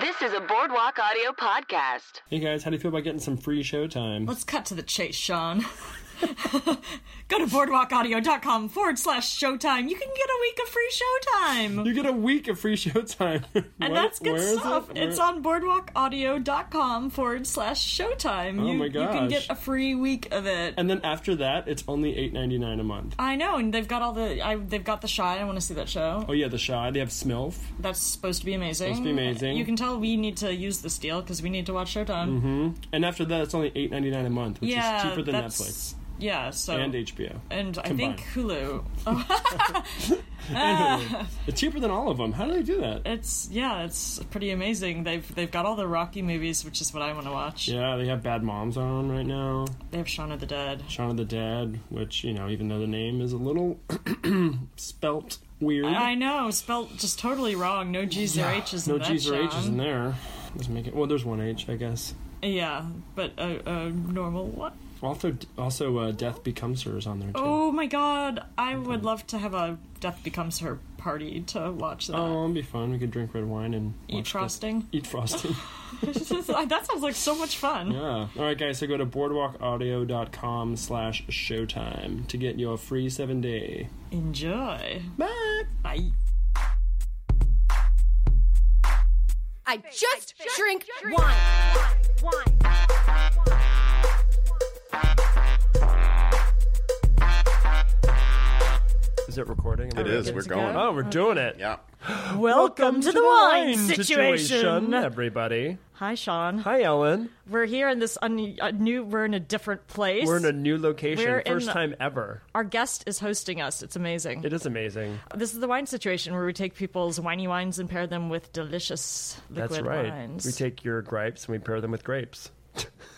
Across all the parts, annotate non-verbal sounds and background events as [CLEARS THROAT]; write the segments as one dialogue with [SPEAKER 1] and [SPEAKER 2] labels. [SPEAKER 1] This is a Boardwalk Audio podcast.
[SPEAKER 2] Hey guys, how do you feel about getting some free showtime?
[SPEAKER 3] Let's cut to the chase, Sean. [LAUGHS] Go to boardwalkaudio.com forward slash showtime. You can get a week of free showtime.
[SPEAKER 2] You get a week of free [LAUGHS] showtime. What?
[SPEAKER 3] And that's good
[SPEAKER 2] Where is it?
[SPEAKER 3] stuff. It's
[SPEAKER 2] Where-
[SPEAKER 3] on boardwalkaudio.com forward slash showtime.
[SPEAKER 2] Oh
[SPEAKER 3] you,
[SPEAKER 2] my
[SPEAKER 3] you can
[SPEAKER 2] gosh.
[SPEAKER 3] get a free week of it.
[SPEAKER 2] And then after that, it's only eight ninety nine a month.
[SPEAKER 3] I know, and they've got all the. I, they've got the shy. I want to see that show.
[SPEAKER 2] Oh yeah, the shy. They have Smilf.
[SPEAKER 3] That's supposed to be amazing.
[SPEAKER 2] Supposed to be amazing.
[SPEAKER 3] You can tell we need to use this deal because we need to watch Showtime.
[SPEAKER 2] And after that, it's only eight ninety nine a month, which
[SPEAKER 3] Yeah,
[SPEAKER 2] is cheaper than
[SPEAKER 3] that's-
[SPEAKER 2] Netflix
[SPEAKER 3] Yeah. So
[SPEAKER 2] and HBO.
[SPEAKER 3] and I
[SPEAKER 2] combined.
[SPEAKER 3] think Hulu. Oh,
[SPEAKER 2] It's cheaper than all of them. How do they do that?
[SPEAKER 3] it's yeah, it's pretty amazing. They've they've got all the Rocky movies, which is what I want to watch.
[SPEAKER 2] Yeah, they have Bad Moms on right now.
[SPEAKER 3] They have Shaun of the Dead.
[SPEAKER 2] Shaun of the Dead, which you know, even though the name is a little [CLEARS THROAT] spelt weird,
[SPEAKER 3] I know, spelt just totally wrong. No G's or H's.
[SPEAKER 2] no
[SPEAKER 3] in that,
[SPEAKER 2] G's or H's in
[SPEAKER 3] Sean.
[SPEAKER 2] there. Let's make it. Well, there's one H, I guess.
[SPEAKER 3] Yeah, but a, a normal what?
[SPEAKER 2] Also, also, uh, Death Becomes Her is on there too.
[SPEAKER 3] Oh my God! I would love to have a Death Becomes Her party to watch that.
[SPEAKER 2] Oh, it'd be fun. We could drink red wine and
[SPEAKER 3] Eat
[SPEAKER 2] watch
[SPEAKER 3] frosting.
[SPEAKER 2] This.
[SPEAKER 3] [LAUGHS]
[SPEAKER 2] [LAUGHS] Eat frosting.
[SPEAKER 3] that sounds like so much fun.
[SPEAKER 2] yeah. All right, guys. So go to boardwalkaudio.com slash showtime to get your free seven day.
[SPEAKER 3] Enjoy.
[SPEAKER 2] Bye.
[SPEAKER 3] Bye.
[SPEAKER 4] I just drink wine.
[SPEAKER 2] Is it recording?
[SPEAKER 5] It is. We're going.
[SPEAKER 2] Oh, we're doing it.
[SPEAKER 5] Yeah.
[SPEAKER 3] Welcome to the wine situation.
[SPEAKER 2] everybody.
[SPEAKER 3] Hi, Sean.
[SPEAKER 2] Hi, Ellen.
[SPEAKER 3] We're here in this un- uh, new. We're in a different place.
[SPEAKER 2] We're in a new location.
[SPEAKER 3] We're in
[SPEAKER 2] First
[SPEAKER 3] the-
[SPEAKER 2] time ever.
[SPEAKER 3] Our guest is hosting us. It's amazing.
[SPEAKER 2] It is amazing.
[SPEAKER 3] This is the wine situation where we take people's whiny wines and pair them with delicious liquid
[SPEAKER 2] That's right.
[SPEAKER 3] wines.
[SPEAKER 2] We take your gripes and we pair them with grapes.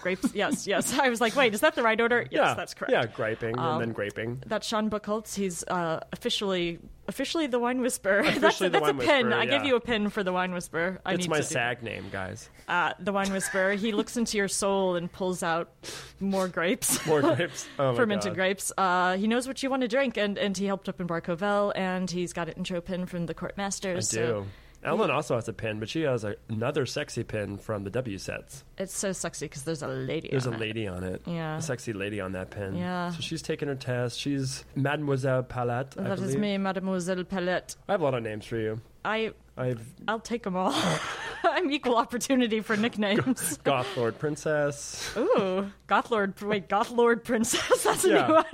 [SPEAKER 3] grapes. yes, yes. [LAUGHS] I was like, wait, is that the right order? Yes,
[SPEAKER 2] yeah.
[SPEAKER 3] that's correct. Um,
[SPEAKER 2] Yeah, griping and then graping.
[SPEAKER 3] That's Sean Buchholz. He's uh, officially officially the wine whisperer. [LAUGHS] that's
[SPEAKER 2] Officially the
[SPEAKER 3] that's a
[SPEAKER 2] wine
[SPEAKER 3] pin.
[SPEAKER 2] whisperer,
[SPEAKER 3] I give
[SPEAKER 2] yeah.
[SPEAKER 3] you a pin for the wine whisperer. I
[SPEAKER 2] It's
[SPEAKER 3] need
[SPEAKER 2] my
[SPEAKER 3] to do that.
[SPEAKER 2] SAG name, guys.
[SPEAKER 3] Uh, the wine whisperer. he looks into your soul and pulls out more grapes. [LAUGHS]
[SPEAKER 2] More grapes. Oh my
[SPEAKER 3] fermented
[SPEAKER 2] God.
[SPEAKER 3] grapes. Uh, he knows what you want to drink, and, and he helped up in Bar Covell, and he's got an intro pin from the court master.
[SPEAKER 2] I
[SPEAKER 3] so
[SPEAKER 2] do. Ellen also has a pin, but she has a, another sexy pin from the W sets.
[SPEAKER 3] it's so sexy because there's a lady.
[SPEAKER 2] There's a
[SPEAKER 3] on it.
[SPEAKER 2] lady on it.
[SPEAKER 3] Yeah.
[SPEAKER 2] A sexy lady on that pin.
[SPEAKER 3] Yeah.
[SPEAKER 2] So she's taking her test. She's Mademoiselle Palette. I
[SPEAKER 3] That is
[SPEAKER 2] believe.
[SPEAKER 3] me, Mademoiselle Palette.
[SPEAKER 2] I have a lot of names for you.
[SPEAKER 3] I
[SPEAKER 2] I have
[SPEAKER 3] I'll take them all. [LAUGHS] I'm equal opportunity
[SPEAKER 2] [LAUGHS]
[SPEAKER 3] for nicknames.
[SPEAKER 2] Goth Lord
[SPEAKER 3] [LAUGHS]
[SPEAKER 2] Princess.
[SPEAKER 3] Ooh, Gothlord. Wait, Gothlord Princess. [LAUGHS] That's a
[SPEAKER 2] Yeah.
[SPEAKER 3] new one.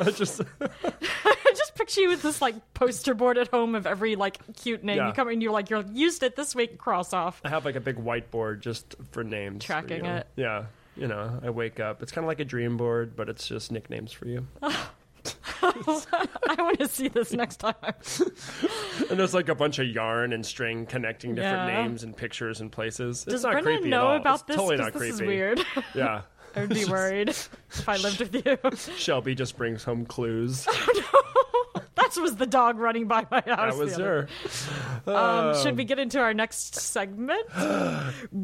[SPEAKER 2] I just
[SPEAKER 3] I just picture you with this like poster board at home of every like cute name.
[SPEAKER 2] Yeah.
[SPEAKER 3] You come in, you're like, you're used it this week.
[SPEAKER 2] [LAUGHS]
[SPEAKER 3] Cross off. [LAUGHS]
[SPEAKER 2] I have like a big whiteboard just for names. for
[SPEAKER 3] Tracking
[SPEAKER 2] you.
[SPEAKER 3] it.
[SPEAKER 2] Yeah. You know, I wake up. It's kind of like a dream board, but it's just nicknames for you.
[SPEAKER 3] I want to see this next
[SPEAKER 2] [LAUGHS]
[SPEAKER 3] time.
[SPEAKER 2] And there's like a bunch of yarn and string connecting different
[SPEAKER 3] Yeah.
[SPEAKER 2] names and pictures and places.
[SPEAKER 3] Does
[SPEAKER 2] it's not
[SPEAKER 3] Brendan
[SPEAKER 2] creepy at
[SPEAKER 3] know
[SPEAKER 2] all.
[SPEAKER 3] about
[SPEAKER 2] it's
[SPEAKER 3] this?
[SPEAKER 2] Totally
[SPEAKER 3] 'Cause
[SPEAKER 2] not
[SPEAKER 3] this
[SPEAKER 2] creepy.
[SPEAKER 3] is weird. [LAUGHS]
[SPEAKER 2] Yeah.
[SPEAKER 3] I would
[SPEAKER 2] [LAUGHS]
[SPEAKER 3] be worried [LAUGHS] if I lived with you. [LAUGHS]
[SPEAKER 2] Shelby just brings home clues.
[SPEAKER 3] that was the dog running by my house.
[SPEAKER 2] That was
[SPEAKER 3] the other-
[SPEAKER 2] her.
[SPEAKER 3] Um, should we get into our next [GASPS] segment?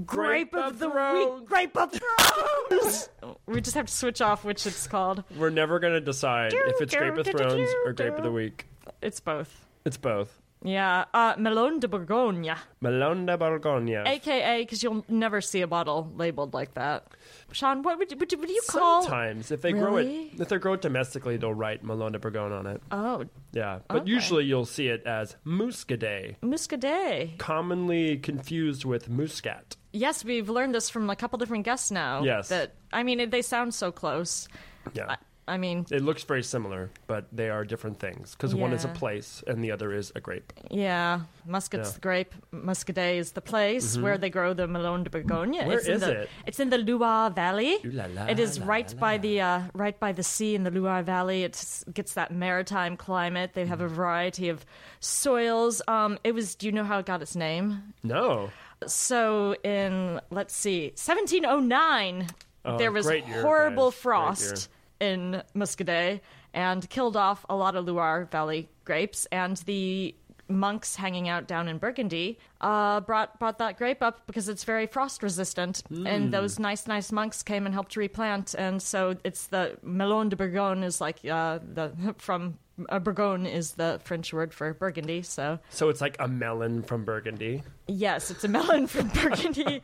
[SPEAKER 3] Grape of the
[SPEAKER 2] Thrones.
[SPEAKER 3] week. Grape of Thrones. we just have to switch off which it's called.
[SPEAKER 2] We're never going to decide if it's Grape of Thrones or Grape of the Week.
[SPEAKER 3] It's both.
[SPEAKER 2] It's both.
[SPEAKER 3] Yeah, uh, Melon de Bourgogne,
[SPEAKER 2] Melon de Borgogna.
[SPEAKER 3] aka because you'll never see a bottle labeled like that. Sean, what would you, would you, would you call?
[SPEAKER 2] Sometimes, if they grow
[SPEAKER 3] Really?
[SPEAKER 2] it, if they grow it domestically, they'll write Melon de Bourgogne on it.
[SPEAKER 3] Oh,
[SPEAKER 2] Yeah, but
[SPEAKER 3] Okay.
[SPEAKER 2] usually you'll see it as Muscadet,
[SPEAKER 3] Muscadet.
[SPEAKER 2] commonly confused with Muscat.
[SPEAKER 3] Yes, we've learned this from a couple different guests now.
[SPEAKER 2] Yes.
[SPEAKER 3] That I mean, they sound so close.
[SPEAKER 2] Yeah.
[SPEAKER 3] I, I mean,
[SPEAKER 2] It looks very similar, but they are different things because one is a
[SPEAKER 3] Yeah.
[SPEAKER 2] place and the other is a grape.
[SPEAKER 3] yeah, Muscat's
[SPEAKER 2] Yeah. Mm-hmm.
[SPEAKER 3] the grape. Muscadet is the place where they grow the Melon de Bourgogne.
[SPEAKER 2] Where
[SPEAKER 3] it's in
[SPEAKER 2] is
[SPEAKER 3] the,
[SPEAKER 2] it?
[SPEAKER 3] It's in the Loire Valley.
[SPEAKER 2] Ooh la la,
[SPEAKER 3] it is
[SPEAKER 2] la
[SPEAKER 3] right
[SPEAKER 2] la
[SPEAKER 3] by the uh, right by the sea in the Loire Valley. It gets that maritime climate. They have a
[SPEAKER 2] Mm.
[SPEAKER 3] variety of soils. Um, it was. Do you know how it got its name?
[SPEAKER 2] No,
[SPEAKER 3] So in let's see, 1709, there was
[SPEAKER 2] Oh, great year,
[SPEAKER 3] horrible
[SPEAKER 2] guys. Great
[SPEAKER 3] frost in Muscadet and killed off a lot of Loire Valley grapes. And the monks hanging out down in Burgundy uh, brought brought that grape up because it's very frost resistant.
[SPEAKER 2] Hmm.
[SPEAKER 3] And those nice nice monks came and helped replant. And so it's the [LAUGHS] Melon de Bourgogne is like uh, the from uh, Bourgogne is the French word for Burgundy. So
[SPEAKER 2] So it's like a melon from Burgundy.
[SPEAKER 3] yes, it's a
[SPEAKER 2] [LAUGHS]
[SPEAKER 3] melon from Burgundy.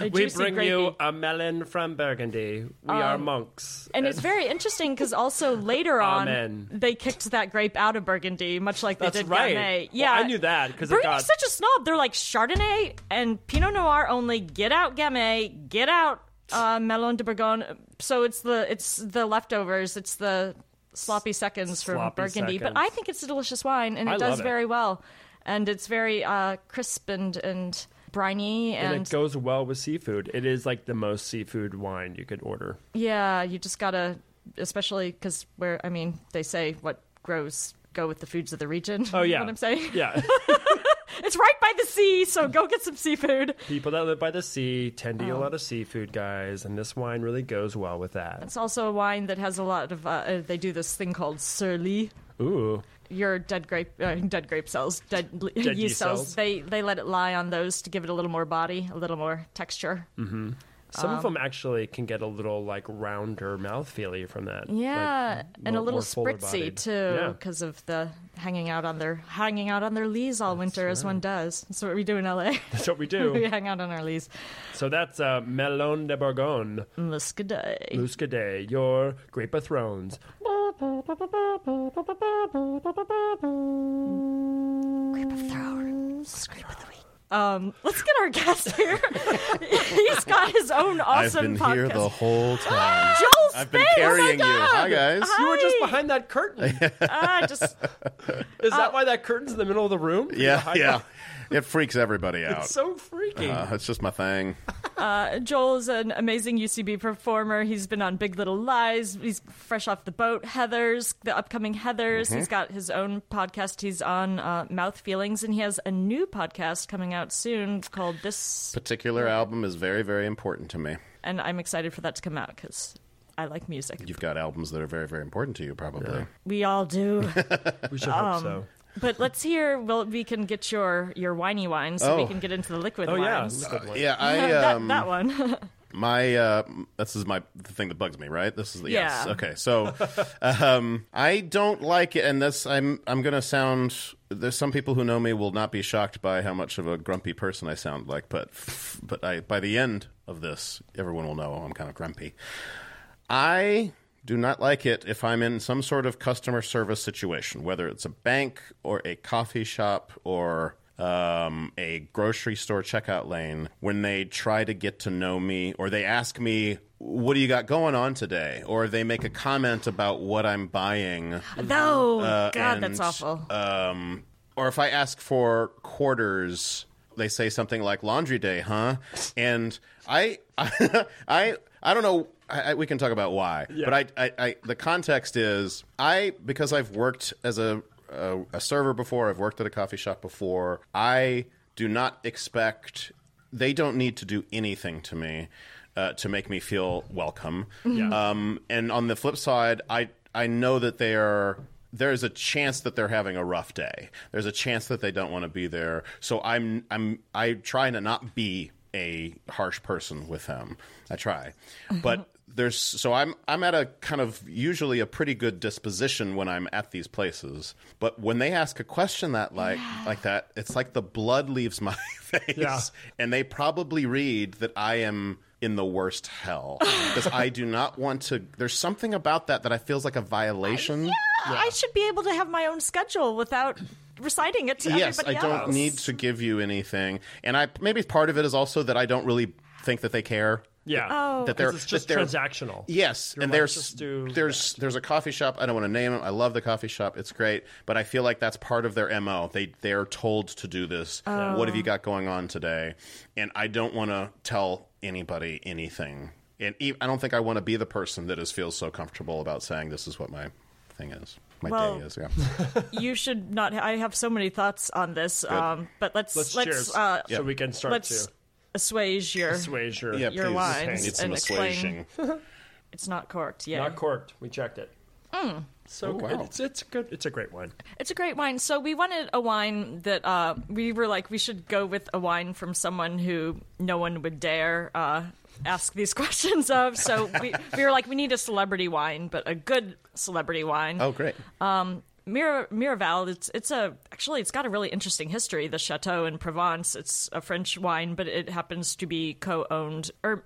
[SPEAKER 3] a
[SPEAKER 2] We
[SPEAKER 3] juicy
[SPEAKER 2] bring
[SPEAKER 3] grapey. Um,
[SPEAKER 2] you a melon from Burgundy. We are monks.
[SPEAKER 3] And it's very interesting because also later on
[SPEAKER 2] Amen.
[SPEAKER 3] they kicked that grape out of Burgundy, much like they
[SPEAKER 2] That's
[SPEAKER 3] did
[SPEAKER 2] right.
[SPEAKER 3] Gamay.
[SPEAKER 2] Well,
[SPEAKER 3] Yeah,
[SPEAKER 2] I knew that 'cause it
[SPEAKER 3] Burgundy's
[SPEAKER 2] got-
[SPEAKER 3] such a snob. They're like Chardonnay and Pinot Noir only. Get out Gamay. Get out uh, Melon de Bourgogne. So it's the it's the leftovers. It's the sloppy seconds from
[SPEAKER 2] Sloppy
[SPEAKER 3] Burgundy.
[SPEAKER 2] seconds.
[SPEAKER 3] But I think it's a delicious wine and it
[SPEAKER 2] I love
[SPEAKER 3] does
[SPEAKER 2] it.
[SPEAKER 3] very well, and it's very uh, crisp and and briny and,
[SPEAKER 2] and, it goes well with seafood. It is like the most seafood wine you could order.
[SPEAKER 3] Yeah, you just gotta, especially because where I mean, they say what grows go with the foods of the region.
[SPEAKER 2] Oh yeah,
[SPEAKER 3] what I'm saying. [LAUGHS]
[SPEAKER 2] Yeah,
[SPEAKER 3] It's right by the sea, so go get some seafood.
[SPEAKER 2] people that live by the sea tend to
[SPEAKER 3] Oh.
[SPEAKER 2] eat a lot of seafood, guys, and this wine really goes well with that.
[SPEAKER 3] It's also a wine that has a lot of. Uh, uh, they do this thing called surly.
[SPEAKER 2] Ooh,
[SPEAKER 3] Your dead grape, uh, dead grape cells, dead, l- [LAUGHS] yeast,
[SPEAKER 2] yeast
[SPEAKER 3] cells.
[SPEAKER 2] cells.
[SPEAKER 3] They they let it lie on those to give it a little more body, a little more texture.
[SPEAKER 2] Hmm. some
[SPEAKER 3] Um,
[SPEAKER 2] of them actually can get a little like rounder mouthfeel from that.
[SPEAKER 3] Yeah,
[SPEAKER 2] like,
[SPEAKER 3] and a
[SPEAKER 2] more-
[SPEAKER 3] little
[SPEAKER 2] more fuller
[SPEAKER 3] spritzy
[SPEAKER 2] bodied.
[SPEAKER 3] too,
[SPEAKER 2] Yeah.
[SPEAKER 3] because of the hanging out on their hanging out on their lees all winter, as one does. That's what we do in [LAUGHS] LA.
[SPEAKER 2] That's what we
[SPEAKER 3] we
[SPEAKER 2] do.
[SPEAKER 3] hang out on our lees.
[SPEAKER 2] so that's uh, Melon de Bourgogne,
[SPEAKER 3] Muscadet.
[SPEAKER 2] Muscadet, your Grape of Thrones.
[SPEAKER 3] Um, let's get our guest here. [LAUGHS] He's got his own awesome
[SPEAKER 5] I've been
[SPEAKER 3] podcast.
[SPEAKER 5] here the whole time.
[SPEAKER 3] Joel
[SPEAKER 5] I've been
[SPEAKER 3] Spade, oh my
[SPEAKER 5] carrying you.
[SPEAKER 3] God.
[SPEAKER 5] Hi guys.
[SPEAKER 3] Hi.
[SPEAKER 2] You were just behind that
[SPEAKER 5] [LAUGHS]
[SPEAKER 2] curtain.
[SPEAKER 3] Ah,
[SPEAKER 2] [LAUGHS]
[SPEAKER 3] just
[SPEAKER 2] Is
[SPEAKER 3] Uh,
[SPEAKER 2] that why that curtain's in the middle of the room?
[SPEAKER 5] [LAUGHS] Yeah,
[SPEAKER 2] Behind
[SPEAKER 5] yeah.
[SPEAKER 2] that-
[SPEAKER 5] It freaks everybody out.
[SPEAKER 2] It's so freaky.
[SPEAKER 5] Uh, it's just my thing.
[SPEAKER 3] Joel is an amazing UCB performer. He's been on Big Little Lies. He's fresh off the boat. Heather's the upcoming Heather's. He's
[SPEAKER 5] Mhm.
[SPEAKER 3] got his own podcast. He's on uh, Mouth Feelings, and he has a new podcast coming out soon called This.
[SPEAKER 5] Particular album is very, very important to me.
[SPEAKER 3] And I'm excited for that to come out because I like music.
[SPEAKER 5] You've got albums that are very, very important to you, probably.
[SPEAKER 3] We all do.
[SPEAKER 2] we should
[SPEAKER 3] um,
[SPEAKER 2] hope so.
[SPEAKER 3] But let's hear. Well, we can get your your whiny wine, so we
[SPEAKER 5] Oh.
[SPEAKER 3] can get into the liquid
[SPEAKER 2] Oh yeah,
[SPEAKER 3] wines.
[SPEAKER 2] look at one.
[SPEAKER 5] Yeah,
[SPEAKER 3] [LAUGHS]
[SPEAKER 5] I
[SPEAKER 3] that,
[SPEAKER 5] um,
[SPEAKER 3] that one.
[SPEAKER 5] [LAUGHS] my uh, this is my the thing that bugs me, right? This is the yes.
[SPEAKER 3] Yeah.
[SPEAKER 5] Okay, so um, I don't like it, and this I'm I'm gonna sound. There's some people who know me will not be shocked by how much of a grumpy person I sound like, but but I by the end of this, everyone will know I'm kind of grumpy. I do not like it if I'm in some sort of customer service situation, whether it's a bank or a coffee shop or um, a grocery store checkout lane, when they try to get to know me or they ask me, What do you got going on today? or they make a comment about what I'm buying.
[SPEAKER 3] no, God,
[SPEAKER 5] uh, and,
[SPEAKER 3] that's awful.
[SPEAKER 5] Um, or if I ask for quarters, they say something like "laundry day," huh? And I, [LAUGHS] I, I, don't know. I, I, we can talk about why, but I, I, I, the context is I because I've worked as a, a a server before. I've worked at a coffee shop before. I do not expect. They don't need to do anything to me. Uh, to make me feel welcome, um, and on the flip side, I I know that they are there's a chance that they're having a rough day. There's a chance that they don't want to be there. So I'm I'm I try to not be a harsh person with them. I try. But there's so I'm I'm at a kind of usually a pretty good disposition when I'm at these places. But when they ask a question that like like that, it's like the blood leaves my [LAUGHS] face
[SPEAKER 2] Yeah.
[SPEAKER 5] and they probably read that I am in the
[SPEAKER 3] [LAUGHS]
[SPEAKER 5] worst hell because I do not want to. There's something about that that I feels like a violation.
[SPEAKER 3] I should be able to have my own schedule without reciting it to
[SPEAKER 5] yes, I
[SPEAKER 3] everybody
[SPEAKER 5] don't
[SPEAKER 3] else.
[SPEAKER 5] need to give you anything, and I maybe part of it is also that I don't really think that they care.
[SPEAKER 2] Yeah.
[SPEAKER 3] Oh.
[SPEAKER 5] that they're
[SPEAKER 2] it's just
[SPEAKER 5] that they're-
[SPEAKER 2] transactional.
[SPEAKER 5] Yes,
[SPEAKER 2] You're
[SPEAKER 5] and
[SPEAKER 2] like,
[SPEAKER 5] there's
[SPEAKER 2] just do
[SPEAKER 5] there's there's a coffee shop. I don't want to name it. I love the coffee shop. It's great, but I feel like that's part of their mo. They they're told to do this. What have you got going on today? And I don't want to tell anybody anything. And e- I don't think I want to be the person that is feels so comfortable about saying this is what my thing is. My
[SPEAKER 3] Well-
[SPEAKER 5] day is. Yeah.
[SPEAKER 3] You should not. I have so many thoughts on this, um, but let's
[SPEAKER 2] Let's,
[SPEAKER 3] let's
[SPEAKER 2] cheers.
[SPEAKER 3] uh,
[SPEAKER 2] So we can start
[SPEAKER 3] let's
[SPEAKER 2] to
[SPEAKER 3] assuage your.
[SPEAKER 2] assuage your.
[SPEAKER 3] [LAUGHS]
[SPEAKER 5] yeah
[SPEAKER 3] Your
[SPEAKER 5] please.
[SPEAKER 3] wines
[SPEAKER 5] Need some
[SPEAKER 3] and explain. [LAUGHS]
[SPEAKER 5] assuaging.
[SPEAKER 3] It's not corked. Yeah,
[SPEAKER 2] Not corked. We checked it.
[SPEAKER 3] Mm. Oh,
[SPEAKER 2] So
[SPEAKER 5] wow.
[SPEAKER 2] good. it's it's good. It's a great wine.
[SPEAKER 3] It's a great wine. So we wanted a wine that uh, we were like, we should go with a wine from someone who no one would dare uh, ask these [LAUGHS] questions of.
[SPEAKER 2] Oh.
[SPEAKER 3] So we, we were like, we need a celebrity wine, but a good celebrity wine.
[SPEAKER 5] Oh, great.
[SPEAKER 3] Mira, Miraval, it's it's a actually it's got a really interesting history. The chateau in Provence, it's a French wine, but it happens to be co-owned or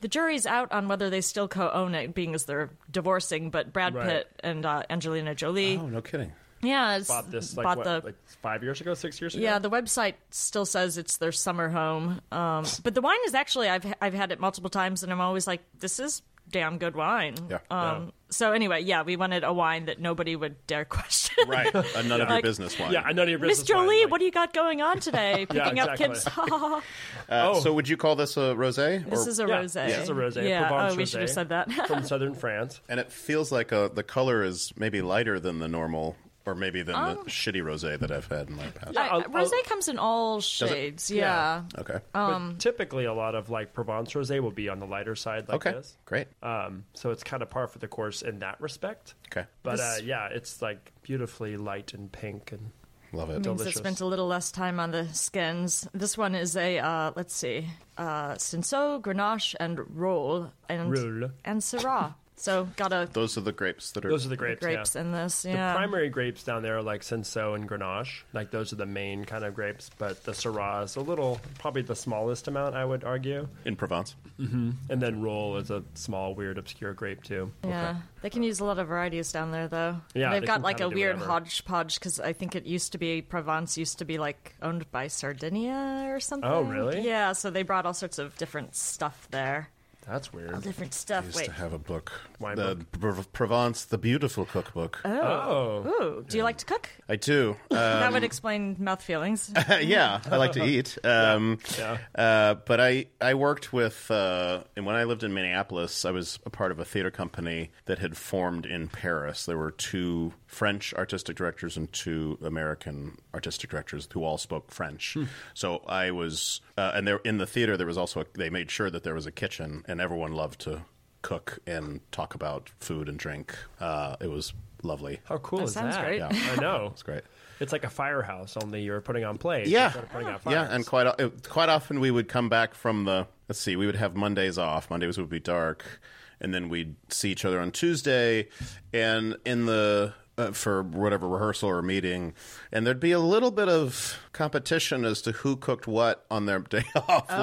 [SPEAKER 3] the jury's out on whether they still co-own it, being as they're divorcing. But Brad
[SPEAKER 2] Right.
[SPEAKER 3] Pitt and uh, Angelina Jolie,
[SPEAKER 5] Oh, no
[SPEAKER 3] [LAUGHS]
[SPEAKER 5] kidding.
[SPEAKER 3] yeah, it's,
[SPEAKER 2] bought this like
[SPEAKER 3] bought
[SPEAKER 2] what,
[SPEAKER 3] the
[SPEAKER 2] like five years ago, six years ago.
[SPEAKER 3] yeah, the website still says it's their summer home. Um, but the wine is actually I've I've had it multiple times, and I'm always like, this is damn good wine.
[SPEAKER 5] Yeah.
[SPEAKER 3] Um, So anyway, yeah, we wanted a wine that nobody would dare [LAUGHS] question.
[SPEAKER 5] Right. A none of your business wine.
[SPEAKER 2] yeah. I know your
[SPEAKER 3] Miss
[SPEAKER 2] business.
[SPEAKER 3] Jolie,
[SPEAKER 2] wine,
[SPEAKER 3] what do you got going on today?
[SPEAKER 2] [LAUGHS] Yeah,
[SPEAKER 3] Picking
[SPEAKER 2] exactly. [LAUGHS]
[SPEAKER 3] up kids.
[SPEAKER 5] Uh, So would you call this a rosé?
[SPEAKER 3] this
[SPEAKER 5] Or-
[SPEAKER 3] is a
[SPEAKER 2] Yeah,
[SPEAKER 3] rosé.
[SPEAKER 2] this is a rosé,
[SPEAKER 3] Yeah.
[SPEAKER 2] Provence
[SPEAKER 3] oh, we should have
[SPEAKER 2] rosé.
[SPEAKER 3] said that. [LAUGHS]
[SPEAKER 2] from southern France?
[SPEAKER 5] and it feels like a, the color is maybe lighter than the normal, or maybe than the shitty rosé that I've had in my past.
[SPEAKER 2] Um, Yeah, I'll-
[SPEAKER 3] rosé
[SPEAKER 2] I'll-
[SPEAKER 3] comes in all shades. Yeah.
[SPEAKER 5] Okay.
[SPEAKER 3] um,
[SPEAKER 2] But typically, a lot of like Provence rosé will be on the lighter side, like
[SPEAKER 5] okay.
[SPEAKER 2] this.
[SPEAKER 5] Great.
[SPEAKER 2] Um, so it's kind of par for the course in that respect.
[SPEAKER 5] Okay.
[SPEAKER 2] But uh,
[SPEAKER 3] This-
[SPEAKER 2] yeah, it's like beautifully light and pink and
[SPEAKER 5] Love it.
[SPEAKER 3] Means it
[SPEAKER 2] Delicious.
[SPEAKER 3] spent a little less time on the skins. This one is a uh, let's see, uh, Cinsault, Grenache, and Roll and
[SPEAKER 2] Roll.
[SPEAKER 3] and Syrah. So got a
[SPEAKER 5] Those are the grapes that are.
[SPEAKER 2] those are the grapes.
[SPEAKER 3] grapes
[SPEAKER 2] yeah.
[SPEAKER 3] in this. Yeah.
[SPEAKER 2] The primary grapes down there are like Cinsault and Grenache. Like those are the main kind of grapes, but the Syrah is a little, probably the smallest amount, I would argue.
[SPEAKER 5] in Provence.
[SPEAKER 2] And then Roll is a small, weird, obscure grape too.
[SPEAKER 3] yeah, they can use a lot of varieties down there, though.
[SPEAKER 2] Yeah,
[SPEAKER 3] they've
[SPEAKER 2] they
[SPEAKER 3] got
[SPEAKER 2] can
[SPEAKER 3] like a
[SPEAKER 2] kinda do
[SPEAKER 3] weird
[SPEAKER 2] whatever.
[SPEAKER 3] hodgepodge because I think it used to be Provence used to be like owned by Sardinia or something.
[SPEAKER 2] Oh, really?
[SPEAKER 3] Yeah, so they brought all sorts of different stuff there.
[SPEAKER 2] That's weird.
[SPEAKER 3] Different stuff.
[SPEAKER 5] I used
[SPEAKER 3] Wait,
[SPEAKER 5] to have a book.
[SPEAKER 2] Wine
[SPEAKER 5] the Pro- Provence, the beautiful cookbook.
[SPEAKER 2] Oh.
[SPEAKER 3] ooh, do you like to cook?
[SPEAKER 5] I do. Uh,
[SPEAKER 3] that would explain mouth feelings.
[SPEAKER 5] yeah, I
[SPEAKER 2] [LAUGHS]
[SPEAKER 5] like to eat. Um,
[SPEAKER 2] Yeah.
[SPEAKER 5] Uh, but I, I worked with, uh, and when I lived in Minneapolis, I was a part of a theater company that had formed in Paris. There were two French artistic directors and two American artistic directors who all spoke French.
[SPEAKER 2] Hmm.
[SPEAKER 5] So I was, uh, and there in the theater there was also a, they made sure that there was a kitchen, and everyone loved to cook and talk about food and drink. Uh, it was lovely.
[SPEAKER 2] How cool is
[SPEAKER 3] sounds
[SPEAKER 2] that?
[SPEAKER 3] great.
[SPEAKER 5] Yeah.
[SPEAKER 2] I know.
[SPEAKER 5] It's great.
[SPEAKER 2] It's like a firehouse, only you're putting on plays.
[SPEAKER 5] Yeah.
[SPEAKER 2] instead of putting out
[SPEAKER 5] Yeah,
[SPEAKER 2] fires.
[SPEAKER 5] and quite o- it- quite often we would come back from the. Let's see, we would have Mondays off. Mondays would be dark, and then we'd see each other on Tuesday, and in the uh, for whatever rehearsal or meeting, and there'd be a little bit of competition as to who cooked what on their [LAUGHS] day off.
[SPEAKER 3] Oh.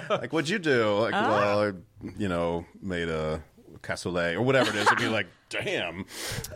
[SPEAKER 5] Like, like what'd you do? Like,
[SPEAKER 3] Uh-huh.
[SPEAKER 5] well, I, you know, made a cassoulet or whatever it is. It'd
[SPEAKER 3] [LAUGHS]
[SPEAKER 5] be like. Damn,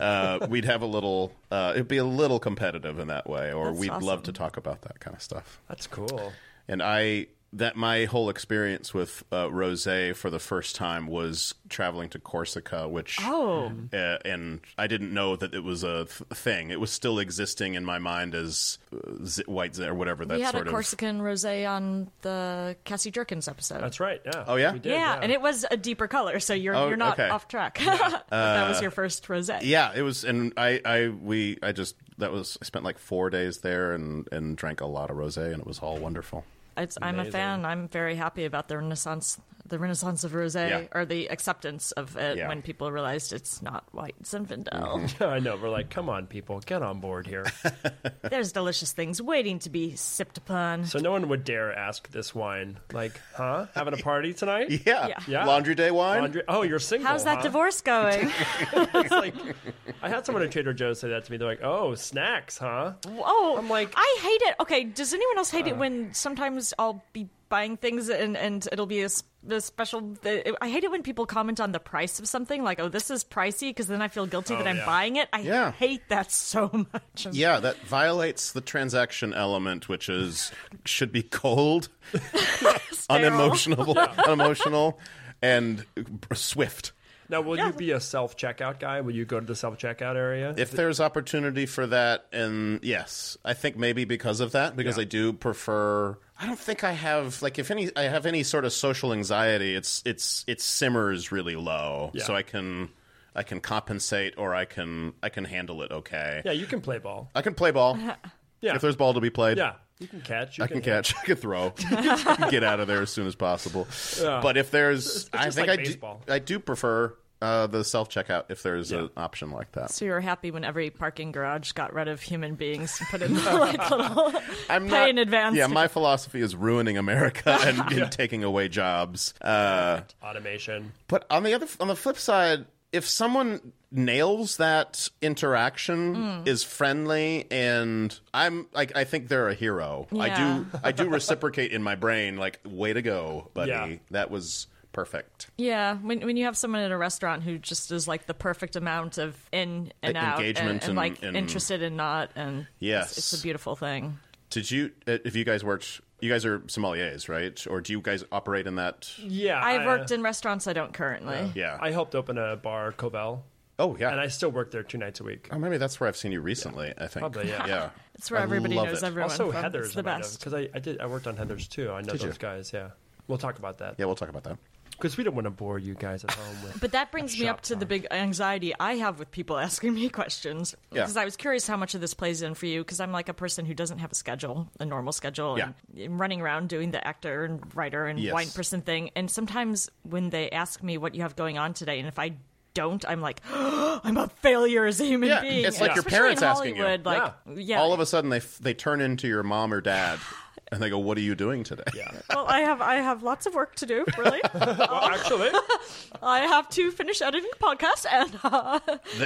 [SPEAKER 5] uh, we'd have a little. Uh, it'd be a little competitive in that way, or
[SPEAKER 3] That's
[SPEAKER 5] we'd love
[SPEAKER 3] awesome.
[SPEAKER 5] to talk about that kind of stuff.
[SPEAKER 2] That's cool.
[SPEAKER 5] And I that my whole experience with uh, rosé for the first time was traveling to Corsica, which [LAUGHS]
[SPEAKER 3] Oh.
[SPEAKER 5] uh, and I didn't know that it was a th- thing. It was still existing in my mind as uh, z- white z- or whatever that
[SPEAKER 3] we had a
[SPEAKER 5] sort of.
[SPEAKER 3] Corsican rosé on the Cassie Jerkins episode.
[SPEAKER 2] That's right. Yeah.
[SPEAKER 5] Oh, yeah?
[SPEAKER 2] We did,
[SPEAKER 3] yeah, and it was a deeper color, so you're
[SPEAKER 5] Oh,
[SPEAKER 3] you're not
[SPEAKER 5] okay. uh,
[SPEAKER 3] off track. But [LAUGHS] that was your first rosé.
[SPEAKER 5] Yeah, it was, and I, I, we, I just that was. I spent like four days there and and drank a lot of rosé, and it was all wonderful. [LAUGHS]
[SPEAKER 3] It's, I'm a fan. I'm very happy about the renaissance, the renaissance of rosé,
[SPEAKER 5] Yeah.
[SPEAKER 3] or the acceptance of it
[SPEAKER 5] Yeah.
[SPEAKER 3] when people realized it's not white Zinfandel.
[SPEAKER 2] [LAUGHS]
[SPEAKER 5] [LAUGHS]
[SPEAKER 2] I know. We're like, come on, people, get on board here.
[SPEAKER 3] There's delicious things waiting to be sipped upon.
[SPEAKER 2] so no one would dare ask this wine, like, huh? Having a party tonight?
[SPEAKER 5] [LAUGHS] Yeah,
[SPEAKER 2] Yeah.
[SPEAKER 5] laundry day wine.
[SPEAKER 2] Andre- oh, you're single.
[SPEAKER 3] How's that
[SPEAKER 2] huh?
[SPEAKER 3] divorce going?
[SPEAKER 2] It's like, I had someone at Trader Joe's say that to me. They're like, "Oh, snacks, huh?"
[SPEAKER 3] Oh,
[SPEAKER 2] I'm like- Uh.
[SPEAKER 3] I hate it. Okay, does anyone else hate it when sometimes I'll be buying things and and it'll be a, s- a special? I hate it when people comment on the price of something like, "Oh, this is pricey," because then I feel guilty that I'm
[SPEAKER 2] Oh, yeah.
[SPEAKER 3] buying it. I
[SPEAKER 5] Yeah.
[SPEAKER 3] hate that so much. I'm-
[SPEAKER 5] Yeah, that violates the transaction element, which is should be cold, unemotional, unemotional, and swift.
[SPEAKER 2] Now, will you be a self checkout guy? Will you go to the self checkout area?
[SPEAKER 5] If there's opportunity for that, and yes, I think maybe because of that, because I do prefer. I don't think I have like if any I have any sort of social anxiety. It's it's it simmers really low,
[SPEAKER 2] Yeah.
[SPEAKER 5] so I can I can compensate or I can I can handle it okay.
[SPEAKER 2] yeah, you can play ball.
[SPEAKER 5] I can play ball.
[SPEAKER 2] Yeah.
[SPEAKER 5] If there's ball to be played,
[SPEAKER 2] Yeah, you can catch. You
[SPEAKER 5] I can catch. I can throw. I
[SPEAKER 3] [LAUGHS]
[SPEAKER 5] can get out of there as soon as possible. But if there's, I
[SPEAKER 2] just
[SPEAKER 5] think
[SPEAKER 2] like
[SPEAKER 5] I
[SPEAKER 2] baseball.
[SPEAKER 5] do. I do prefer uh, the self checkout if there's an option like that.
[SPEAKER 3] So you were happy when every parking garage got rid of human beings and
[SPEAKER 5] [LAUGHS]
[SPEAKER 3] put in like little
[SPEAKER 5] I'm
[SPEAKER 3] pay in advance.
[SPEAKER 5] Yeah,
[SPEAKER 3] to-
[SPEAKER 5] my philosophy is
[SPEAKER 2] [LAUGHS]
[SPEAKER 5] ruining America and, and taking away jobs. Uh,
[SPEAKER 2] automation.
[SPEAKER 5] but on the other, on the flip side, if someone nails that interaction
[SPEAKER 3] Mm.
[SPEAKER 5] is friendly and i'm like i think they're a hero i
[SPEAKER 3] Yeah.
[SPEAKER 5] do i do reciprocate in my brain like way to go buddy
[SPEAKER 2] Yeah.
[SPEAKER 5] that was perfect
[SPEAKER 3] Yeah, when when you have someone at a restaurant who just is like the perfect amount of in and out and-
[SPEAKER 5] E, engagement
[SPEAKER 3] and,
[SPEAKER 5] and-
[SPEAKER 3] like
[SPEAKER 5] and-
[SPEAKER 3] interested and not and
[SPEAKER 5] Yes.
[SPEAKER 3] it's, it's a beautiful thing.
[SPEAKER 5] did you uh, if you guys worked you guys are sommeliers right or do you guys operate in that
[SPEAKER 2] Yeah,
[SPEAKER 3] I've worked in restaurants I don't currently.
[SPEAKER 5] yeah
[SPEAKER 2] I helped open a bar, Covell,
[SPEAKER 5] oh yeah
[SPEAKER 2] and I still work there two nights a week.
[SPEAKER 5] oh maybe that's where i've seen you recently i think
[SPEAKER 2] Probably, yeah.
[SPEAKER 3] It's where
[SPEAKER 5] I
[SPEAKER 3] everybody
[SPEAKER 5] love
[SPEAKER 3] knows
[SPEAKER 5] it.
[SPEAKER 3] everyone.
[SPEAKER 2] Also,
[SPEAKER 3] from.
[SPEAKER 2] Heather's
[SPEAKER 3] it's the best.
[SPEAKER 2] because I, I did I worked on Heather's too. I know
[SPEAKER 5] you?
[SPEAKER 2] those guys. Yeah, we'll talk about that
[SPEAKER 5] yeah we'll talk about that
[SPEAKER 2] because we don't want to bore you guys at home
[SPEAKER 5] [LAUGHS]
[SPEAKER 2] with.
[SPEAKER 3] But that brings me
[SPEAKER 2] Shop
[SPEAKER 3] up to the big anxiety I have with people [LAUGHS] asking me questions.
[SPEAKER 5] Yeah.
[SPEAKER 3] Because I was curious how much of this plays in for you, because I'm like a person who doesn't have a schedule, a normal schedule, and, and running around doing the actor and writer and
[SPEAKER 5] Yes.
[SPEAKER 3] wine person thing. And sometimes when they ask me what you have going on today, and if I don't, I'm like, [GASPS] I'm a failure as a human
[SPEAKER 5] Yeah,
[SPEAKER 3] being.
[SPEAKER 5] it's like
[SPEAKER 3] And
[SPEAKER 5] your
[SPEAKER 3] especially
[SPEAKER 5] parents
[SPEAKER 3] in
[SPEAKER 5] asking you.
[SPEAKER 3] Hollywood, Like, yeah.
[SPEAKER 5] all of a sudden they f- they turn into your mom or dad and they go what are you doing today
[SPEAKER 2] Yeah.
[SPEAKER 3] well, I have I have lots of work to do. Really,
[SPEAKER 2] Well, actually,
[SPEAKER 3] I have to finish editing the podcast, and uh,
[SPEAKER 5] [LAUGHS]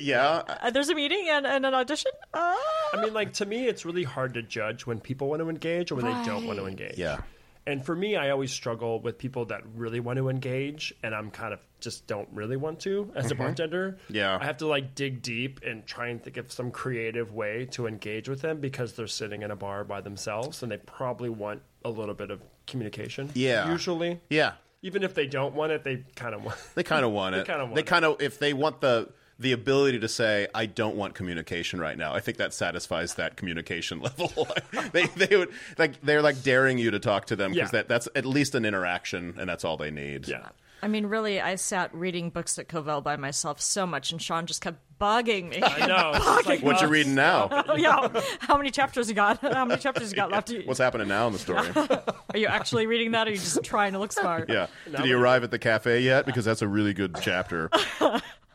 [SPEAKER 5] yeah
[SPEAKER 3] there's a meeting and, and an audition. Uh,
[SPEAKER 2] I mean, like to me, it's really hard to judge when people want to engage or when they don't want to engage.
[SPEAKER 5] yeah
[SPEAKER 2] And for me, I always struggle with people that really want to engage, and I'm kind of just don't really want to as a bartender.
[SPEAKER 5] Mm-hmm. Yeah.
[SPEAKER 2] I have to like dig deep and try and think of some creative way to engage with them because they're sitting in a bar by themselves and they probably want a little bit of communication.
[SPEAKER 5] Yeah.
[SPEAKER 2] Usually.
[SPEAKER 5] yeah
[SPEAKER 2] Even if they don't want it, they kind of want [LAUGHS]
[SPEAKER 5] They kind of want it.
[SPEAKER 2] kinda want
[SPEAKER 5] they
[SPEAKER 2] it.
[SPEAKER 5] kind of if they want the the ability to say I don't want communication right now. I think that satisfies that communication [LAUGHS] level. Like, they they would like they're like daring you to talk to them
[SPEAKER 2] Yeah.
[SPEAKER 5] because that that's at least an interaction and that's all they need. [LAUGHS]
[SPEAKER 2] Yeah.
[SPEAKER 3] I mean, really, I sat reading books at Covell by myself so much, and Sean just kept bugging
[SPEAKER 5] [LAUGHS]
[SPEAKER 3] me.
[SPEAKER 2] I know. It's just like,
[SPEAKER 5] What you
[SPEAKER 2] uh, [LAUGHS]
[SPEAKER 5] reading now?
[SPEAKER 3] Oh, [LAUGHS] yeah, how many chapters you got? [LAUGHS] How many chapters you got left? Are you-
[SPEAKER 5] [LAUGHS] What's happening now in
[SPEAKER 2] [LAUGHS]
[SPEAKER 5] the story?
[SPEAKER 3] Are you actually reading that, or are you just trying to look smart?
[SPEAKER 5] Yeah. Did you arrive at the cafe yet? Because that's a really good
[SPEAKER 2] [LAUGHS]
[SPEAKER 5] chapter. [LAUGHS]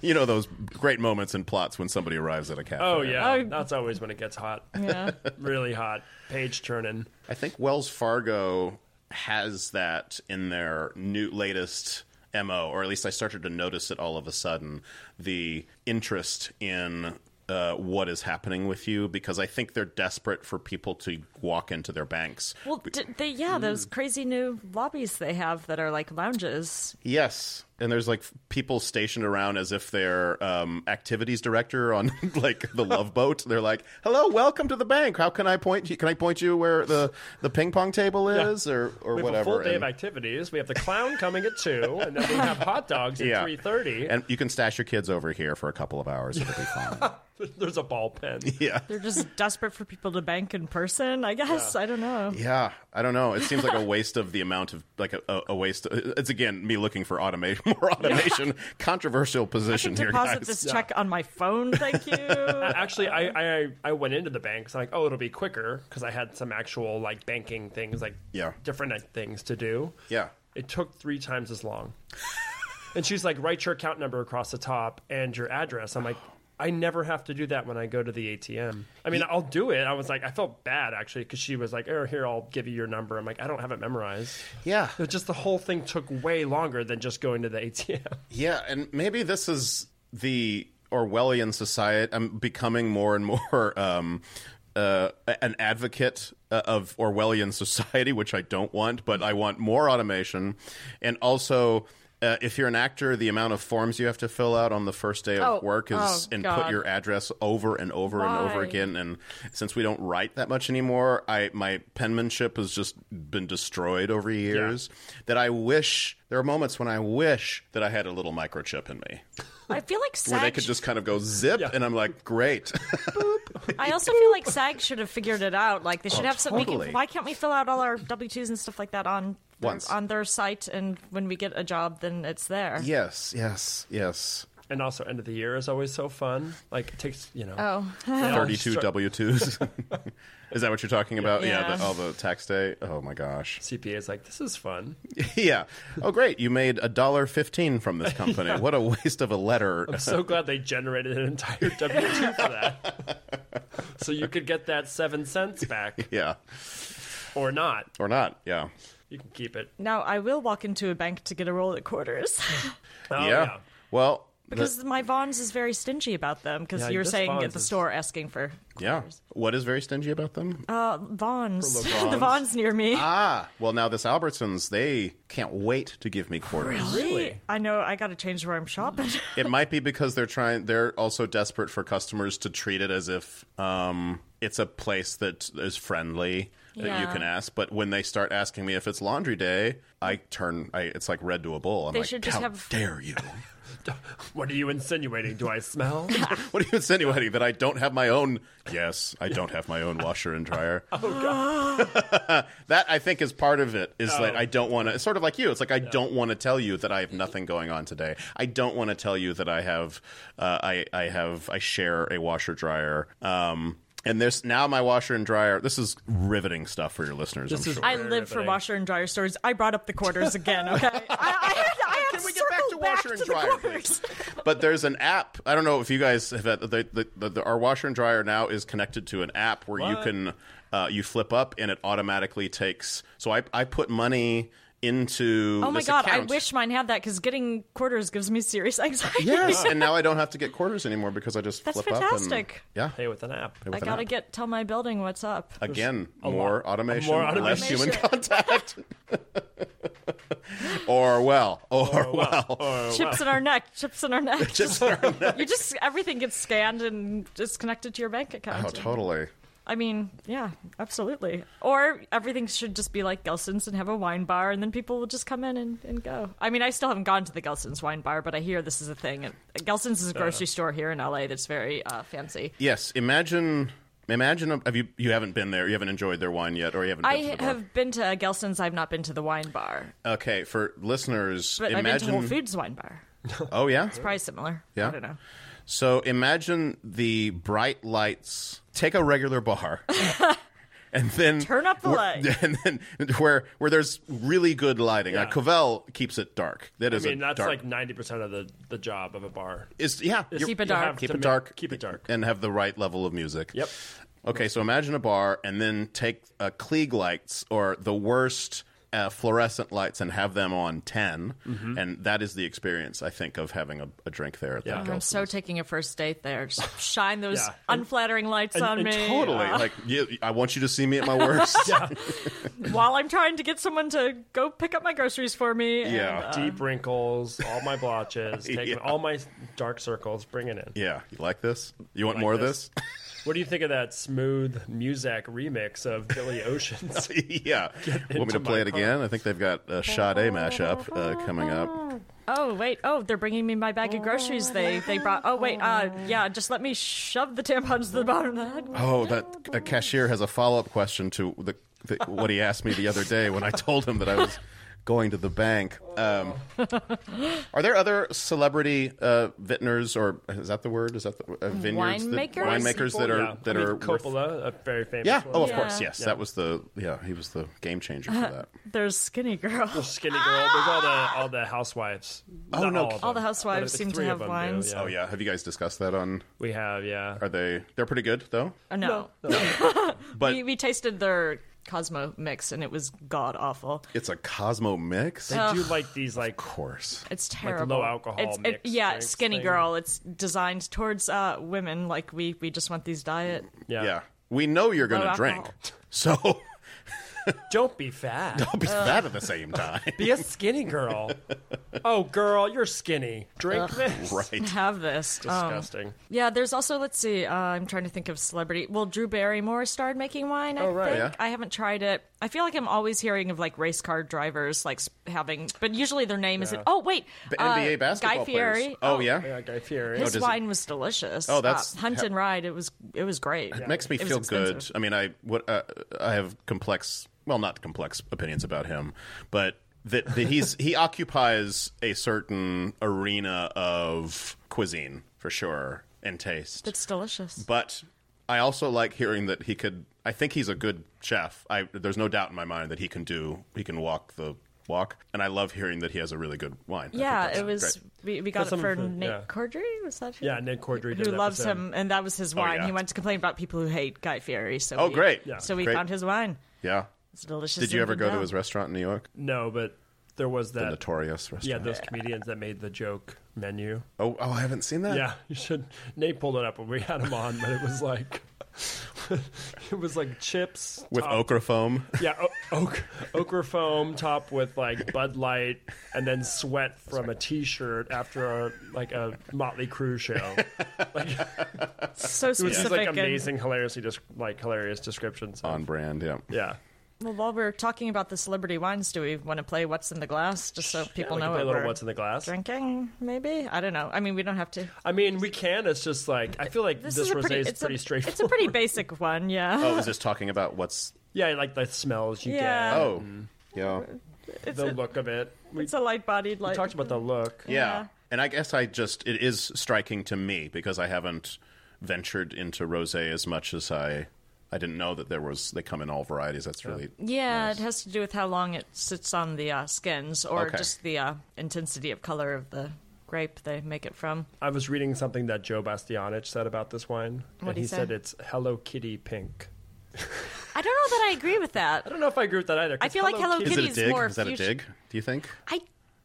[SPEAKER 5] you know those great moments and plots when somebody arrives at a cafe.
[SPEAKER 2] Oh yeah,
[SPEAKER 3] I-
[SPEAKER 2] that's always when it gets hot.
[SPEAKER 3] Yeah.
[SPEAKER 2] [LAUGHS] really hot. Page turning.
[SPEAKER 5] I think Wells Fargo has that in their new latest MO, or at least I started to notice it all of a sudden the interest in uh, what is happening with you because I think they're desperate for people to walk into their banks.
[SPEAKER 3] Well, d- they, yeah,
[SPEAKER 5] Mm.
[SPEAKER 3] those crazy new lobbies they have that are like lounges.
[SPEAKER 5] Yes, and there's like people stationed around as if they're um, activities director on [LAUGHS] like the Love Boat. They're like, "Hello, welcome to the bank. How can I point? You, can I point you where the, the ping pong table is, or or
[SPEAKER 2] We have
[SPEAKER 5] whatever?"
[SPEAKER 2] a full day of
[SPEAKER 5] And-
[SPEAKER 2] activities. We have the clown coming at two, and then we have hot dogs at
[SPEAKER 5] Yeah.
[SPEAKER 2] three thirty.
[SPEAKER 5] And you can stash your kids over here for a couple of hours. It'll be fine.
[SPEAKER 2] [LAUGHS] There's a ball pen.
[SPEAKER 5] [LAUGHS] yeah.
[SPEAKER 3] They're just desperate for people to bank in person. I guess I don't know.
[SPEAKER 5] Yeah. I don't know. It seems like a waste of the amount of, like, a- a, a waste. It's again me looking for automation, [LAUGHS] more automation. Controversial position here,
[SPEAKER 3] Deposit
[SPEAKER 5] guys.
[SPEAKER 3] this check on my phone, thank
[SPEAKER 5] [LAUGHS]
[SPEAKER 3] you.
[SPEAKER 2] Actually, I, I I went into the banks like, oh, it'll be quicker because I had some actual like banking things, like
[SPEAKER 5] Yeah.
[SPEAKER 2] different like, things to do.
[SPEAKER 5] Yeah.
[SPEAKER 2] It took three times as long. and she's like, write your account number across the top and your address. I'm like, I never have to do that when I go to the ATM. I mean, I'll do it. I was like, I felt bad actually because she was like, oh, here, I'll give you your number. I'm like, I don't have it memorized.
[SPEAKER 5] Yeah.
[SPEAKER 2] It just the whole thing took way longer than just going to the ATM.
[SPEAKER 5] Yeah, and maybe this is the Orwellian society. I'm becoming more and more [LAUGHS] um, uh, an advocate uh, of Orwellian society, which I don't want, but I want more automation. And also, uh, if you're an actor, the amount of forms you have to fill out on the first day of
[SPEAKER 3] Oh,
[SPEAKER 5] work is
[SPEAKER 3] oh,
[SPEAKER 5] and put
[SPEAKER 3] God.
[SPEAKER 5] your address over and over and over
[SPEAKER 3] Why?
[SPEAKER 5] again. And since we don't write that much anymore, I my penmanship has just been destroyed over years. That I wish there are moments when I wish that I had a little microchip in me
[SPEAKER 3] I feel like
[SPEAKER 5] where they
[SPEAKER 3] Sag
[SPEAKER 5] could just kind of go zip, and I'm like, great. [LAUGHS]
[SPEAKER 3] I also feel like SAG should have figured it out. Like they should have something.
[SPEAKER 5] Oh, totally.
[SPEAKER 3] why can't we fill out all our W twos and stuff like that on their,
[SPEAKER 5] Once.
[SPEAKER 3] on their site? And when we get a job, then it's there.
[SPEAKER 5] yes, yes, yes.
[SPEAKER 2] [LAUGHS] And also, end of the year is always so fun. Like it takes, you know,
[SPEAKER 3] Oh,
[SPEAKER 5] Thirty-two
[SPEAKER 3] [LAUGHS]
[SPEAKER 5] W twos. Is that what you're talking about? Yeah,
[SPEAKER 3] Yeah.
[SPEAKER 5] the, all the tax day. Oh my gosh. [LAUGHS]
[SPEAKER 2] CPA is like, this is fun.
[SPEAKER 5] yeah. Oh great, you made a dollar fifteen from this company.
[SPEAKER 3] [LAUGHS]
[SPEAKER 5] What a waste of a letter.
[SPEAKER 2] [LAUGHS] So glad they generated an entire [LAUGHS] W two for that, so you could get that seven cents back
[SPEAKER 5] yeah,
[SPEAKER 2] or not.
[SPEAKER 5] or not. Yeah.
[SPEAKER 2] You can keep it.
[SPEAKER 3] Now I will walk into a bank to get a roll at
[SPEAKER 5] [LAUGHS]
[SPEAKER 3] quarters
[SPEAKER 2] Oh,
[SPEAKER 5] yeah. Well, the-
[SPEAKER 3] because my Vons is very stingy about them. Because
[SPEAKER 2] Yeah,
[SPEAKER 3] you were
[SPEAKER 2] this
[SPEAKER 3] saying at
[SPEAKER 2] Vons
[SPEAKER 3] the
[SPEAKER 2] is-
[SPEAKER 3] store asking for
[SPEAKER 5] yeah. What is very stingy about them?
[SPEAKER 3] Uh, Vons,
[SPEAKER 5] For
[SPEAKER 3] [LAUGHS]
[SPEAKER 5] the
[SPEAKER 3] the
[SPEAKER 5] Vons.
[SPEAKER 3] Vons near me. [LAUGHS]
[SPEAKER 5] ah, well now this Albertsons, they can't wait to give me quarters.
[SPEAKER 2] Really?
[SPEAKER 3] I know I got to change where I'm shopping.
[SPEAKER 5] [LAUGHS] It might be because they're trying. They're also desperate for customers to treat it as if um, it's a place that is friendly that you
[SPEAKER 3] Yeah.
[SPEAKER 5] can ask. But when they start asking me if it's laundry day, I turn. I, it's like red to a bull. I'm
[SPEAKER 3] They
[SPEAKER 5] like,
[SPEAKER 3] should just
[SPEAKER 5] how
[SPEAKER 3] have-
[SPEAKER 5] dare you?
[SPEAKER 2] [LAUGHS] What are you insinuating? Do I
[SPEAKER 3] [LAUGHS]
[SPEAKER 2] smell?
[SPEAKER 5] [LAUGHS] what are you insinuating that I don't have my own? Yes, I don't have my own washer and
[SPEAKER 2] [LAUGHS]
[SPEAKER 5] dryer. oh God, [LAUGHS] that I think is part of it. Is
[SPEAKER 2] Oh.
[SPEAKER 5] that I don't want to. It's sort of like you. It's like I don't want to tell you that I have nothing going on today. I don't want to tell you that I have. Uh, I I have. I share a washer dryer. Um, and there's now my washer and dryer. This is riveting stuff for your listeners. I'm
[SPEAKER 2] This is-
[SPEAKER 5] sure.
[SPEAKER 3] I live for washer and dryer stories. I brought up the quarters again. Okay, [LAUGHS] I, I had, I had
[SPEAKER 5] Can we get back to
[SPEAKER 3] circled back
[SPEAKER 5] washer and
[SPEAKER 3] to the
[SPEAKER 5] dryer,
[SPEAKER 3] quarters.
[SPEAKER 5] [LAUGHS] but there's an app. I don't know if you guys have had, the, the, the, the, our washer and dryer now is connected to an app where you can uh, you flip up and it automatically takes. So I I put money into.
[SPEAKER 3] Oh my
[SPEAKER 5] this
[SPEAKER 3] god, I
[SPEAKER 5] account.
[SPEAKER 3] wish mine had that because getting quarters gives me serious [LAUGHS] anxiety.
[SPEAKER 5] [LAUGHS] Yes, and now I don't have to get quarters anymore because I just
[SPEAKER 3] That's
[SPEAKER 5] flip
[SPEAKER 3] fantastic.
[SPEAKER 5] up. And, yeah,
[SPEAKER 2] Hey, with an app.
[SPEAKER 3] I
[SPEAKER 5] with an
[SPEAKER 3] gotta
[SPEAKER 5] app.
[SPEAKER 3] get tell my building what's up.
[SPEAKER 5] again more automation,
[SPEAKER 2] more
[SPEAKER 5] less
[SPEAKER 2] automation.
[SPEAKER 5] human contact. [LAUGHS] or well, or, well.
[SPEAKER 3] chips in our neck, chips in our neck.
[SPEAKER 5] [LAUGHS]
[SPEAKER 3] [LAUGHS] You just everything gets scanned and it's connected to your bank account.
[SPEAKER 5] Oh, totally.
[SPEAKER 3] I mean, yeah, absolutely. Or everything should just be like Gelson's and have a wine bar, and then people will just come in and, and go. I mean, I still haven't gone to the Gelson's wine bar, but I hear this is a thing. And Gelson's
[SPEAKER 5] Uh.
[SPEAKER 3] is a grocery store here in LA that's very uh, fancy.
[SPEAKER 5] Yes, imagine. Imagine a- have you you haven't been there, you haven't enjoyed their wine yet, or you haven't. Been to
[SPEAKER 3] I
[SPEAKER 5] the bar.
[SPEAKER 3] have been to Gelson's, I've not been to the wine bar,
[SPEAKER 5] Okay, for listeners,
[SPEAKER 3] but I've been
[SPEAKER 5] imagine.
[SPEAKER 3] to Whole Foods wine bar.
[SPEAKER 5] Oh yeah.
[SPEAKER 3] Probably similar.
[SPEAKER 5] Yeah.
[SPEAKER 3] I don't know.
[SPEAKER 5] So imagine the bright lights. Take a
[SPEAKER 3] [LAUGHS]
[SPEAKER 5] regular bar. And then
[SPEAKER 3] Turn up the
[SPEAKER 5] wh-
[SPEAKER 3] light.
[SPEAKER 5] [LAUGHS] and then where where there's really good lighting. Like Cavell keeps it dark. That is
[SPEAKER 2] I mean,
[SPEAKER 5] a
[SPEAKER 2] that's
[SPEAKER 5] dark.
[SPEAKER 2] like ninety percent of the, the job of a bar.
[SPEAKER 5] is yeah. you're-
[SPEAKER 3] Keep it
[SPEAKER 2] You have
[SPEAKER 3] dark.
[SPEAKER 2] to
[SPEAKER 5] keep it
[SPEAKER 2] ma-
[SPEAKER 5] dark.
[SPEAKER 2] Keep it dark.
[SPEAKER 5] and have the right level of music.
[SPEAKER 2] Yep.
[SPEAKER 5] Okay, so imagine a bar, and then take uh, Klieg lights or the worst uh, fluorescent lights and have them on 10 and that is the experience I think of having a, a drink there at that.
[SPEAKER 2] Mm-hmm. Yeah.
[SPEAKER 3] I'm so taking a first date there. Just shine
[SPEAKER 2] [LAUGHS]
[SPEAKER 3] those
[SPEAKER 2] Yeah. And-
[SPEAKER 3] unflattering lights
[SPEAKER 2] and-
[SPEAKER 3] on
[SPEAKER 2] and
[SPEAKER 3] me.
[SPEAKER 5] Totally,
[SPEAKER 3] uh,
[SPEAKER 5] like yeah, I want you to see me at
[SPEAKER 2] [LAUGHS]
[SPEAKER 5] my worst.
[SPEAKER 3] while I'm trying to get someone to go pick up my groceries for me. and,
[SPEAKER 5] Yeah.
[SPEAKER 3] uh,
[SPEAKER 2] Deep wrinkles, all my
[SPEAKER 5] [LAUGHS]
[SPEAKER 2] blotches, take
[SPEAKER 5] Yeah.
[SPEAKER 2] all my dark circles, bring it in.
[SPEAKER 5] Yeah, you like this? You want more
[SPEAKER 2] this?
[SPEAKER 5] of
[SPEAKER 2] What do you think of that smooth Muzak remix of Billy Ocean's?
[SPEAKER 5] this? yeah. Want me
[SPEAKER 2] into
[SPEAKER 5] to play
[SPEAKER 2] my
[SPEAKER 5] it again? I think they've got a Sade mashup uh, coming up.
[SPEAKER 3] oh wait, oh they're bringing me my bag of groceries. They they brought. Oh wait, uh yeah, just let me shove the tampons to the bottom of the head.
[SPEAKER 5] Oh, that a cashier has a follow up question to the, the what he asked me the other day when I told him that I was going to the bank. Um, are there other celebrity uh, vintners or is that the word? Is that the uh, vineyards? that-
[SPEAKER 3] Winemakers?
[SPEAKER 5] winemakers [LAUGHS] that are
[SPEAKER 2] Yeah.
[SPEAKER 5] that
[SPEAKER 2] I mean,
[SPEAKER 5] are worth-
[SPEAKER 2] Coppola, a very famous
[SPEAKER 5] Yeah.
[SPEAKER 2] one.
[SPEAKER 5] Oh, of
[SPEAKER 3] Yeah.
[SPEAKER 5] course. Yes, that was the yeah. He was the game changer for that.
[SPEAKER 3] There's
[SPEAKER 2] [LAUGHS]
[SPEAKER 3] skinny girl.
[SPEAKER 2] Skinny girl. There's all the all the housewives. Oh all,
[SPEAKER 5] no.
[SPEAKER 2] of
[SPEAKER 3] All the
[SPEAKER 2] them.
[SPEAKER 3] housewives
[SPEAKER 2] Like
[SPEAKER 3] seem to
[SPEAKER 2] three of
[SPEAKER 3] have
[SPEAKER 2] them do,
[SPEAKER 3] wines.
[SPEAKER 2] yeah.
[SPEAKER 5] Oh yeah. Have you guys discussed that on?
[SPEAKER 2] We have, yeah.
[SPEAKER 5] Are they? They're pretty good though.
[SPEAKER 3] Oh, no,
[SPEAKER 5] But
[SPEAKER 3] we, we tasted their Cosmo mix and it was god awful.
[SPEAKER 5] It's a Cosmo mix?
[SPEAKER 2] They do like these like
[SPEAKER 5] Of course.
[SPEAKER 3] It's terrible.
[SPEAKER 2] low alcohol
[SPEAKER 3] It's,
[SPEAKER 2] mixed
[SPEAKER 3] yeah,
[SPEAKER 2] drinks
[SPEAKER 3] skinny
[SPEAKER 2] thing.
[SPEAKER 3] girl. It's designed towards uh, women. Like we we just want these diet.
[SPEAKER 2] yeah.
[SPEAKER 5] Yeah. We know you're going
[SPEAKER 3] Low
[SPEAKER 5] to drink.
[SPEAKER 3] alcohol.
[SPEAKER 5] So [LAUGHS]
[SPEAKER 2] Don't be fat.
[SPEAKER 5] be that at the same time.
[SPEAKER 2] Be a skinny
[SPEAKER 5] [LAUGHS]
[SPEAKER 2] girl. oh, girl, you're skinny. Drink this.
[SPEAKER 3] [LAUGHS]
[SPEAKER 5] right. Oh.
[SPEAKER 3] Have this. Um,
[SPEAKER 2] Disgusting.
[SPEAKER 3] Yeah, there's also let's see. Uh, I'm trying to think of celebrity. Well, Drew Barrymore started making wine. I
[SPEAKER 2] right.
[SPEAKER 3] think
[SPEAKER 5] Oh, Yeah.
[SPEAKER 3] I haven't tried it. I feel like I'm always hearing of like race car drivers like sp- having, but usually their name isn't. Oh wait,
[SPEAKER 5] The
[SPEAKER 3] uh,
[SPEAKER 5] NBA
[SPEAKER 3] Guy
[SPEAKER 5] basketball
[SPEAKER 3] Fieri.
[SPEAKER 5] players. Oh, yeah.
[SPEAKER 2] yeah, Guy Fieri.
[SPEAKER 3] his
[SPEAKER 5] does it-
[SPEAKER 3] wine was delicious.
[SPEAKER 5] Oh, that's-
[SPEAKER 3] uh, hunt and ride. It was it was great.
[SPEAKER 5] It makes me
[SPEAKER 3] It was
[SPEAKER 5] feel good.
[SPEAKER 3] expensive.
[SPEAKER 5] I mean, I what uh, I have complex, well, not complex opinions about him, but that, that he's he [LAUGHS] occupies a certain arena of cuisine for sure and taste.
[SPEAKER 3] It's delicious.
[SPEAKER 5] But I also like hearing that he could. I think he's a good chef. I there's no doubt in my mind that he can do. He can walk the walk, and I love hearing that he has a really good wine. I think
[SPEAKER 3] Yeah,
[SPEAKER 5] that's
[SPEAKER 3] it was.
[SPEAKER 5] great.
[SPEAKER 3] We, we got
[SPEAKER 2] That's
[SPEAKER 3] it for
[SPEAKER 2] some of the-
[SPEAKER 3] Nate
[SPEAKER 2] yeah.
[SPEAKER 3] Cordry. Was that who?
[SPEAKER 2] Yeah, Ned Cordry did
[SPEAKER 3] Who
[SPEAKER 2] an
[SPEAKER 3] loves
[SPEAKER 2] episode.
[SPEAKER 3] him, and that was his wine.
[SPEAKER 5] Oh, yeah.
[SPEAKER 3] He went to complain about people who hate Guy Fieri. So
[SPEAKER 5] Oh,
[SPEAKER 3] we-
[SPEAKER 5] great.
[SPEAKER 3] So we
[SPEAKER 5] Great.
[SPEAKER 3] found his wine.
[SPEAKER 5] Yeah,
[SPEAKER 3] It's delicious.
[SPEAKER 5] Did you ever
[SPEAKER 3] and
[SPEAKER 5] go to
[SPEAKER 3] down.
[SPEAKER 5] his restaurant in New York?
[SPEAKER 2] No, but there was
[SPEAKER 5] The
[SPEAKER 2] that.
[SPEAKER 5] notorious restaurant.
[SPEAKER 2] Yeah, those comedians that made the joke menu.
[SPEAKER 5] Oh, oh, I haven't seen that.
[SPEAKER 2] Yeah, you should. Nate pulled it up when we had him on, but it was like, [LAUGHS] it was like chips
[SPEAKER 5] With
[SPEAKER 2] top-
[SPEAKER 5] okra foam. [LAUGHS]
[SPEAKER 2] Yeah, o- oak, okra foam top with like Bud Light, and then sweat from a T-shirt after a like a Motley Crue
[SPEAKER 3] [LAUGHS]
[SPEAKER 2] show.
[SPEAKER 3] So
[SPEAKER 2] It was
[SPEAKER 3] specific.
[SPEAKER 2] just like
[SPEAKER 3] and-
[SPEAKER 2] amazing, hilariously just like hilarious descriptions. of-
[SPEAKER 5] on brand. Yeah.
[SPEAKER 2] yeah,
[SPEAKER 3] well, while we're talking about the celebrity wines, do we want to play "What's in the Glass" just so people
[SPEAKER 2] we can
[SPEAKER 3] know
[SPEAKER 2] play a
[SPEAKER 3] what
[SPEAKER 2] little
[SPEAKER 3] we're
[SPEAKER 2] what's in the glass.
[SPEAKER 3] drinking? Maybe I don't know. I mean, we don't have to.
[SPEAKER 2] I mean, we can. It's just like I feel like this,
[SPEAKER 3] is a
[SPEAKER 2] rosé
[SPEAKER 3] pretty.
[SPEAKER 2] is
[SPEAKER 3] it's
[SPEAKER 2] pretty
[SPEAKER 3] a,
[SPEAKER 2] straightforward.
[SPEAKER 3] It's a pretty basic one. Yeah.
[SPEAKER 5] Oh, is this talking about what's?
[SPEAKER 2] yeah, like the smells you
[SPEAKER 3] Yeah.
[SPEAKER 2] get,
[SPEAKER 5] Oh, yeah,
[SPEAKER 2] the look of it. We
[SPEAKER 3] [LAUGHS] It's a light-bodied light.
[SPEAKER 2] talked about the look.
[SPEAKER 5] yeah. And I guess I just it is striking to me because I haven't ventured into rosé as much as I. I didn't know that there was. They come in all varieties. That's really
[SPEAKER 3] Yeah, it has to do with how long it sits on the uh, skins, or
[SPEAKER 5] Okay.
[SPEAKER 3] just the uh, intensity of color of the grape they make it from.
[SPEAKER 2] I was reading something that Joe Bastianich said about this wine, and
[SPEAKER 3] What'd he
[SPEAKER 2] he
[SPEAKER 3] say?
[SPEAKER 2] said it's Hello Kitty pink.
[SPEAKER 3] I don't know that I agree with that.
[SPEAKER 2] I don't know if I agree with that either. 'cause
[SPEAKER 3] I feel like Hello
[SPEAKER 5] Is
[SPEAKER 3] Kitty
[SPEAKER 5] it a
[SPEAKER 3] is
[SPEAKER 5] dig?
[SPEAKER 3] more
[SPEAKER 5] Is that a
[SPEAKER 3] fusion-
[SPEAKER 5] dig? Do you think?
[SPEAKER 3] I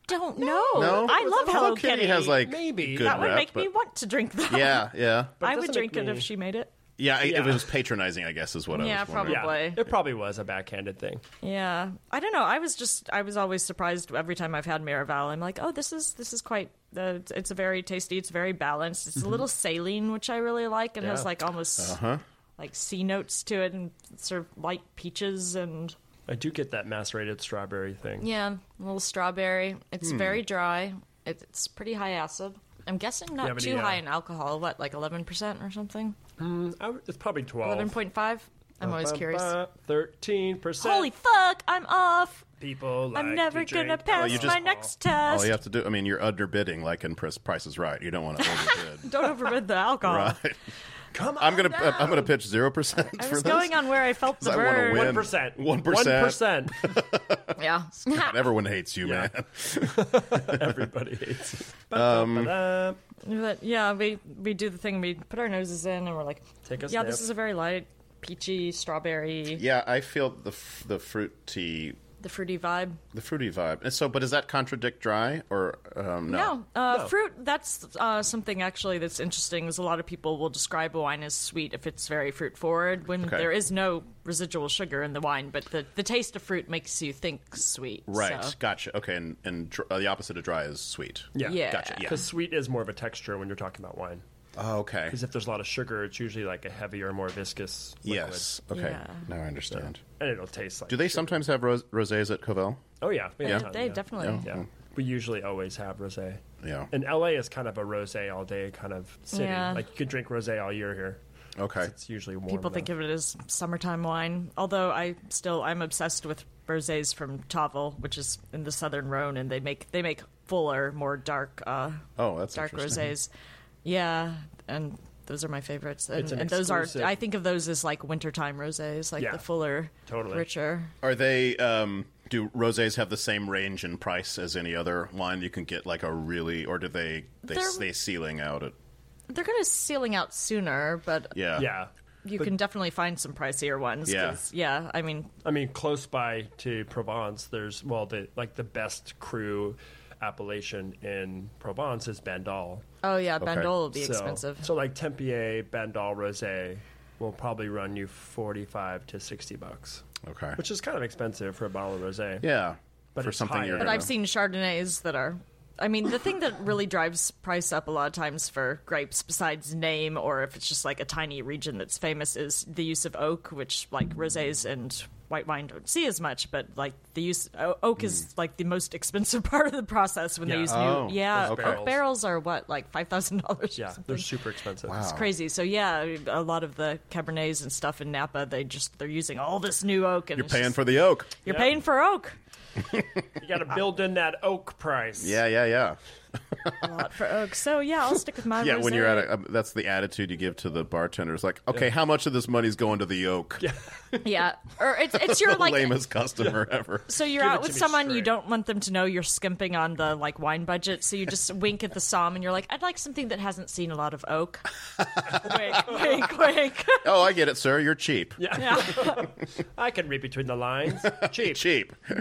[SPEAKER 3] don't know.
[SPEAKER 5] No?
[SPEAKER 3] I love Hello,
[SPEAKER 5] Hello Kitty has like
[SPEAKER 2] maybe.
[SPEAKER 5] good
[SPEAKER 3] that would
[SPEAKER 5] rep,
[SPEAKER 3] make me
[SPEAKER 5] but-
[SPEAKER 3] want to drink that.
[SPEAKER 5] Yeah, yeah,
[SPEAKER 2] it
[SPEAKER 3] I would
[SPEAKER 2] doesn't
[SPEAKER 3] drink
[SPEAKER 2] make
[SPEAKER 3] it if
[SPEAKER 2] me-
[SPEAKER 3] she made it.
[SPEAKER 5] yeah. It, it
[SPEAKER 2] Yeah.
[SPEAKER 5] was patronizing, I guess, is what I
[SPEAKER 3] Yeah,
[SPEAKER 5] was wondering.
[SPEAKER 2] Yeah,
[SPEAKER 3] Probably.
[SPEAKER 2] it probably was a backhanded thing.
[SPEAKER 3] Yeah, I don't know. I was just I was always surprised every time I've had Miraval. I'm like, oh, this is this is quite. Uh, it's a very tasty. It's very balanced. It's a little
[SPEAKER 5] Mm-hmm.
[SPEAKER 3] saline, which I really like, and
[SPEAKER 2] Yeah.
[SPEAKER 3] has like almost
[SPEAKER 5] Uh-huh.
[SPEAKER 3] like sea notes to it, and sort of light peaches and
[SPEAKER 2] I do get that macerated strawberry thing.
[SPEAKER 3] yeah, a little strawberry. It's
[SPEAKER 5] Hmm.
[SPEAKER 3] very dry. It, it's pretty high acid. I'm guessing not
[SPEAKER 2] Yeah, but
[SPEAKER 3] too
[SPEAKER 2] yeah.
[SPEAKER 3] high
[SPEAKER 5] uh,
[SPEAKER 3] in alcohol. What, like 11% or something?
[SPEAKER 2] I would- it's probably
[SPEAKER 5] Oh.
[SPEAKER 2] twelve.
[SPEAKER 3] 11.5? I'm always curious.
[SPEAKER 2] Thirteen percent.
[SPEAKER 3] Holy fuck, I'm off.
[SPEAKER 2] people! Like
[SPEAKER 3] I'm never
[SPEAKER 2] to drink
[SPEAKER 3] gonna pass
[SPEAKER 5] Oh, you just-
[SPEAKER 3] my next test.
[SPEAKER 5] All you have to do, I mean, you're underbidding, like in Price Price is Right. You don't want to
[SPEAKER 3] [LAUGHS]
[SPEAKER 5] overbid.
[SPEAKER 3] Don't overbid the alcohol.
[SPEAKER 5] right.
[SPEAKER 2] Come on,
[SPEAKER 5] I'm gonna, I'm gonna pitch zero percent for
[SPEAKER 3] I was
[SPEAKER 5] this.
[SPEAKER 3] going on where I felt the
[SPEAKER 5] I wanna
[SPEAKER 3] burn.
[SPEAKER 5] win.
[SPEAKER 2] One percent.
[SPEAKER 5] 1%. [LAUGHS]
[SPEAKER 2] percent.
[SPEAKER 3] Yeah.
[SPEAKER 5] God, everyone hates you,
[SPEAKER 2] Yeah.
[SPEAKER 5] man.
[SPEAKER 2] Everybody hates. it.
[SPEAKER 5] [LAUGHS] Um,
[SPEAKER 2] Ba-da-ba-da.
[SPEAKER 3] [LAUGHS] but yeah, we we do the thing. We put our noses in and we're like,
[SPEAKER 2] Take a
[SPEAKER 3] yeah,
[SPEAKER 2] sip.
[SPEAKER 3] this is a very light peachy strawberry,
[SPEAKER 5] Yeah, I feel the f- the fruity
[SPEAKER 3] the fruity vibe.
[SPEAKER 5] the fruity vibe. And so, but does that contradict dry or um, no?
[SPEAKER 3] No, uh, fruit. That's uh, something actually that's interesting. Is a lot of people will describe a wine as sweet if it's very fruit forward when
[SPEAKER 5] Okay.
[SPEAKER 3] there is no residual sugar in the wine, but the the taste of fruit makes you think sweet.
[SPEAKER 5] Right,
[SPEAKER 3] so-
[SPEAKER 5] gotcha. Okay, and and dr- uh, the opposite of dry is sweet.
[SPEAKER 2] Yeah,
[SPEAKER 3] Yeah.
[SPEAKER 5] Gotcha, yeah.
[SPEAKER 2] Because sweet is more of a texture when you're talking about wine.
[SPEAKER 5] Oh, okay.
[SPEAKER 2] Because if there's a lot of sugar, it's usually like a heavier, more viscous. Liquid.
[SPEAKER 5] Yes. Okay.
[SPEAKER 3] Yeah.
[SPEAKER 5] Now I understand.
[SPEAKER 2] and it'll taste like.
[SPEAKER 5] Do they sometimes have ros- rosés at Covell?
[SPEAKER 2] Oh yeah, we have
[SPEAKER 5] Yeah.
[SPEAKER 2] a ton,
[SPEAKER 3] They
[SPEAKER 2] yeah.
[SPEAKER 3] definitely.
[SPEAKER 2] Yeah, we usually always have rosé.
[SPEAKER 5] Hmm. Yeah.
[SPEAKER 2] And LA is kind of a rosé all day kind of city.
[SPEAKER 3] Yeah.
[SPEAKER 2] Like you can drink rosé all year here.
[SPEAKER 5] Okay.
[SPEAKER 2] It's usually warm.
[SPEAKER 3] People
[SPEAKER 2] though.
[SPEAKER 3] think of it as summertime wine, although I still I'm obsessed with rosés from Tavel, which is in the southern Rhone, and they make they make fuller, more dark, uh,
[SPEAKER 5] Oh, that's
[SPEAKER 3] dark
[SPEAKER 5] interesting.
[SPEAKER 3] rosés. Yeah, and those are my favorites, and,
[SPEAKER 2] It's an
[SPEAKER 3] and those are
[SPEAKER 2] exclusive-
[SPEAKER 3] I think of those as like wintertime rosés, like
[SPEAKER 2] Yeah,
[SPEAKER 3] the fuller,
[SPEAKER 2] totally.
[SPEAKER 3] richer.
[SPEAKER 5] Are they? Um, do rosés have the same range in price as any other wine? You can get like a really, or do they they
[SPEAKER 3] They're-
[SPEAKER 5] they ceiling out at?
[SPEAKER 3] They're going to sealing out sooner, but
[SPEAKER 5] Yeah.
[SPEAKER 2] Yeah.
[SPEAKER 3] you can definitely find some pricier ones.
[SPEAKER 5] Yeah.
[SPEAKER 3] 'cause- yeah. I mean,
[SPEAKER 2] I mean, close by to Provence, there's well, the like the best crew appellation in Provence is Bandol.
[SPEAKER 3] oh yeah, Bandol will be
[SPEAKER 2] so,
[SPEAKER 3] expensive.
[SPEAKER 2] So like Tempier, Bandol Rosé will probably run you 45 to 60 bucks,
[SPEAKER 5] Okay.
[SPEAKER 2] which is kind of expensive for a bottle of rosé.
[SPEAKER 5] yeah.
[SPEAKER 2] But
[SPEAKER 5] for
[SPEAKER 2] it's
[SPEAKER 5] something
[SPEAKER 2] high
[SPEAKER 5] you're.
[SPEAKER 2] end.
[SPEAKER 3] But
[SPEAKER 5] gonna-
[SPEAKER 3] I've seen Chardonnays that are. I mean, the thing that really drives price up a lot of times for grapes, besides name or if it's just like a tiny region that's famous, is the use of oak, which like rosés and white wine don't see as much. But like the use o- oak
[SPEAKER 5] Hmm.
[SPEAKER 3] is like the most expensive [LAUGHS] part of the process when they
[SPEAKER 2] Yeah.
[SPEAKER 3] use
[SPEAKER 5] Oh,
[SPEAKER 3] new. Yeah,
[SPEAKER 2] those
[SPEAKER 3] oak
[SPEAKER 2] barrels.
[SPEAKER 3] barrels are what like five thousand dollars.
[SPEAKER 2] Yeah, they're super expensive.
[SPEAKER 5] Wow.
[SPEAKER 3] It's crazy. So yeah, a lot of the cabernets and stuff in Napa, they just they're using all this new oak and
[SPEAKER 5] You're paying for the oak.
[SPEAKER 3] you're paying for oak.
[SPEAKER 2] You got to build in that oak price.
[SPEAKER 5] Yeah, yeah, yeah.
[SPEAKER 3] a lot for oaks. So yeah, I'll stick with my.
[SPEAKER 5] [LAUGHS] Yeah, when you're
[SPEAKER 3] rosé.
[SPEAKER 5] at a, um, that's the attitude you give to the bartender. It's like, okay, how much of this money's going to the oak?
[SPEAKER 3] Yeah, or it's it's
[SPEAKER 5] [LAUGHS]
[SPEAKER 3] your
[SPEAKER 5] the
[SPEAKER 3] like.
[SPEAKER 5] lamest customer ever.
[SPEAKER 3] So
[SPEAKER 2] Give
[SPEAKER 3] you're
[SPEAKER 2] it
[SPEAKER 3] out
[SPEAKER 2] to
[SPEAKER 3] with
[SPEAKER 2] me
[SPEAKER 3] someone you
[SPEAKER 2] straight.
[SPEAKER 3] don't want them to know you're skimping on the like wine budget, so you just wink at the psalm and you're like, "I'd like something that hasn't seen a lot of
[SPEAKER 2] [LAUGHS]
[SPEAKER 3] oak." wink, wink, wink.
[SPEAKER 5] Oh, I get it, sir. You're cheap.
[SPEAKER 2] [LAUGHS] I can read between the [LAUGHS] lines. Cheap.
[SPEAKER 5] Cheap. [LAUGHS]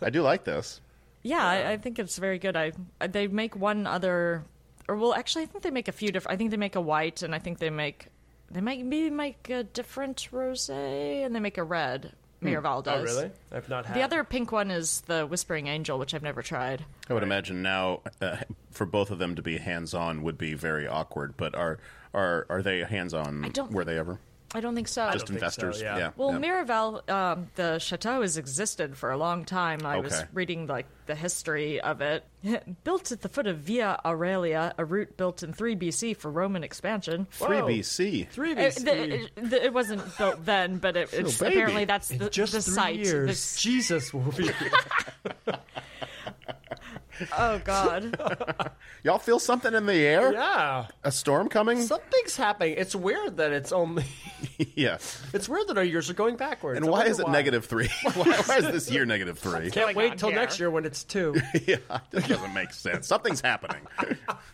[SPEAKER 5] I do like this.
[SPEAKER 3] Yeah, I, I think it's very good. I I- they make one other, or well, actually, I think they make a few different. I think they make a white, and I think they make they might maybe make a different rosé, and they make a red.
[SPEAKER 5] Hmm.
[SPEAKER 3] Miraval
[SPEAKER 2] Oh,
[SPEAKER 3] does.
[SPEAKER 2] really? I've not had
[SPEAKER 3] The other pink one is the Whispering Angel, which I've never tried.
[SPEAKER 5] I would imagine now uh, for both of them to be hands on would be very awkward. But are are are they hands on?
[SPEAKER 3] don't-
[SPEAKER 5] Were they ever
[SPEAKER 3] I don't think so.
[SPEAKER 5] just
[SPEAKER 2] think so,
[SPEAKER 5] investors?
[SPEAKER 2] yeah.
[SPEAKER 3] Well,
[SPEAKER 5] yeah.
[SPEAKER 3] Miraval, um, the chateau has existed for a long time. I was
[SPEAKER 5] Okay.
[SPEAKER 3] reading like the history of it. [LAUGHS] built at the foot of Via Aurelia, a route built in 3 BC for Roman expansion.
[SPEAKER 5] three BC.
[SPEAKER 2] three
[SPEAKER 3] It,
[SPEAKER 2] BC.
[SPEAKER 3] Uh, the- it- the- it wasn't built then, but it, it's
[SPEAKER 5] baby.
[SPEAKER 3] apparently that's the,
[SPEAKER 2] Just
[SPEAKER 3] the
[SPEAKER 2] three
[SPEAKER 3] site.
[SPEAKER 2] years,
[SPEAKER 3] This-
[SPEAKER 2] Jesus will be here.
[SPEAKER 3] [LAUGHS] oh
[SPEAKER 5] [LAUGHS]
[SPEAKER 3] God!
[SPEAKER 5] Y'all feel something in the air?
[SPEAKER 2] yeah.
[SPEAKER 5] A storm coming?
[SPEAKER 2] Something's happening. It's weird that it's only.
[SPEAKER 5] [LAUGHS]
[SPEAKER 2] [LAUGHS]
[SPEAKER 5] yeah.
[SPEAKER 2] It's weird that our years are going backwards.
[SPEAKER 5] And
[SPEAKER 2] I
[SPEAKER 5] why
[SPEAKER 2] wonder
[SPEAKER 5] is it negative three? why, why is this year negative three?
[SPEAKER 2] Can't wait
[SPEAKER 3] on
[SPEAKER 2] till
[SPEAKER 3] here?
[SPEAKER 2] next year when it's two.
[SPEAKER 5] yeah, that doesn't make sense. Something's happening.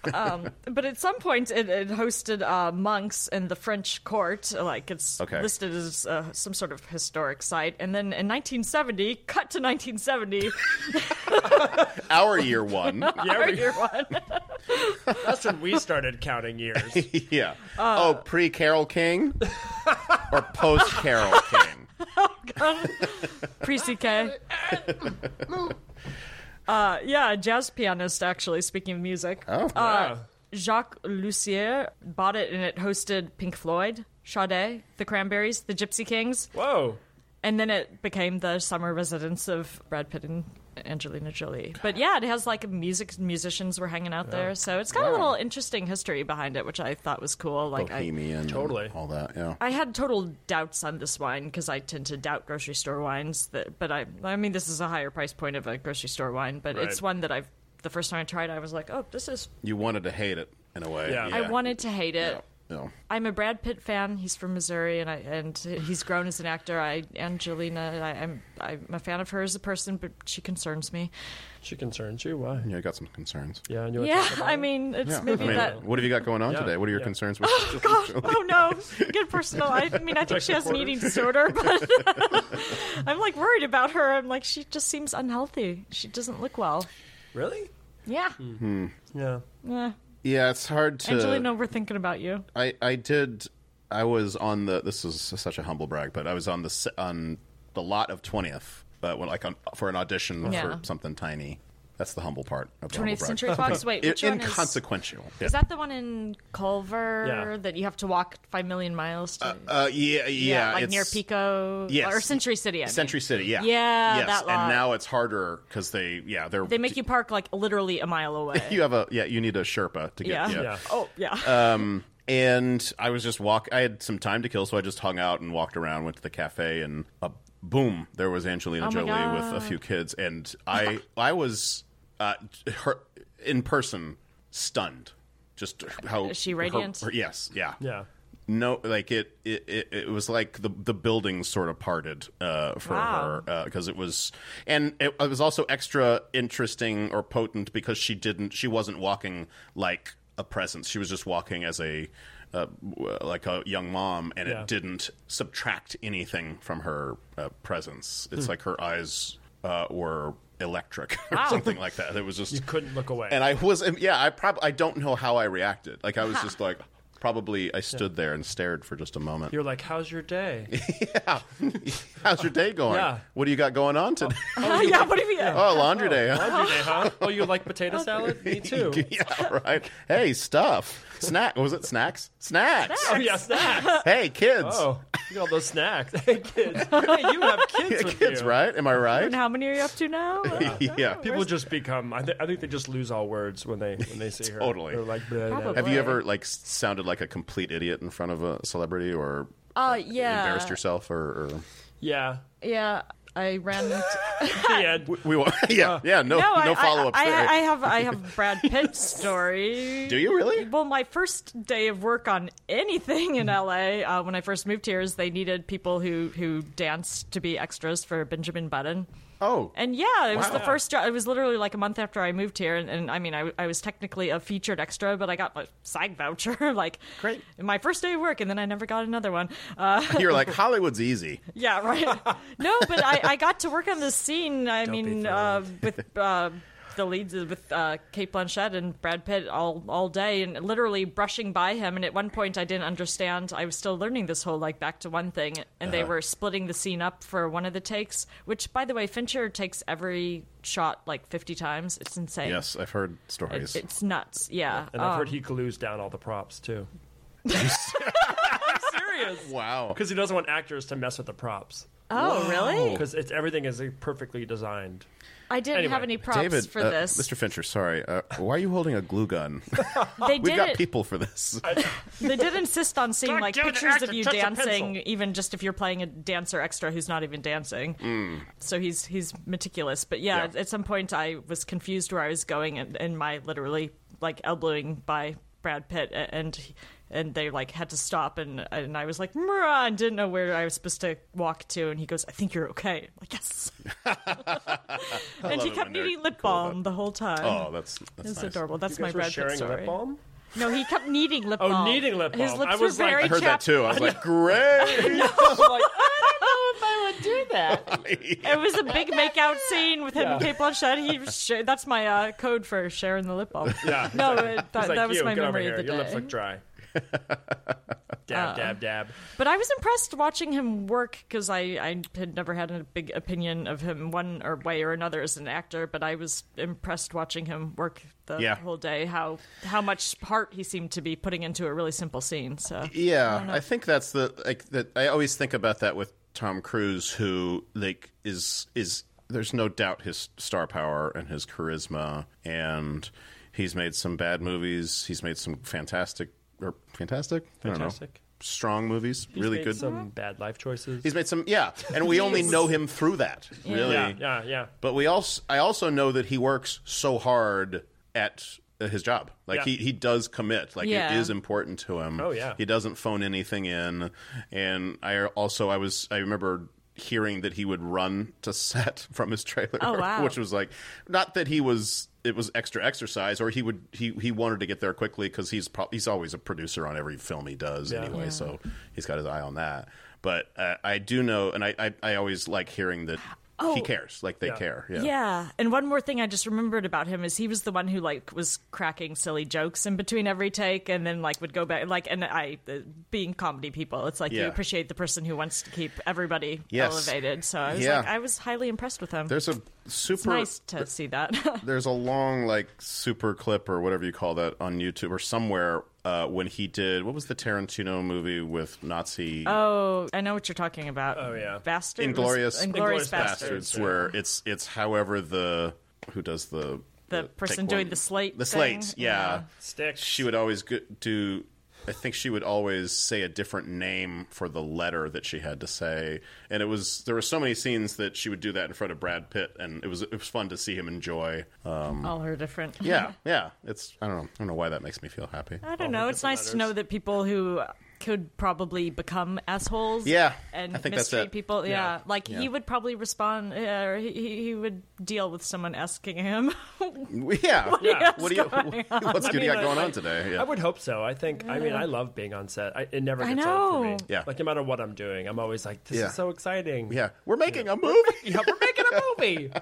[SPEAKER 3] But at some point, it, it hosted uh, monks in the French court. Like it's
[SPEAKER 5] Okay.
[SPEAKER 3] listed as uh, some sort of historic site. And then in 1970, cut to 1970,
[SPEAKER 5] Our year one.
[SPEAKER 2] [LAUGHS] Yeah, we- [LAUGHS]
[SPEAKER 3] year one.
[SPEAKER 2] that's when we started counting years.
[SPEAKER 3] [LAUGHS]
[SPEAKER 5] yeah. oh, pre Carol King or post Carol King?
[SPEAKER 3] pre CK. uh, yeah, jazz pianist, actually, speaking of music.
[SPEAKER 5] Oh,
[SPEAKER 2] Yeah.
[SPEAKER 3] Jacques Lussier bought it and it hosted Pink Floyd, Sade, the Cranberries, the Gypsy Kings,
[SPEAKER 2] Whoa.
[SPEAKER 3] and then it became the summer residence of Brad Pitt and Angelina Jolie. But yeah, it has like music musicians were hanging out there, so it's got a little interesting history behind it, which I thought was cool. Like I,
[SPEAKER 5] Bohemian. and
[SPEAKER 2] Totally.
[SPEAKER 5] All that, yeah.
[SPEAKER 3] I had total doubts on this wine because I tend to doubt grocery store wines. That, but I, I mean, this is a higher price point of a grocery store wine, but
[SPEAKER 2] Right.
[SPEAKER 3] it's one that I've the first time I tried, I was like, oh, this is.
[SPEAKER 5] You wanted to hate it in a way.
[SPEAKER 2] Yeah. I
[SPEAKER 3] I wanted to hate it.
[SPEAKER 5] No.
[SPEAKER 3] I'm a Brad Pitt fan. He's from Missouri, and I and he's grown as an actor. I Angelina, I, I'm I'm a fan of her as a person, but she concerns me.
[SPEAKER 2] She concerns you. Why?
[SPEAKER 5] Yeah, I got some concerns.
[SPEAKER 2] Yeah. And you wanna
[SPEAKER 3] Yeah, [LAUGHS]
[SPEAKER 2] talk about
[SPEAKER 3] I
[SPEAKER 2] it?
[SPEAKER 3] mean, it's
[SPEAKER 5] Yeah.
[SPEAKER 3] maybe
[SPEAKER 5] I mean,
[SPEAKER 3] that.
[SPEAKER 5] what have you got going on
[SPEAKER 2] Yeah.
[SPEAKER 5] today? What are your
[SPEAKER 2] Yeah.
[SPEAKER 5] concerns with
[SPEAKER 3] Oh no, get personal. I mean, I think she has an eating disorder, but [LAUGHS] I'm like worried about her. I'm like, she just seems unhealthy. She doesn't look well.
[SPEAKER 2] Really?
[SPEAKER 3] Yeah.
[SPEAKER 5] Hmm.
[SPEAKER 2] Yeah.
[SPEAKER 3] Eh.
[SPEAKER 5] Yeah, it's hard to.
[SPEAKER 3] Angelina, we're thinking about you.
[SPEAKER 5] I, I did. I was on the. This is such a humble brag, but I was on the s- on the lot of twentieth, but when like on, for an audition
[SPEAKER 3] Yeah.
[SPEAKER 5] for something tiny. That's the humble part of the humble
[SPEAKER 3] 20th
[SPEAKER 5] brag.
[SPEAKER 3] Century Fox.
[SPEAKER 5] [LAUGHS]
[SPEAKER 3] Wait,
[SPEAKER 5] I-
[SPEAKER 3] which one is?
[SPEAKER 5] inconsequential.
[SPEAKER 3] Is that the one in Culver
[SPEAKER 2] Yeah.
[SPEAKER 3] that you have to walk five million miles to?
[SPEAKER 5] uh, yeah, yeah,
[SPEAKER 3] like
[SPEAKER 5] it's
[SPEAKER 3] near Pico
[SPEAKER 5] Yes.
[SPEAKER 3] or Century City. I mean.
[SPEAKER 5] Century City, yeah,
[SPEAKER 3] Yeah,
[SPEAKER 5] yes.
[SPEAKER 3] that lot.
[SPEAKER 5] And now it's harder because they, yeah, they're
[SPEAKER 3] They make you park like literally a mile away.
[SPEAKER 5] [LAUGHS] You have a yeah. You need a Sherpa to get
[SPEAKER 3] yeah.
[SPEAKER 2] Yeah.
[SPEAKER 3] Oh yeah.
[SPEAKER 5] Um, and I was just walk. I had some time to kill, so I just hung out and walked around. Went to the cafe, and uh, boom, there was
[SPEAKER 3] Oh
[SPEAKER 5] Angelina
[SPEAKER 3] my
[SPEAKER 5] Jolie
[SPEAKER 3] God.
[SPEAKER 5] with a few kids, and I I was uh, her in person stunned. Just how
[SPEAKER 3] Is she
[SPEAKER 5] her-
[SPEAKER 3] radiant?
[SPEAKER 5] her- yes, yeah,
[SPEAKER 2] Yeah.
[SPEAKER 5] No, like it, it, it, it was like the the buildings sort of parted uh, for
[SPEAKER 3] Wow.
[SPEAKER 5] her because it was, and it, it was also extra interesting or potent because she didn't, she wasn't walking like a presence. She was just walking as a uh, w- like a young mom, and
[SPEAKER 2] Yeah.
[SPEAKER 5] it didn't subtract anything from her uh, presence.
[SPEAKER 2] Hmm.
[SPEAKER 5] It's like her eyes uh, were electric [LAUGHS] or something like that. It was just
[SPEAKER 2] You couldn't look away.
[SPEAKER 5] and I was, and yeah, I probably, I don't know how I reacted. Like
[SPEAKER 3] [LAUGHS]
[SPEAKER 5] I was just like, probably I stood there and stared for just a moment.
[SPEAKER 2] You're like, how's your day?
[SPEAKER 5] How's your day going?
[SPEAKER 2] Yeah.
[SPEAKER 5] What do you got going
[SPEAKER 3] [LAUGHS]
[SPEAKER 5] on today?
[SPEAKER 3] [LAUGHS] yeah. What have you?
[SPEAKER 5] Oh, laundry day.
[SPEAKER 3] [LAUGHS]
[SPEAKER 5] huh?
[SPEAKER 2] Laundry day, huh? Oh, you like potato salad? Me too.
[SPEAKER 5] [LAUGHS] yeah, right. Hey, stuff. Snack. Was it snacks? Snacks.
[SPEAKER 2] Oh, yeah, snacks.
[SPEAKER 5] Hey, kids.
[SPEAKER 2] [LAUGHS] Oh, look at all those snacks. [LAUGHS] Hey, kids. Hey, you have kids with
[SPEAKER 5] [LAUGHS] kids,
[SPEAKER 2] you.
[SPEAKER 5] right? Am I
[SPEAKER 3] And
[SPEAKER 5] right?
[SPEAKER 3] how many are you up to
[SPEAKER 5] [LAUGHS]
[SPEAKER 3] now?
[SPEAKER 5] yeah.
[SPEAKER 2] People just become. I, th- I think they just lose all words when they when they see her.
[SPEAKER 5] Totally.
[SPEAKER 2] They're like, blah, blah, blah.
[SPEAKER 3] Probably.
[SPEAKER 5] Have you ever like s- sounded like a complete idiot in front of a celebrity or
[SPEAKER 3] Uh, yeah.
[SPEAKER 5] embarrassed yourself or, or
[SPEAKER 2] yeah.
[SPEAKER 3] Yeah. I ran.
[SPEAKER 2] The end.
[SPEAKER 5] We will. [LAUGHS] Yeah, yeah. No,
[SPEAKER 3] Uh, no,
[SPEAKER 5] [LAUGHS] no,
[SPEAKER 3] I,
[SPEAKER 5] follow ups
[SPEAKER 3] I,
[SPEAKER 5] there.
[SPEAKER 3] I, I have I
[SPEAKER 5] [LAUGHS]
[SPEAKER 3] have Brad Pitt's story.
[SPEAKER 5] Do
[SPEAKER 3] [LAUGHS]
[SPEAKER 5] you really?
[SPEAKER 3] Well, my first day of work on anything in LA uh, when I first moved here is they needed people who who danced to be extras for Benjamin Button.
[SPEAKER 5] Oh,
[SPEAKER 3] And yeah, it was
[SPEAKER 5] Wow.
[SPEAKER 3] the first job. It was literally like a month after I moved here, and, and I mean, I, I was technically a featured extra, but I got a side voucher, [LAUGHS] like
[SPEAKER 5] Great.
[SPEAKER 3] my first day of work, and then I never got another one. Uh,
[SPEAKER 5] you're like Hollywood's easy.
[SPEAKER 2] [LAUGHS]
[SPEAKER 3] yeah, right. no, but I, I got to work on this scene. I
[SPEAKER 2] Don't be
[SPEAKER 3] mean, uh, with uh, the leads with uh, Kate Blanchett and Brad Pitt all all day, and literally brushing by him. And at one point, I didn't understand. I was still learning this whole like back to one thing, and
[SPEAKER 2] Uh-huh.
[SPEAKER 3] they were splitting the scene up for one of the takes. Which, by the way, Fincher takes every shot like fifty times. It's insane.
[SPEAKER 5] Yes, I've heard stories.
[SPEAKER 3] It- it's nuts. Yeah.
[SPEAKER 2] And I've
[SPEAKER 3] Um,
[SPEAKER 2] heard he glues down all the props too. I'm serious.
[SPEAKER 5] wow.
[SPEAKER 2] Because he doesn't want actors to mess with the props.
[SPEAKER 3] oh, really?
[SPEAKER 2] Because it's everything is perfectly designed.
[SPEAKER 3] Uh, I didn't
[SPEAKER 2] Anyway,
[SPEAKER 3] have any props
[SPEAKER 5] David,
[SPEAKER 3] for
[SPEAKER 5] uh,
[SPEAKER 3] this.
[SPEAKER 5] Mr. Fincher, sorry. Uh, why are you holding a
[SPEAKER 3] [LAUGHS]
[SPEAKER 5] glue gun?
[SPEAKER 3] they
[SPEAKER 5] We've
[SPEAKER 3] did
[SPEAKER 5] got
[SPEAKER 3] it.
[SPEAKER 5] people
[SPEAKER 3] [LAUGHS]
[SPEAKER 5] for this.
[SPEAKER 3] They did insist on seeing
[SPEAKER 2] God
[SPEAKER 3] like
[SPEAKER 2] damn it,
[SPEAKER 3] pictures
[SPEAKER 2] actor,
[SPEAKER 3] of you
[SPEAKER 2] touch the
[SPEAKER 3] dancing,
[SPEAKER 2] pencil.
[SPEAKER 3] even just if you're playing a dancer extra who's not even dancing. So he's he's meticulous. But yeah,
[SPEAKER 5] Mm. Yeah.
[SPEAKER 3] at some point I was confused where I was going, and, and my literally like elbowing by Brad Pitt, a- and and they like had to stop, and and I was like, "Mrah," and didn't know where I was supposed to walk to, and he goes, "I think you're okay." I'm like
[SPEAKER 5] [LAUGHS]
[SPEAKER 3] yes, and he
[SPEAKER 5] it
[SPEAKER 3] kept
[SPEAKER 5] when they're
[SPEAKER 3] eating lip
[SPEAKER 5] cool about
[SPEAKER 3] balm the whole time.
[SPEAKER 5] Oh, that's that's
[SPEAKER 3] It's
[SPEAKER 5] nice.
[SPEAKER 3] adorable. That's my Uh,
[SPEAKER 2] Guys were
[SPEAKER 3] Brad Pitt
[SPEAKER 2] sharing
[SPEAKER 3] story.
[SPEAKER 2] lip balm?
[SPEAKER 3] No, he kept needing lip
[SPEAKER 2] Oh,
[SPEAKER 3] balm.
[SPEAKER 2] needing lip
[SPEAKER 3] His
[SPEAKER 2] balm.
[SPEAKER 3] lips
[SPEAKER 2] I was
[SPEAKER 3] were
[SPEAKER 2] like-
[SPEAKER 3] very
[SPEAKER 2] I
[SPEAKER 5] I heard that
[SPEAKER 3] chapped
[SPEAKER 5] too. I
[SPEAKER 3] [LAUGHS]
[SPEAKER 5] was like, great.
[SPEAKER 2] [LAUGHS] Oh,
[SPEAKER 3] It was a big makeout scene with him and Kate Blanchett. He was sh- that's my uh, code for sharing the lip balm.
[SPEAKER 2] [LAUGHS] Yeah.
[SPEAKER 3] No,
[SPEAKER 2] He's like-
[SPEAKER 3] it,
[SPEAKER 2] he's
[SPEAKER 3] that,
[SPEAKER 2] like,
[SPEAKER 3] that was
[SPEAKER 2] "You,
[SPEAKER 3] my
[SPEAKER 2] get over
[SPEAKER 3] memory of
[SPEAKER 2] here.
[SPEAKER 3] the
[SPEAKER 2] Your lips
[SPEAKER 3] day. Uh,
[SPEAKER 2] look
[SPEAKER 3] [LAUGHS]
[SPEAKER 2] dry. dab, dab, dab.
[SPEAKER 3] But I was impressed watching him work because I, I had never had a big opinion of him one or way or another as an actor. But I was impressed watching him work the
[SPEAKER 5] Yeah.
[SPEAKER 3] whole day. How how much heart he seemed to be putting into a really simple scene. So
[SPEAKER 5] yeah, I think that's the like that. I always think about that with Tom Cruise, who like is is there's no doubt his star power and his charisma, and he's made some bad movies. He's made some fantastic or fantastic, I don't know,
[SPEAKER 2] Fantastic.
[SPEAKER 5] strong movies, really
[SPEAKER 2] Made
[SPEAKER 5] good.
[SPEAKER 2] Some
[SPEAKER 3] Mm-hmm.
[SPEAKER 2] bad life choices.
[SPEAKER 5] He's made some, yeah, and we only know him through that, really.
[SPEAKER 2] yeah, yeah, yeah.
[SPEAKER 5] But we also, I also know that he works so hard at uh, his job. Like
[SPEAKER 2] Yeah.
[SPEAKER 5] he, he does commit. Like
[SPEAKER 3] Yeah.
[SPEAKER 5] it is important to him.
[SPEAKER 2] Oh, yeah.
[SPEAKER 5] He doesn't phone anything in. And I also, I was, I remember hearing that he would run to set [LAUGHS] from his trailer,
[SPEAKER 3] Oh, wow.
[SPEAKER 5] which was like, not that he was. It was extra exercise, or he would he, he wanted to get there quickly because he's pro- he's always a producer on every film he does anyway, so he's got his eye on that. But uh, I do know, and I, I, I always like hearing that he cares, like they care. Yeah,
[SPEAKER 3] Oh. Yeah, and one more thing I just remembered about him is he was the one who like was cracking silly jokes in between every take, and then like would go back like and I uh, being comedy people, it's like you
[SPEAKER 5] Yeah.
[SPEAKER 3] appreciate the person who wants to keep everybody
[SPEAKER 5] Yes.
[SPEAKER 3] elevated. So I was
[SPEAKER 5] Yeah.
[SPEAKER 3] like, I was highly impressed with him.
[SPEAKER 5] There's a
[SPEAKER 3] it's
[SPEAKER 5] super
[SPEAKER 3] nice to see that. [LAUGHS]
[SPEAKER 5] there's a long like super clip or whatever you call that on YouTube or somewhere uh, when he did what was the Tarantino movie with Nazi
[SPEAKER 3] oh, I know what you're talking about. Oh
[SPEAKER 2] yeah.
[SPEAKER 3] bastard,
[SPEAKER 5] Inglorious
[SPEAKER 3] Inglorious
[SPEAKER 2] Inglourious
[SPEAKER 3] Bastards.
[SPEAKER 2] Basterds.
[SPEAKER 5] bastards where it's it's however the who does the
[SPEAKER 3] The person
[SPEAKER 5] take
[SPEAKER 3] doing the slate
[SPEAKER 5] the
[SPEAKER 3] thing?
[SPEAKER 5] slate yeah.
[SPEAKER 2] Sticks.
[SPEAKER 5] she would always go- do I think she would always say a different name for the letter that she had to say, and it was there were so many scenes that she would do that in front of Brad Pitt, and it was it was fun to see him enjoy.
[SPEAKER 3] All her different. [LAUGHS]
[SPEAKER 5] Yeah, yeah. It's I don't know. I don't know why that makes me feel happy.
[SPEAKER 3] I don't know. It's nice to know that people who could probably become assholes.
[SPEAKER 5] Yeah,
[SPEAKER 3] and
[SPEAKER 5] I think that's
[SPEAKER 3] mistreat
[SPEAKER 5] it.
[SPEAKER 3] people. Yeah,
[SPEAKER 2] Yeah.
[SPEAKER 3] like he would probably respond, uh, or he- he, he would deal with someone asking him.
[SPEAKER 5] [LAUGHS]
[SPEAKER 3] [LAUGHS]
[SPEAKER 5] Yeah. [LAUGHS] What,
[SPEAKER 2] Yeah.
[SPEAKER 5] do you? [LAUGHS] What's good you got
[SPEAKER 2] I-
[SPEAKER 5] going
[SPEAKER 2] I-
[SPEAKER 5] on today?
[SPEAKER 2] I
[SPEAKER 5] Yeah.
[SPEAKER 2] would hope so. I think. I mean, I love being on set. I, it never
[SPEAKER 3] I
[SPEAKER 2] gets old for me.
[SPEAKER 3] know.
[SPEAKER 5] Yeah.
[SPEAKER 2] Like no matter what I'm doing, I'm always like, this
[SPEAKER 5] Yeah.
[SPEAKER 2] is so exciting.
[SPEAKER 5] yeah. We're making a [LAUGHS] movie.
[SPEAKER 2] [LAUGHS] Yeah, we're making a
[SPEAKER 5] [LAUGHS]
[SPEAKER 2] movie.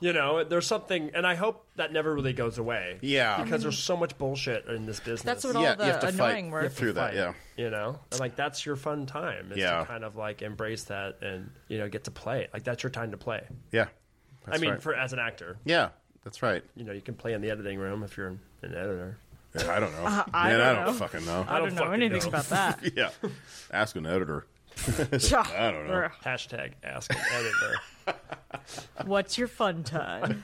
[SPEAKER 2] you know, there's something, and I hope that never really goes away.
[SPEAKER 5] Yeah.
[SPEAKER 2] Because there's so much bullshit in this business.
[SPEAKER 3] That's what
[SPEAKER 5] yeah.
[SPEAKER 3] all the
[SPEAKER 5] you have to
[SPEAKER 3] annoying
[SPEAKER 5] fight
[SPEAKER 3] work.
[SPEAKER 5] through that.
[SPEAKER 2] Right.
[SPEAKER 5] Yeah.
[SPEAKER 2] You know, and like that's your fun time. Is
[SPEAKER 5] Yeah.
[SPEAKER 2] to kind of like embrace that and you know get to play. Like that's your time to play.
[SPEAKER 5] Yeah. That's
[SPEAKER 2] I mean,
[SPEAKER 5] right.
[SPEAKER 2] for as an actor,
[SPEAKER 5] yeah. That's right.
[SPEAKER 2] you know, you can play in the editing room if you're an editor.
[SPEAKER 5] Yeah, [LAUGHS] I don't know.
[SPEAKER 3] I
[SPEAKER 5] Man, I
[SPEAKER 3] don't
[SPEAKER 5] don't
[SPEAKER 3] know.
[SPEAKER 5] fucking know.
[SPEAKER 3] I don't,
[SPEAKER 2] don't
[SPEAKER 3] know
[SPEAKER 2] fucking
[SPEAKER 3] anything
[SPEAKER 2] know.
[SPEAKER 3] about that.
[SPEAKER 5] [LAUGHS] yeah. Ask an editor.
[SPEAKER 3] I
[SPEAKER 5] don't know.
[SPEAKER 2] Hashtag ask an
[SPEAKER 5] [LAUGHS]
[SPEAKER 2] editor.
[SPEAKER 3] What's your fun time?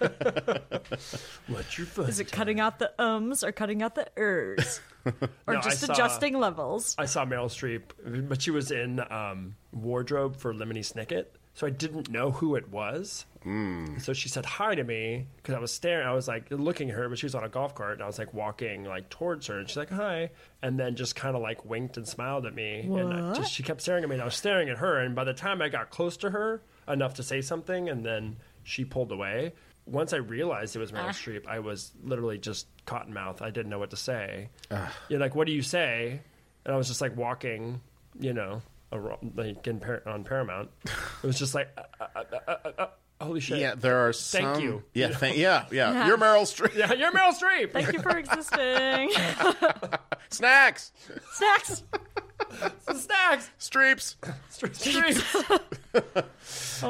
[SPEAKER 2] What's your fun?
[SPEAKER 3] Is it cutting out the ums or cutting out the ers, or
[SPEAKER 2] No, I
[SPEAKER 3] just
[SPEAKER 2] saw-
[SPEAKER 3] adjusting levels?
[SPEAKER 2] I saw Meryl Streep, but she was in um, wardrobe for Lemony Snicket. So I didn't know who it was. Mm. So she said hi to me because I was staring. I was like looking at her, but she was on a golf cart, and I was like walking like towards her, and she's like hi, and then just kind of like winked and smiled at me, and I just, she kept staring at me, and I was staring at her, and by the time I got close to her enough to say something, and then she pulled away. Once I realized it was Meryl Streep, I was literally just cotton mouth. I didn't know what to say. You're like, what do you say? And I was just like walking, you know, ar- like in Par- on Paramount. It was just like, uh, uh, uh, uh, uh, holy [LAUGHS] shit.
[SPEAKER 5] Yeah, there are some.
[SPEAKER 2] Thank you.
[SPEAKER 5] Yeah, thank, yeah, yeah, You're Meryl Streep.
[SPEAKER 2] Yeah, [LAUGHS] you're Meryl Streep.
[SPEAKER 3] Thank you for existing.
[SPEAKER 5] [LAUGHS]
[SPEAKER 3] [LAUGHS]
[SPEAKER 5] Snacks,
[SPEAKER 3] Snacks.
[SPEAKER 2] Snacks.
[SPEAKER 5] Streeps.
[SPEAKER 2] Streep.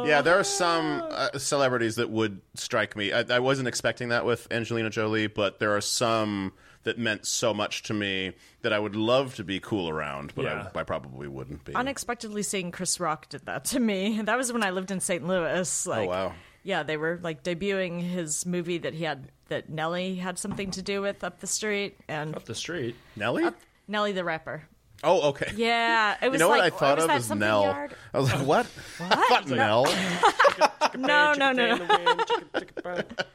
[SPEAKER 5] Yeah, there are some
[SPEAKER 3] Oh.
[SPEAKER 5] uh, celebrities that would strike me. I, I wasn't expecting that with Angelina Jolie, but there are some that meant so much to me that I would love to be cool around, but
[SPEAKER 2] Yeah.
[SPEAKER 5] I, I probably wouldn't be.
[SPEAKER 3] Unexpectedly seeing Chris Rock did that to me. That was when I lived in St. Louis. Like,
[SPEAKER 5] Oh, wow.
[SPEAKER 3] Yeah, they were like debuting his movie that he had that Nelly had something to do with up the street and
[SPEAKER 2] Up the
[SPEAKER 5] [LAUGHS]
[SPEAKER 2] street.
[SPEAKER 5] Nelly?
[SPEAKER 3] Nelly the rapper.
[SPEAKER 5] oh, okay.
[SPEAKER 3] Yeah, it was
[SPEAKER 5] You know
[SPEAKER 3] like
[SPEAKER 5] what I thought
[SPEAKER 3] was
[SPEAKER 5] of
[SPEAKER 3] that
[SPEAKER 5] was
[SPEAKER 3] something
[SPEAKER 5] Nell.
[SPEAKER 3] yard?
[SPEAKER 5] I
[SPEAKER 2] [LAUGHS]
[SPEAKER 5] was like, what? I thought Nell.
[SPEAKER 3] No, no,
[SPEAKER 2] Chick-a-day
[SPEAKER 3] no.
[SPEAKER 2] in the wind, chicka- chicka-bye.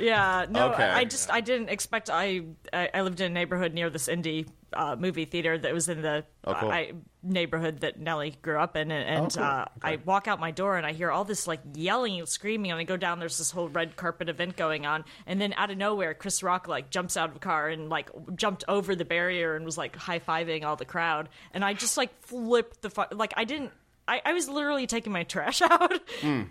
[SPEAKER 3] Yeah, no,
[SPEAKER 5] Okay.
[SPEAKER 3] I, I just I didn't expect. I, I I lived in a neighborhood near this indie uh, movie theater that was in the
[SPEAKER 5] Oh,
[SPEAKER 3] uh,
[SPEAKER 5] cool. Oh,
[SPEAKER 3] I, neighborhood that Nellie grew up in, and, and uh, I walk out my door and I hear all this like yelling and screaming, and I go down. There's this whole red carpet event going on, and then out of nowhere, Chris Rock like jumps out of a car and like jumped over the barrier and was like high fiving all the crowd, and I just like flipped the fu- like I didn't. I, I was literally taking my trash [LAUGHS] out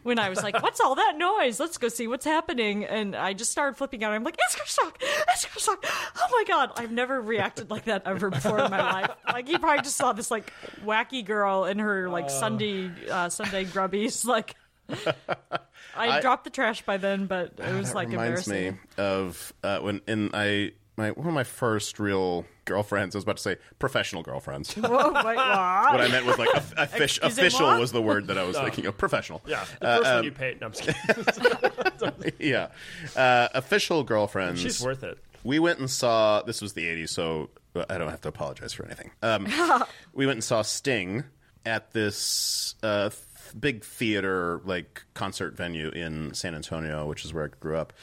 [SPEAKER 3] when I was like, "What's all that noise? Let's go see what's happening." And I just started flipping out. I'm like, "It's Chris Rock! It's Chris Rock! Oh my god! I've never reacted like that ever before [LAUGHS] in my life. Like you probably just saw this like wacky girl in her like Sunday uh, Sunday grubbies. [LAUGHS] Like I, dropped the trash by then, but
[SPEAKER 5] [SIGHS]
[SPEAKER 3] it was
[SPEAKER 5] That
[SPEAKER 3] like
[SPEAKER 5] reminds
[SPEAKER 3] embarrassing.
[SPEAKER 5] me [LAUGHS] of uh, when in I my one of my first real girlfriends. I was about to say professional girlfriends. what
[SPEAKER 3] Oh wait, what?
[SPEAKER 5] I meant was like a, a fish,
[SPEAKER 3] Excusez-moi?
[SPEAKER 5] official was the word that I was thinking of. Professional.
[SPEAKER 2] Yeah, the
[SPEAKER 5] Uh,
[SPEAKER 2] first
[SPEAKER 5] um,
[SPEAKER 2] one you paid. No, I'm just kidding.
[SPEAKER 5] [LAUGHS] yeah. Uh, official girlfriends.
[SPEAKER 2] She's worth it.
[SPEAKER 5] We went and saw. This was the '80s, so I don't have to apologize for anything. Um, we went and saw Sting at this uh, th- big theater, like concert venue in San Antonio, which is where I grew up.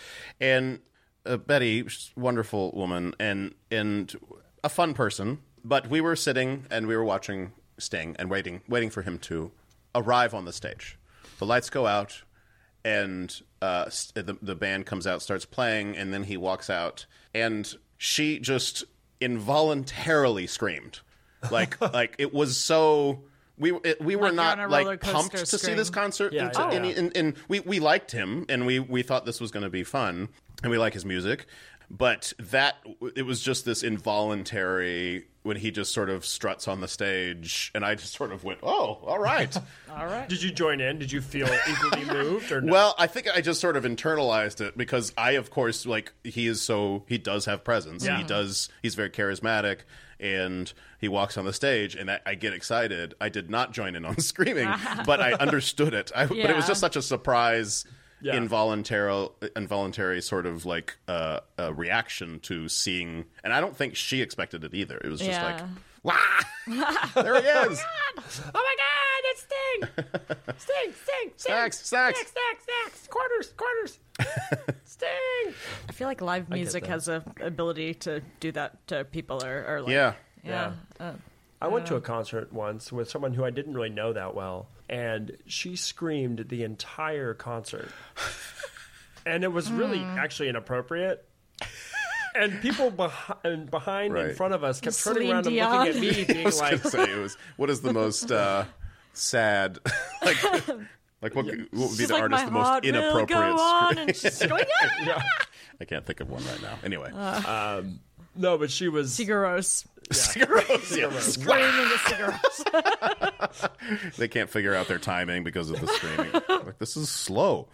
[SPEAKER 5] And uh, Betty, she's a wonderful woman, and and a fun person. But we were sitting and we were watching Sting and waiting, waiting for him to arrive on the stage. The lights go out and uh, s- the the band comes out, starts playing, and then he walks out, and she just involuntarily screamed,
[SPEAKER 2] [LAUGHS]
[SPEAKER 5] like like it was so. We it, we
[SPEAKER 3] Like
[SPEAKER 5] were
[SPEAKER 3] you're on a
[SPEAKER 5] not like
[SPEAKER 3] roller coaster
[SPEAKER 5] pumped to see
[SPEAKER 3] scream.
[SPEAKER 5] this concert,
[SPEAKER 2] Yeah,
[SPEAKER 5] and,
[SPEAKER 2] yeah,
[SPEAKER 5] and,
[SPEAKER 2] yeah.
[SPEAKER 5] and- and we we liked him, and we we thought this was going to be fun, and we like his music, but that it was just this involuntary when he just sort of struts on the stage, and I just sort of went, oh,
[SPEAKER 2] [LAUGHS]
[SPEAKER 5] all right.
[SPEAKER 2] Did you join in? Did you [LAUGHS] feel equally moved or no?
[SPEAKER 5] Well, I think I just sort of internalized it because I, of course, like he is so he does have presence. He does. He's very charismatic, and he walks on the stage, and I, I get excited. I did not join in on [LAUGHS] screaming, but I understood it. I, But it was
[SPEAKER 3] Yeah.
[SPEAKER 5] just such a surprise,
[SPEAKER 2] Yeah.
[SPEAKER 5] involuntary, involuntary sort of like uh, a reaction to seeing. And I don't think she expected it either. It was just like,
[SPEAKER 3] Yeah.
[SPEAKER 5] "Wah! [LAUGHS] there he is,
[SPEAKER 2] oh my god, it's Sting! Sting, Sting, Sting!
[SPEAKER 5] Snacks, snacks.
[SPEAKER 2] Snacks, snacks, snacks! Quarters,
[SPEAKER 5] [LAUGHS]
[SPEAKER 2] quarters! Sting!
[SPEAKER 3] I feel like live music
[SPEAKER 2] that.
[SPEAKER 3] has a ability to do that to people, or, or like,
[SPEAKER 5] yeah."
[SPEAKER 3] yeah.
[SPEAKER 2] I went to a concert once with someone who I didn't really know that well, and she screamed the entire
[SPEAKER 5] [LAUGHS]
[SPEAKER 2] concert. and it was really actually inappropriate. And people behind, behind
[SPEAKER 5] Right.
[SPEAKER 2] in front of us kept turning
[SPEAKER 3] Celine
[SPEAKER 2] around and
[SPEAKER 3] Dion.
[SPEAKER 2] looking at me,
[SPEAKER 5] [LAUGHS]
[SPEAKER 2] being
[SPEAKER 5] I was
[SPEAKER 2] like,
[SPEAKER 5] gonna say it was what is the most uh, sad [LAUGHS] like like what, what would be
[SPEAKER 3] She's
[SPEAKER 5] the
[SPEAKER 3] like
[SPEAKER 5] artist
[SPEAKER 3] my
[SPEAKER 5] the most
[SPEAKER 3] heart will
[SPEAKER 5] inappropriate
[SPEAKER 3] go on,
[SPEAKER 5] scream?
[SPEAKER 3] and she's just going, yeah,
[SPEAKER 5] I can't think of one right now. Anyway,
[SPEAKER 3] Uh.
[SPEAKER 5] [LAUGHS]
[SPEAKER 2] no, but she was.
[SPEAKER 3] [LAUGHS] gross.
[SPEAKER 5] Cigaros, yeah.
[SPEAKER 3] Screaming the cigarettes.
[SPEAKER 5] they can't figure out their timing because of the screaming. like this is slow.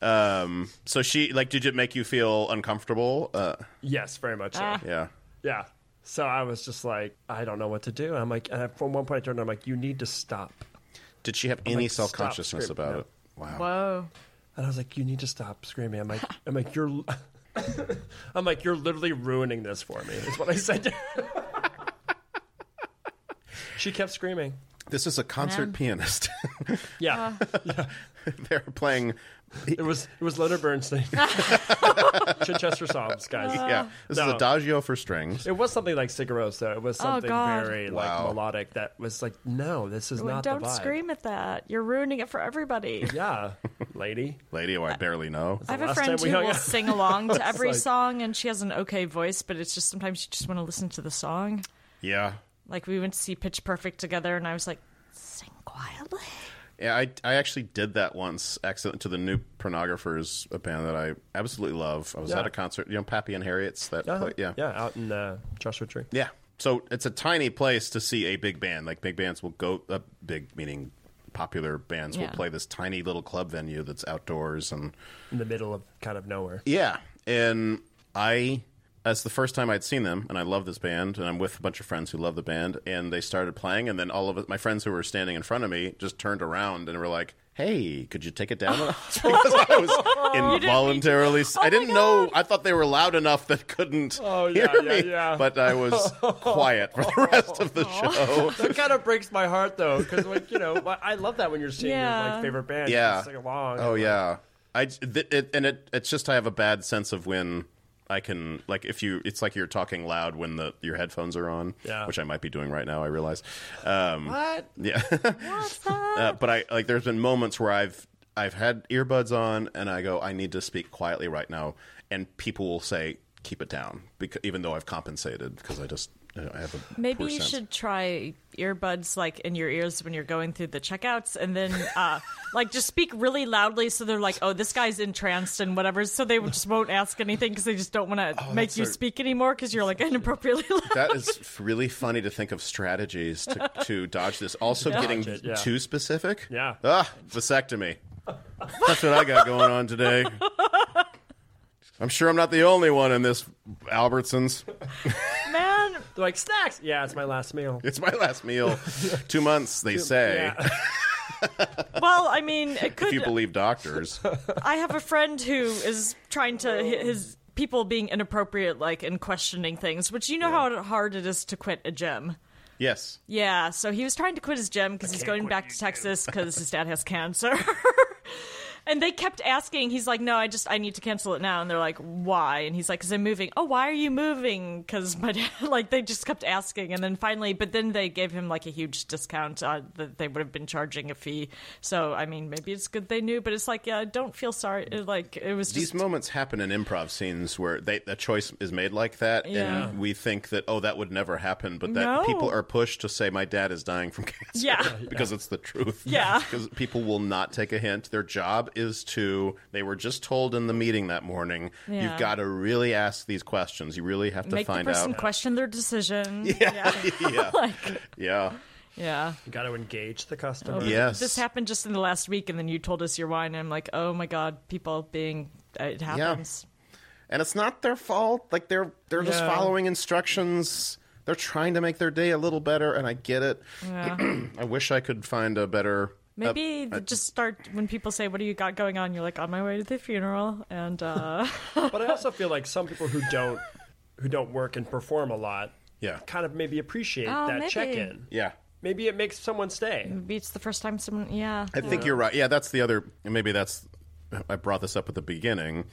[SPEAKER 5] Um, so she like did it make you feel uncomfortable? Uh,
[SPEAKER 2] Yes, very much
[SPEAKER 3] Ah.
[SPEAKER 2] so.
[SPEAKER 5] yeah.
[SPEAKER 2] Yeah. So I was just like, I don't know what to do. And I'm like, and at one point I turned, I'm like, you need to stop.
[SPEAKER 5] Did she have any
[SPEAKER 2] like, stop
[SPEAKER 5] self consciousness
[SPEAKER 2] screaming.
[SPEAKER 5] about
[SPEAKER 2] No.
[SPEAKER 3] [LAUGHS]
[SPEAKER 5] it? Wow.
[SPEAKER 3] Whoa.
[SPEAKER 2] And I was like, you need to stop screaming.
[SPEAKER 3] [LAUGHS]
[SPEAKER 2] I'm like, I'm like, you're, [LAUGHS] I'm like, you're literally ruining [LAUGHS] this for me. Is what I said. to her. she kept screaming.
[SPEAKER 5] This is a concert
[SPEAKER 3] Man.
[SPEAKER 5] pianist. [LAUGHS]
[SPEAKER 2] Yeah,
[SPEAKER 3] Ah.
[SPEAKER 5] They're playing.
[SPEAKER 2] it was it was Leonard
[SPEAKER 3] [LAUGHS]
[SPEAKER 2] Bernstein, [LAUGHS] Chichester Psalms, guys.
[SPEAKER 3] Ah. Uh.
[SPEAKER 5] yeah, this is
[SPEAKER 2] No.
[SPEAKER 5] Adagio for strings.
[SPEAKER 2] It was something like Cigarosa. It was something
[SPEAKER 3] Oh, God.
[SPEAKER 2] very
[SPEAKER 5] Wow.
[SPEAKER 2] like melodic that was like, no, this is not
[SPEAKER 3] Don't
[SPEAKER 2] the vibe.
[SPEAKER 3] scream at that. You're ruining it for [LAUGHS] everybody.
[SPEAKER 2] Yeah,
[SPEAKER 5] [LAUGHS]
[SPEAKER 2] lady.
[SPEAKER 5] Lady, who I barely know.
[SPEAKER 3] I have a
[SPEAKER 2] last time
[SPEAKER 3] friend
[SPEAKER 2] we
[SPEAKER 3] who
[SPEAKER 2] hung
[SPEAKER 3] will
[SPEAKER 2] out.
[SPEAKER 3] sing [LAUGHS] along to every
[SPEAKER 2] like-
[SPEAKER 3] song, and she has an okay voice, but it's just sometimes you just want to listen to the song.
[SPEAKER 5] Yeah,
[SPEAKER 3] Like we went to see Pitch Perfect together, and I was like, sing quietly.
[SPEAKER 5] yeah. I I actually did that once, accident to the New Pornographers, a band that I absolutely love. I was
[SPEAKER 2] Yeah.
[SPEAKER 5] at a concert. You know, Pappy and Harriet's. That
[SPEAKER 2] Uh-huh.
[SPEAKER 5] play- yeah,
[SPEAKER 2] yeah, out in uh, Joshua Tree.
[SPEAKER 5] Yeah. So it's a tiny place to see a big band. Like big bands will go uh, big meaning popular bands
[SPEAKER 3] Yeah.
[SPEAKER 5] will play this tiny little club venue that's outdoors and
[SPEAKER 2] in the middle of kind of nowhere.
[SPEAKER 5] yeah. And I that's the first time I'd seen them and I love this band and I'm with a bunch of friends who love the band and they started playing and then all of it, my friends who were standing in front of me just turned around and were like Hey, could you take it down? a notch?" [LAUGHS] because I
[SPEAKER 2] [LAUGHS]
[SPEAKER 5] was involuntarily. I didn't know. I thought they were loud enough that couldn't
[SPEAKER 2] Oh, yeah,
[SPEAKER 5] hear
[SPEAKER 2] yeah,
[SPEAKER 5] me,
[SPEAKER 2] yeah.
[SPEAKER 5] but I was
[SPEAKER 2] [LAUGHS]
[SPEAKER 5] quiet for the rest of the show.
[SPEAKER 2] That kind of breaks my heart though, because like you know, [LAUGHS] I I love that when you're seeing your
[SPEAKER 3] Yeah.
[SPEAKER 2] like favorite band,
[SPEAKER 5] Yeah.
[SPEAKER 2] you can sing along.
[SPEAKER 5] Oh yeah, I th- it, and it it's just I have a bad sense of when I can like if you it's like you're talking loud when the your headphones are on,
[SPEAKER 2] Yeah.
[SPEAKER 5] which I might be doing right now. I realize. Um,
[SPEAKER 2] What?
[SPEAKER 5] Yeah, [LAUGHS] uh, but I like there's been moments where I've I've had earbuds on and I go I need to speak quietly right now, and people will say keep it down because even though I've compensated because I just I don't- I have a
[SPEAKER 3] Maybe
[SPEAKER 5] poor
[SPEAKER 3] you
[SPEAKER 5] sense.
[SPEAKER 3] should try earbuds like in your ears when you're going through the checkouts, and then uh, [LAUGHS] like just speak really loudly so they're like, "Oh, this guy's entranced and whatever," so they just won't ask anything because they just don't want to make
[SPEAKER 5] Oh, that's
[SPEAKER 3] you
[SPEAKER 5] a-
[SPEAKER 3] speak anymore because
[SPEAKER 5] [LAUGHS]
[SPEAKER 3] you're like inappropriately loud.
[SPEAKER 5] That is f- really funny to think of strategies to, to dodge this. Also, getting
[SPEAKER 2] it, yeah.
[SPEAKER 5] too specific.
[SPEAKER 2] Yeah.
[SPEAKER 5] Ah, vasectomy. That's what I got going on today. I'm sure I'm not the only one in this Albertsons.
[SPEAKER 3] Man,
[SPEAKER 2] They're like snacks. Yeah, it's my last meal.
[SPEAKER 5] It's my last meal. Two months, they say,
[SPEAKER 2] Yeah.
[SPEAKER 3] well, I mean, it could
[SPEAKER 5] if you believe doctors.
[SPEAKER 3] I have a friend who is trying to
[SPEAKER 5] Oh.
[SPEAKER 3] hi- his people being inappropriate, like and questioning things, which you know how hard it is to quit a gym.
[SPEAKER 5] Yes.
[SPEAKER 3] Yeah, so he was trying to quit his gym because he's going back to Texas because his dad has [LAUGHS] cancer. and they kept asking. He's like, "No, I just I need to cancel it now." And they're like, "Why?" And he's like, "Cause I'm moving." Oh, why are you moving? Because my dad. [LAUGHS] Like they just kept asking, and then finally, but then they gave him like a huge discount uh, that they would have been charging a fee. So I mean, maybe it's good they knew, but it's like, yeah, don't feel sorry. It, Like it was
[SPEAKER 5] These
[SPEAKER 3] just
[SPEAKER 5] moments happen in improv scenes where they, a choice is made like that,
[SPEAKER 3] Yeah.
[SPEAKER 5] and we think that, oh, that would never happen, but that
[SPEAKER 3] No.
[SPEAKER 5] people are pushed to say, my dad is dying from cancer. [LAUGHS]
[SPEAKER 3] yeah.
[SPEAKER 5] because it's the truth.
[SPEAKER 3] [LAUGHS]
[SPEAKER 5] [LAUGHS]
[SPEAKER 3] Yeah.
[SPEAKER 5] Because people will not take a hint. Their job is to, they were just told in the meeting that morning,
[SPEAKER 3] Yeah.
[SPEAKER 5] you've got to really ask these questions. You really have to
[SPEAKER 3] Make the
[SPEAKER 5] find
[SPEAKER 3] person
[SPEAKER 5] out.
[SPEAKER 3] question their decision. [LAUGHS] Yeah.
[SPEAKER 5] [LAUGHS]
[SPEAKER 3] [LAUGHS]
[SPEAKER 5] yeah. yeah.
[SPEAKER 3] yeah.
[SPEAKER 2] [LAUGHS] You got to engage the customer.
[SPEAKER 5] Yes.
[SPEAKER 3] This happened just in the last week, and then you told us your wine, and I'm like, oh my god, people being it
[SPEAKER 5] Uh,
[SPEAKER 3] happens.
[SPEAKER 5] And it's not their fault. Like they're they're just
[SPEAKER 2] Yeah.
[SPEAKER 5] following instructions. They're trying to make their day a little better and I get it. [CLEARS THROAT] I wish I could find a better
[SPEAKER 3] Maybe just start when people say, "What do you got going on?" You're like, "On my way to the funeral," and
[SPEAKER 5] [LAUGHS]
[SPEAKER 3] uh,
[SPEAKER 2] But I also feel like some people who don't who don't work and perform a lot,
[SPEAKER 5] Yeah.
[SPEAKER 2] kind of maybe appreciate
[SPEAKER 3] Oh,
[SPEAKER 2] that
[SPEAKER 3] maybe.
[SPEAKER 2] check-in.
[SPEAKER 5] yeah.
[SPEAKER 2] Maybe it makes someone stay.
[SPEAKER 3] maybe it's the first time someone, yeah,
[SPEAKER 5] I think you're right. Yeah, that's the other. and Maybe that's. I brought this up at the beginning.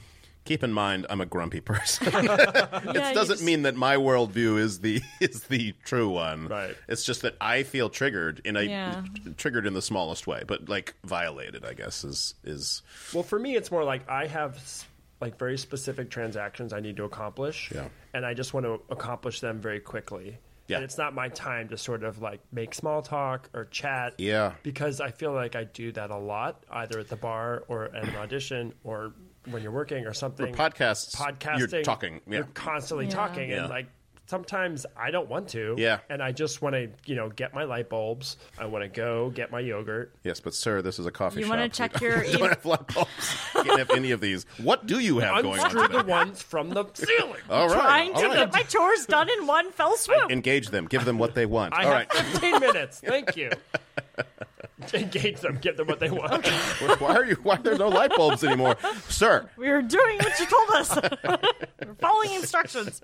[SPEAKER 5] Keep in mind, I'm a grumpy person. [LAUGHS]
[SPEAKER 3] [LAUGHS] yeah,
[SPEAKER 5] it doesn't mean that my worldview is the [LAUGHS] is the true one.
[SPEAKER 2] Right.
[SPEAKER 5] It's just that I feel triggered, and I
[SPEAKER 3] Yeah.
[SPEAKER 5] triggered in the smallest way, but like violated. I guess is is
[SPEAKER 2] Well, for me, it's more like I have s- like very specific transactions I need to accomplish,
[SPEAKER 5] Yeah.
[SPEAKER 2] and I just want to accomplish them very quickly.
[SPEAKER 5] Yeah.
[SPEAKER 2] And it's not my time to sort of like make small talk or chat.
[SPEAKER 5] Yeah.
[SPEAKER 2] Because I feel like I do that a lot, either at the bar or at an audition or when you're working or something.
[SPEAKER 5] podcasts.
[SPEAKER 2] Podcasting.
[SPEAKER 5] You're talking. Yeah.
[SPEAKER 2] You're constantly talking.
[SPEAKER 5] Yeah.
[SPEAKER 2] And like sometimes I don't want to.
[SPEAKER 5] Yeah.
[SPEAKER 2] And I just want to, you know, get my light bulbs. I want to go get my yogurt.
[SPEAKER 5] yes, but sir, this is a coffee
[SPEAKER 3] You
[SPEAKER 5] shop.
[SPEAKER 3] wanna
[SPEAKER 5] We
[SPEAKER 3] check
[SPEAKER 5] don't-
[SPEAKER 3] your
[SPEAKER 5] we [LAUGHS] don't
[SPEAKER 3] e-
[SPEAKER 5] have light bulbs. Can't have any of these. What do you have going
[SPEAKER 2] Unscrew
[SPEAKER 5] on
[SPEAKER 2] the
[SPEAKER 5] today?
[SPEAKER 2] ones from the
[SPEAKER 5] [LAUGHS]
[SPEAKER 2] ceiling.
[SPEAKER 5] All right.
[SPEAKER 3] trying
[SPEAKER 5] all
[SPEAKER 3] to
[SPEAKER 5] right.
[SPEAKER 3] get my chores done in one fell swoop.
[SPEAKER 5] Engage them. Give them what they want.
[SPEAKER 2] I
[SPEAKER 5] all
[SPEAKER 2] have
[SPEAKER 5] right.
[SPEAKER 2] 15 minutes. Thank [LAUGHS] you. Engage them. Give them what they want.
[SPEAKER 5] Why are you? Why are there no light bulbs anymore, sir? [LAUGHS] Uh.
[SPEAKER 3] we were doing what you told us. We're following instructions.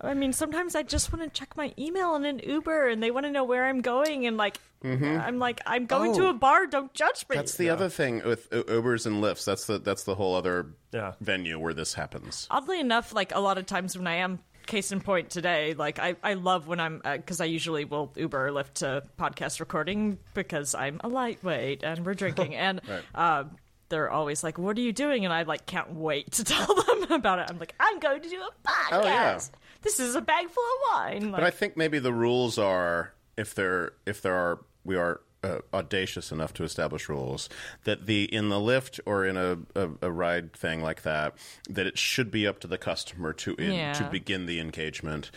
[SPEAKER 3] I mean, sometimes I just want to check my email in an Uber, and they want to know where I'm going, and like, I'm like, I'm going to
[SPEAKER 5] Mm-hmm. Oh.
[SPEAKER 3] a bar. Don't judge me.
[SPEAKER 5] That's the other thing with U- Ubers and Lyfts. That's the that's the whole other
[SPEAKER 2] Yeah.
[SPEAKER 5] venue where this happens.
[SPEAKER 3] oddly enough like a lot of times when i am case in point today like i, I love when i'm because i usually will uber or lyft to podcast recording because i'm a lightweight and we're
[SPEAKER 5] [LAUGHS]
[SPEAKER 3] drinking and um, they're always like what are you doing and i like can't wait to [LAUGHS] tell them about it i'm like i'm going to do a podcast
[SPEAKER 5] Oh, yeah.
[SPEAKER 3] this is a bag full of wine
[SPEAKER 5] But I
[SPEAKER 3] like,
[SPEAKER 5] think maybe the rules are if there if there are we are uh, audacious enough to establish rules that the in the lift or in a, a, a ride thing like that that it should be up to the customer to in,
[SPEAKER 3] Yeah.
[SPEAKER 5] to begin the engagement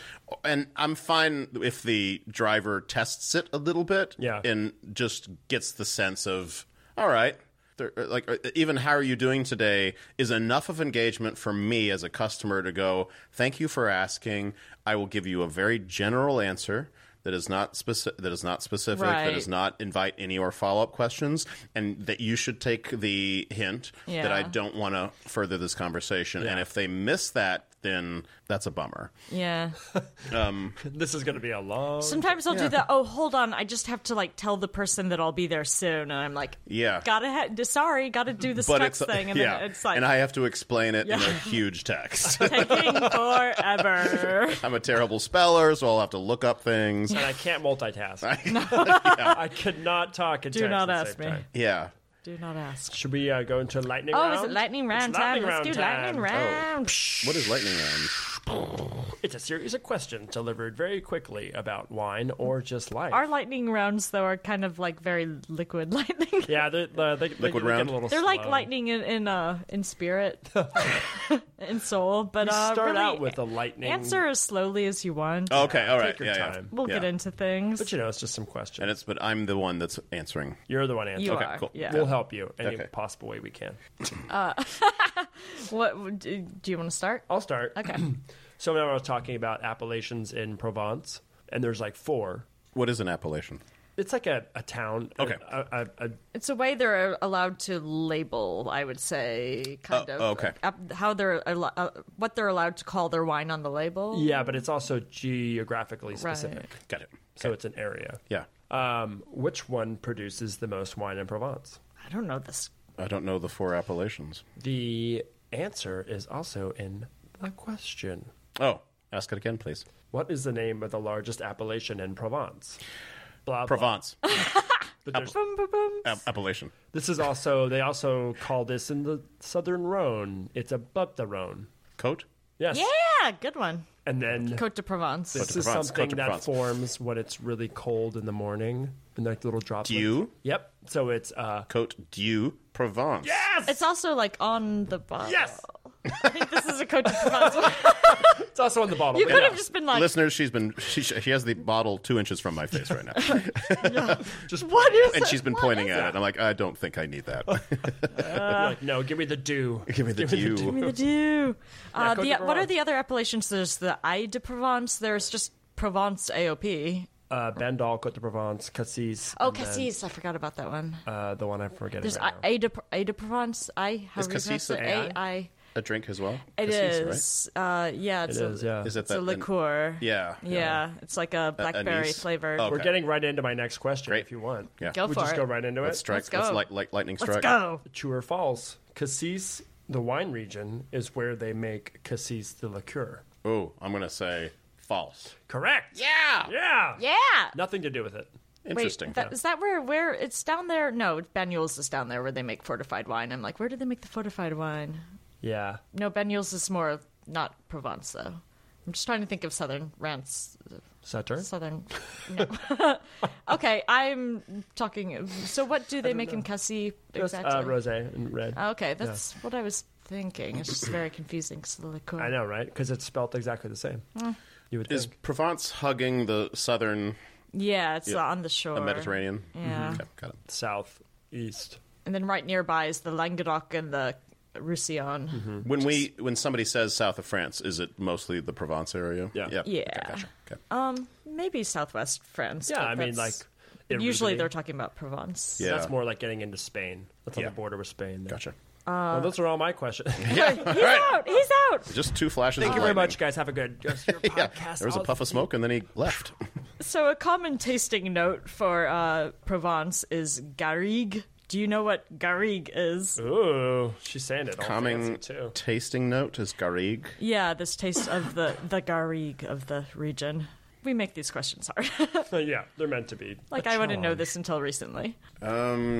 [SPEAKER 5] and i'm fine if the driver tests it a little bit
[SPEAKER 2] Yeah.
[SPEAKER 5] and just gets the sense of all right there- like uh, even how are you doing today is enough of engagement for me as a customer to go thank you for asking i will give you a very general answer that is not specific that is not specific that
[SPEAKER 3] Right.
[SPEAKER 5] does not invite any or follow-up questions and that you should take the hint that i
[SPEAKER 3] Yeah.
[SPEAKER 5] don't want to further this conversation and if they miss that then that's a bummer
[SPEAKER 3] yeah
[SPEAKER 2] This is going to be a long.
[SPEAKER 3] sometimes i'll do the oh hold on i just have to like tell the person that i'll be there soon and i'm like
[SPEAKER 5] Yeah.
[SPEAKER 3] gotta ha- sorry gotta do this
[SPEAKER 5] but it's uh,
[SPEAKER 3] text thing and
[SPEAKER 5] yeah
[SPEAKER 3] then it's like
[SPEAKER 5] and i have to explain it in a
[SPEAKER 3] Yeah. [LAUGHS]
[SPEAKER 5] huge
[SPEAKER 2] [LAUGHS]
[SPEAKER 5] text
[SPEAKER 3] taking forever
[SPEAKER 5] I'm a terrible speller, so I'll have to look up things.
[SPEAKER 2] and I can't multitask. [LAUGHS] I could not talk and
[SPEAKER 3] Do
[SPEAKER 2] text
[SPEAKER 3] not
[SPEAKER 2] at the
[SPEAKER 3] ask
[SPEAKER 2] same
[SPEAKER 3] me.
[SPEAKER 2] time.
[SPEAKER 5] Yeah.
[SPEAKER 3] Do not ask.
[SPEAKER 2] Should we uh, go into lightning
[SPEAKER 3] Oh,
[SPEAKER 2] round?
[SPEAKER 3] is it lightning round
[SPEAKER 2] It's lightning
[SPEAKER 3] time? Let's
[SPEAKER 2] round
[SPEAKER 3] do
[SPEAKER 2] time. Oh.
[SPEAKER 3] lightning round.
[SPEAKER 5] What is lightning round?
[SPEAKER 2] It's a series of questions delivered very quickly about wine or just life.
[SPEAKER 3] Our lightning rounds, though, are kind of like very liquid [LAUGHS] lightning.
[SPEAKER 2] yeah, they're, they're, they, they
[SPEAKER 5] Liquid
[SPEAKER 2] get
[SPEAKER 5] round?
[SPEAKER 2] a little
[SPEAKER 3] They're like
[SPEAKER 2] slow.
[SPEAKER 3] lightning in in, uh, in spirit,
[SPEAKER 2] [LAUGHS]
[SPEAKER 3] in soul. But
[SPEAKER 2] You
[SPEAKER 3] uh,
[SPEAKER 2] start
[SPEAKER 3] really,
[SPEAKER 2] out with a lightning
[SPEAKER 3] answer as slowly as you want.
[SPEAKER 5] Oh, okay, all right.
[SPEAKER 2] Take your
[SPEAKER 5] yeah, yeah.
[SPEAKER 2] time.
[SPEAKER 3] we'll get
[SPEAKER 5] yeah.
[SPEAKER 3] into things.
[SPEAKER 2] But you know, it's just some questions.
[SPEAKER 5] And it's but I'm the one that's answering.
[SPEAKER 2] You're the one answering.
[SPEAKER 3] You
[SPEAKER 5] okay,
[SPEAKER 3] are.
[SPEAKER 5] cool.
[SPEAKER 3] Yeah.
[SPEAKER 2] We'll help you any
[SPEAKER 5] Okay.
[SPEAKER 2] possible way we can.
[SPEAKER 3] What do do you want to start?
[SPEAKER 2] I'll start.
[SPEAKER 3] Okay.
[SPEAKER 2] [CLEARS THROAT] So now I was talking about appellations in Provence, and there's like four.
[SPEAKER 5] What is an appellation?
[SPEAKER 2] It's like a, a town.
[SPEAKER 5] Okay.
[SPEAKER 2] A, a, a,
[SPEAKER 3] It's a way they're allowed to label, I would say, kind
[SPEAKER 5] Oh,
[SPEAKER 3] of
[SPEAKER 5] okay.
[SPEAKER 3] uh, how they're al- uh, what they're allowed to call their wine on the label.
[SPEAKER 2] yeah, but it's also geographically
[SPEAKER 3] Right.
[SPEAKER 2] specific.
[SPEAKER 5] Got it.
[SPEAKER 2] So it's an area.
[SPEAKER 5] Yeah.
[SPEAKER 2] Um, which one produces the most wine in Provence?
[SPEAKER 3] I don't know this.
[SPEAKER 5] I don't know the four appellations.
[SPEAKER 2] The answer is also in the question.
[SPEAKER 5] Oh, ask it again, please.
[SPEAKER 2] What is the name of the largest appellation in Provence? Blah, blah.
[SPEAKER 3] [LAUGHS]
[SPEAKER 5] Provence.
[SPEAKER 2] But there's-
[SPEAKER 3] Boom, boom, boom.
[SPEAKER 5] App- appellation.
[SPEAKER 2] this is also they also call this in the southern Rhone. It's above the Rhone.
[SPEAKER 5] Coat?
[SPEAKER 2] Yes.
[SPEAKER 3] Yeah, good one.
[SPEAKER 2] And then
[SPEAKER 3] Cote de Provence.
[SPEAKER 2] this
[SPEAKER 5] de
[SPEAKER 2] is
[SPEAKER 5] Provence,
[SPEAKER 2] something
[SPEAKER 5] Côte de
[SPEAKER 2] that
[SPEAKER 5] Provence.
[SPEAKER 2] forms when it's really cold in the morning, and like little droplets.
[SPEAKER 5] Dew?
[SPEAKER 2] Yep. So it's uh.
[SPEAKER 5] Cote du Provence.
[SPEAKER 2] Yes.
[SPEAKER 3] It's also like on the bottle.
[SPEAKER 2] yes.
[SPEAKER 3] I think this is a Cote de Provence. one.
[SPEAKER 2] It's also on the bottle.
[SPEAKER 3] [LAUGHS] you
[SPEAKER 2] but
[SPEAKER 3] could
[SPEAKER 2] yeah.
[SPEAKER 3] have just been like,
[SPEAKER 5] Listeners, she's been she, she has the bottle two inches from my
[SPEAKER 3] [LAUGHS]
[SPEAKER 5] face right now,
[SPEAKER 2] just
[SPEAKER 3] "What is?"
[SPEAKER 5] and
[SPEAKER 3] it?
[SPEAKER 5] she's been pointing at it. I'm like, I don't think I
[SPEAKER 2] [LAUGHS]
[SPEAKER 5] need that.
[SPEAKER 2] like, no, give me the dew.
[SPEAKER 5] Give me the dew.
[SPEAKER 3] Give me the dew. Uh,
[SPEAKER 2] Cote de
[SPEAKER 3] the, what are
[SPEAKER 2] Provence.
[SPEAKER 3] the other appellations? There's the Ile de Provence. There's just Provence AOP.
[SPEAKER 2] Uh, Bandol, Côte de Provence, Cassis.
[SPEAKER 3] Oh,
[SPEAKER 2] and then,
[SPEAKER 3] Cassis. I forgot about that one.
[SPEAKER 2] Uh, the one I'm forgetting.
[SPEAKER 3] There's
[SPEAKER 2] right now.
[SPEAKER 3] Ile de, Ile de Provence. I how
[SPEAKER 5] Is
[SPEAKER 3] do you pronounce
[SPEAKER 5] Cassis an
[SPEAKER 3] it? A I.
[SPEAKER 5] A drink as well.
[SPEAKER 3] It
[SPEAKER 5] Cassis,
[SPEAKER 3] is. Uh, yeah, it's
[SPEAKER 2] It
[SPEAKER 3] a,
[SPEAKER 2] is, yeah.
[SPEAKER 5] Right? Is it
[SPEAKER 3] it's
[SPEAKER 5] that
[SPEAKER 3] a liqueur.
[SPEAKER 5] Yeah.
[SPEAKER 3] yeah, It's like a blackberry
[SPEAKER 5] anise?
[SPEAKER 3] flavored.
[SPEAKER 5] Oh,
[SPEAKER 2] We're
[SPEAKER 5] Okay.
[SPEAKER 2] getting right into my next question
[SPEAKER 5] Great.
[SPEAKER 2] if you want.
[SPEAKER 5] Yeah.
[SPEAKER 3] Go
[SPEAKER 2] we
[SPEAKER 3] for
[SPEAKER 2] just
[SPEAKER 3] it.
[SPEAKER 2] go right into
[SPEAKER 5] Let's
[SPEAKER 2] it.
[SPEAKER 5] strike.
[SPEAKER 3] Let's go.
[SPEAKER 5] Let's light, light, lightning strike.
[SPEAKER 3] Let's go.
[SPEAKER 2] True or false? Cassis, the wine region, is where they make Cassis the liqueur.
[SPEAKER 5] Oh, I'm gonna say false.
[SPEAKER 2] Correct.
[SPEAKER 5] Yeah.
[SPEAKER 2] Yeah.
[SPEAKER 3] Yeah.
[SPEAKER 2] Nothing to do with it.
[SPEAKER 3] Wait,
[SPEAKER 5] Interesting.
[SPEAKER 3] that, is that where where it's down there? No, Banyuls is down there where they make fortified wine. I'm like, where do they make the fortified wine?
[SPEAKER 2] Yeah.
[SPEAKER 3] No, Banyuls is more not Provence though. I'm just trying to think of southern rants.
[SPEAKER 2] Saturn.
[SPEAKER 3] Southern. No. [LAUGHS] okay, I'm talking. So, what do they make in Cassis
[SPEAKER 2] Just
[SPEAKER 3] exactly? Oh.
[SPEAKER 2] uh, rosé and red.
[SPEAKER 3] Okay, that's what I was thinking. It's just very confusing because the liqueur.
[SPEAKER 2] I know, right? Because it's spelt exactly the same.
[SPEAKER 3] Mm.
[SPEAKER 2] You would
[SPEAKER 5] Is
[SPEAKER 2] think.
[SPEAKER 5] Provence hugging the southern
[SPEAKER 3] Yeah, it's on the shore.
[SPEAKER 5] the Mediterranean? Mm-hmm.
[SPEAKER 3] Yeah.
[SPEAKER 5] Okay, got it.
[SPEAKER 2] South, east.
[SPEAKER 3] And then right nearby is the Languedoc and the Roussillon.
[SPEAKER 2] Mm-hmm.
[SPEAKER 5] When we when somebody says south of France, is it mostly the Provence area?
[SPEAKER 2] Yeah.
[SPEAKER 5] Yeah.
[SPEAKER 3] Yeah.
[SPEAKER 5] Okay, gotcha. Okay.
[SPEAKER 3] Um, maybe southwest France.
[SPEAKER 2] Yeah,
[SPEAKER 3] but
[SPEAKER 2] I mean, like.
[SPEAKER 3] that's-
[SPEAKER 2] it
[SPEAKER 3] usually
[SPEAKER 2] originated-
[SPEAKER 3] they're talking about Provence.
[SPEAKER 5] Yeah.
[SPEAKER 2] That's more like getting into Spain. That's on
[SPEAKER 5] Yeah.
[SPEAKER 2] the border with Spain. there.
[SPEAKER 5] Gotcha.
[SPEAKER 3] Uh,
[SPEAKER 2] well, those are all my [LAUGHS] questions.
[SPEAKER 3] He's out. He's out.
[SPEAKER 5] Just two flashes.
[SPEAKER 2] Thank
[SPEAKER 5] of
[SPEAKER 2] you very
[SPEAKER 5] lightning.
[SPEAKER 2] much, guys. Have a good. Just your [LAUGHS]
[SPEAKER 5] Yeah,
[SPEAKER 2] podcast
[SPEAKER 5] there was a
[SPEAKER 2] out.
[SPEAKER 5] puff of smoke, and
[SPEAKER 3] [LAUGHS]
[SPEAKER 5] then he left.
[SPEAKER 3] So a common tasting note for uh, Provence is garrigue. Do you know what garrigue is?
[SPEAKER 2] Uh. Ooh, she's saying it. All
[SPEAKER 5] Coming
[SPEAKER 2] fancy, too. [LAUGHS]
[SPEAKER 5] tasting note is garrigue.
[SPEAKER 3] Yeah, this taste of the the garrigue of the region. We make these questions hard.
[SPEAKER 2] yeah, they're meant to be.
[SPEAKER 3] [LAUGHS] like I wouldn't know this until recently.
[SPEAKER 5] Um,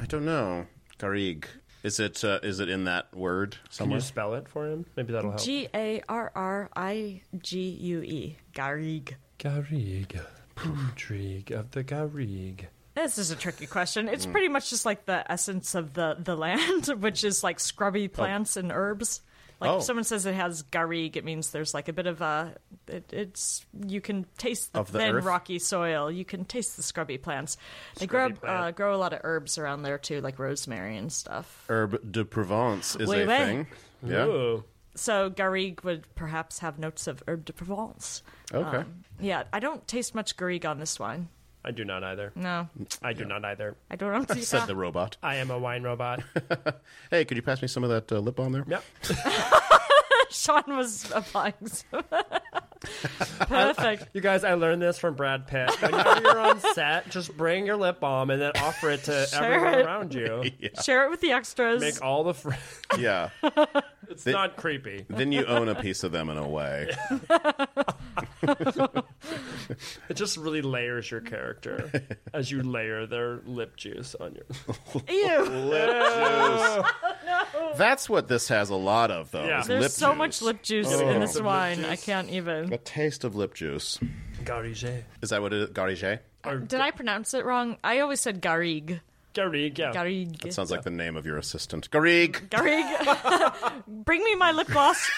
[SPEAKER 5] I don't know. Garrigue. Is it uh, is it in that word
[SPEAKER 2] Can
[SPEAKER 5] somewhere?
[SPEAKER 2] you spell it for him? Maybe that'll help.
[SPEAKER 3] G A R R I G U E. Garrigue.
[SPEAKER 2] Garrigue, intrigue of the Garrigue.
[SPEAKER 3] This is a tricky question.
[SPEAKER 5] Mm.
[SPEAKER 3] It's pretty much just like the essence of the, the land, [LAUGHS] which is like scrubby plants and herbs. Like
[SPEAKER 5] Oh.
[SPEAKER 3] if someone says it has garrigue, it means there's like a bit of a. It, it's you can taste the,
[SPEAKER 5] Of the
[SPEAKER 3] thin
[SPEAKER 5] earth?
[SPEAKER 3] rocky soil. You can taste the scrubby plants. They grow
[SPEAKER 2] Scrubby
[SPEAKER 3] uh,
[SPEAKER 2] plant.
[SPEAKER 3] grow a lot of herbs around there too, like rosemary and stuff.
[SPEAKER 5] Herb de Provence is
[SPEAKER 3] Oui,
[SPEAKER 5] a
[SPEAKER 3] oui.
[SPEAKER 5] thing. Yeah.
[SPEAKER 2] Ooh,
[SPEAKER 3] So garrigue would perhaps have notes of herb de Provence.
[SPEAKER 5] Okay.
[SPEAKER 3] Yeah, I don't taste much garrigue on this wine.
[SPEAKER 2] I do not either.
[SPEAKER 3] No,
[SPEAKER 2] I do not either.
[SPEAKER 3] I
[SPEAKER 5] [LAUGHS]
[SPEAKER 3] don't. [LAUGHS]
[SPEAKER 5] Said the robot.
[SPEAKER 2] I am a wine [LAUGHS] robot.
[SPEAKER 5] Hey, could you pass me some of that uh, lip balm there?
[SPEAKER 2] yep.
[SPEAKER 3] Sean was applying. some- Perfect.
[SPEAKER 2] You guys, I learned this from Brad Pitt. Whenever you're on set, just bring your lip balm and then offer it to
[SPEAKER 3] Sure.
[SPEAKER 2] everyone around you.
[SPEAKER 3] Share it with the extras.
[SPEAKER 2] Make all the fr-
[SPEAKER 5] [LAUGHS] Yeah.
[SPEAKER 2] It's not creepy.
[SPEAKER 5] then you own a piece of them in a
[SPEAKER 2] [LAUGHS]
[SPEAKER 5] way.
[SPEAKER 2] It just really layers your character as you layer their lip juice on your.
[SPEAKER 3] Ew.
[SPEAKER 5] That's what this has a lot of, though.
[SPEAKER 2] Yeah.
[SPEAKER 5] is
[SPEAKER 3] There's
[SPEAKER 5] lip
[SPEAKER 3] so
[SPEAKER 5] juice. Oh.
[SPEAKER 3] much lip juice in this wine. I can't even.
[SPEAKER 5] A taste of lip juice.
[SPEAKER 2] Garige.
[SPEAKER 5] Is that what it is? Garige?
[SPEAKER 3] Did I pronounce it wrong? I always said garrigue.
[SPEAKER 2] Garrigue, yeah.
[SPEAKER 3] Garrigue.
[SPEAKER 5] That sounds like the name of your assistant. Garrigue.
[SPEAKER 3] Garrigue. [LAUGHS] Bring me my lip gloss.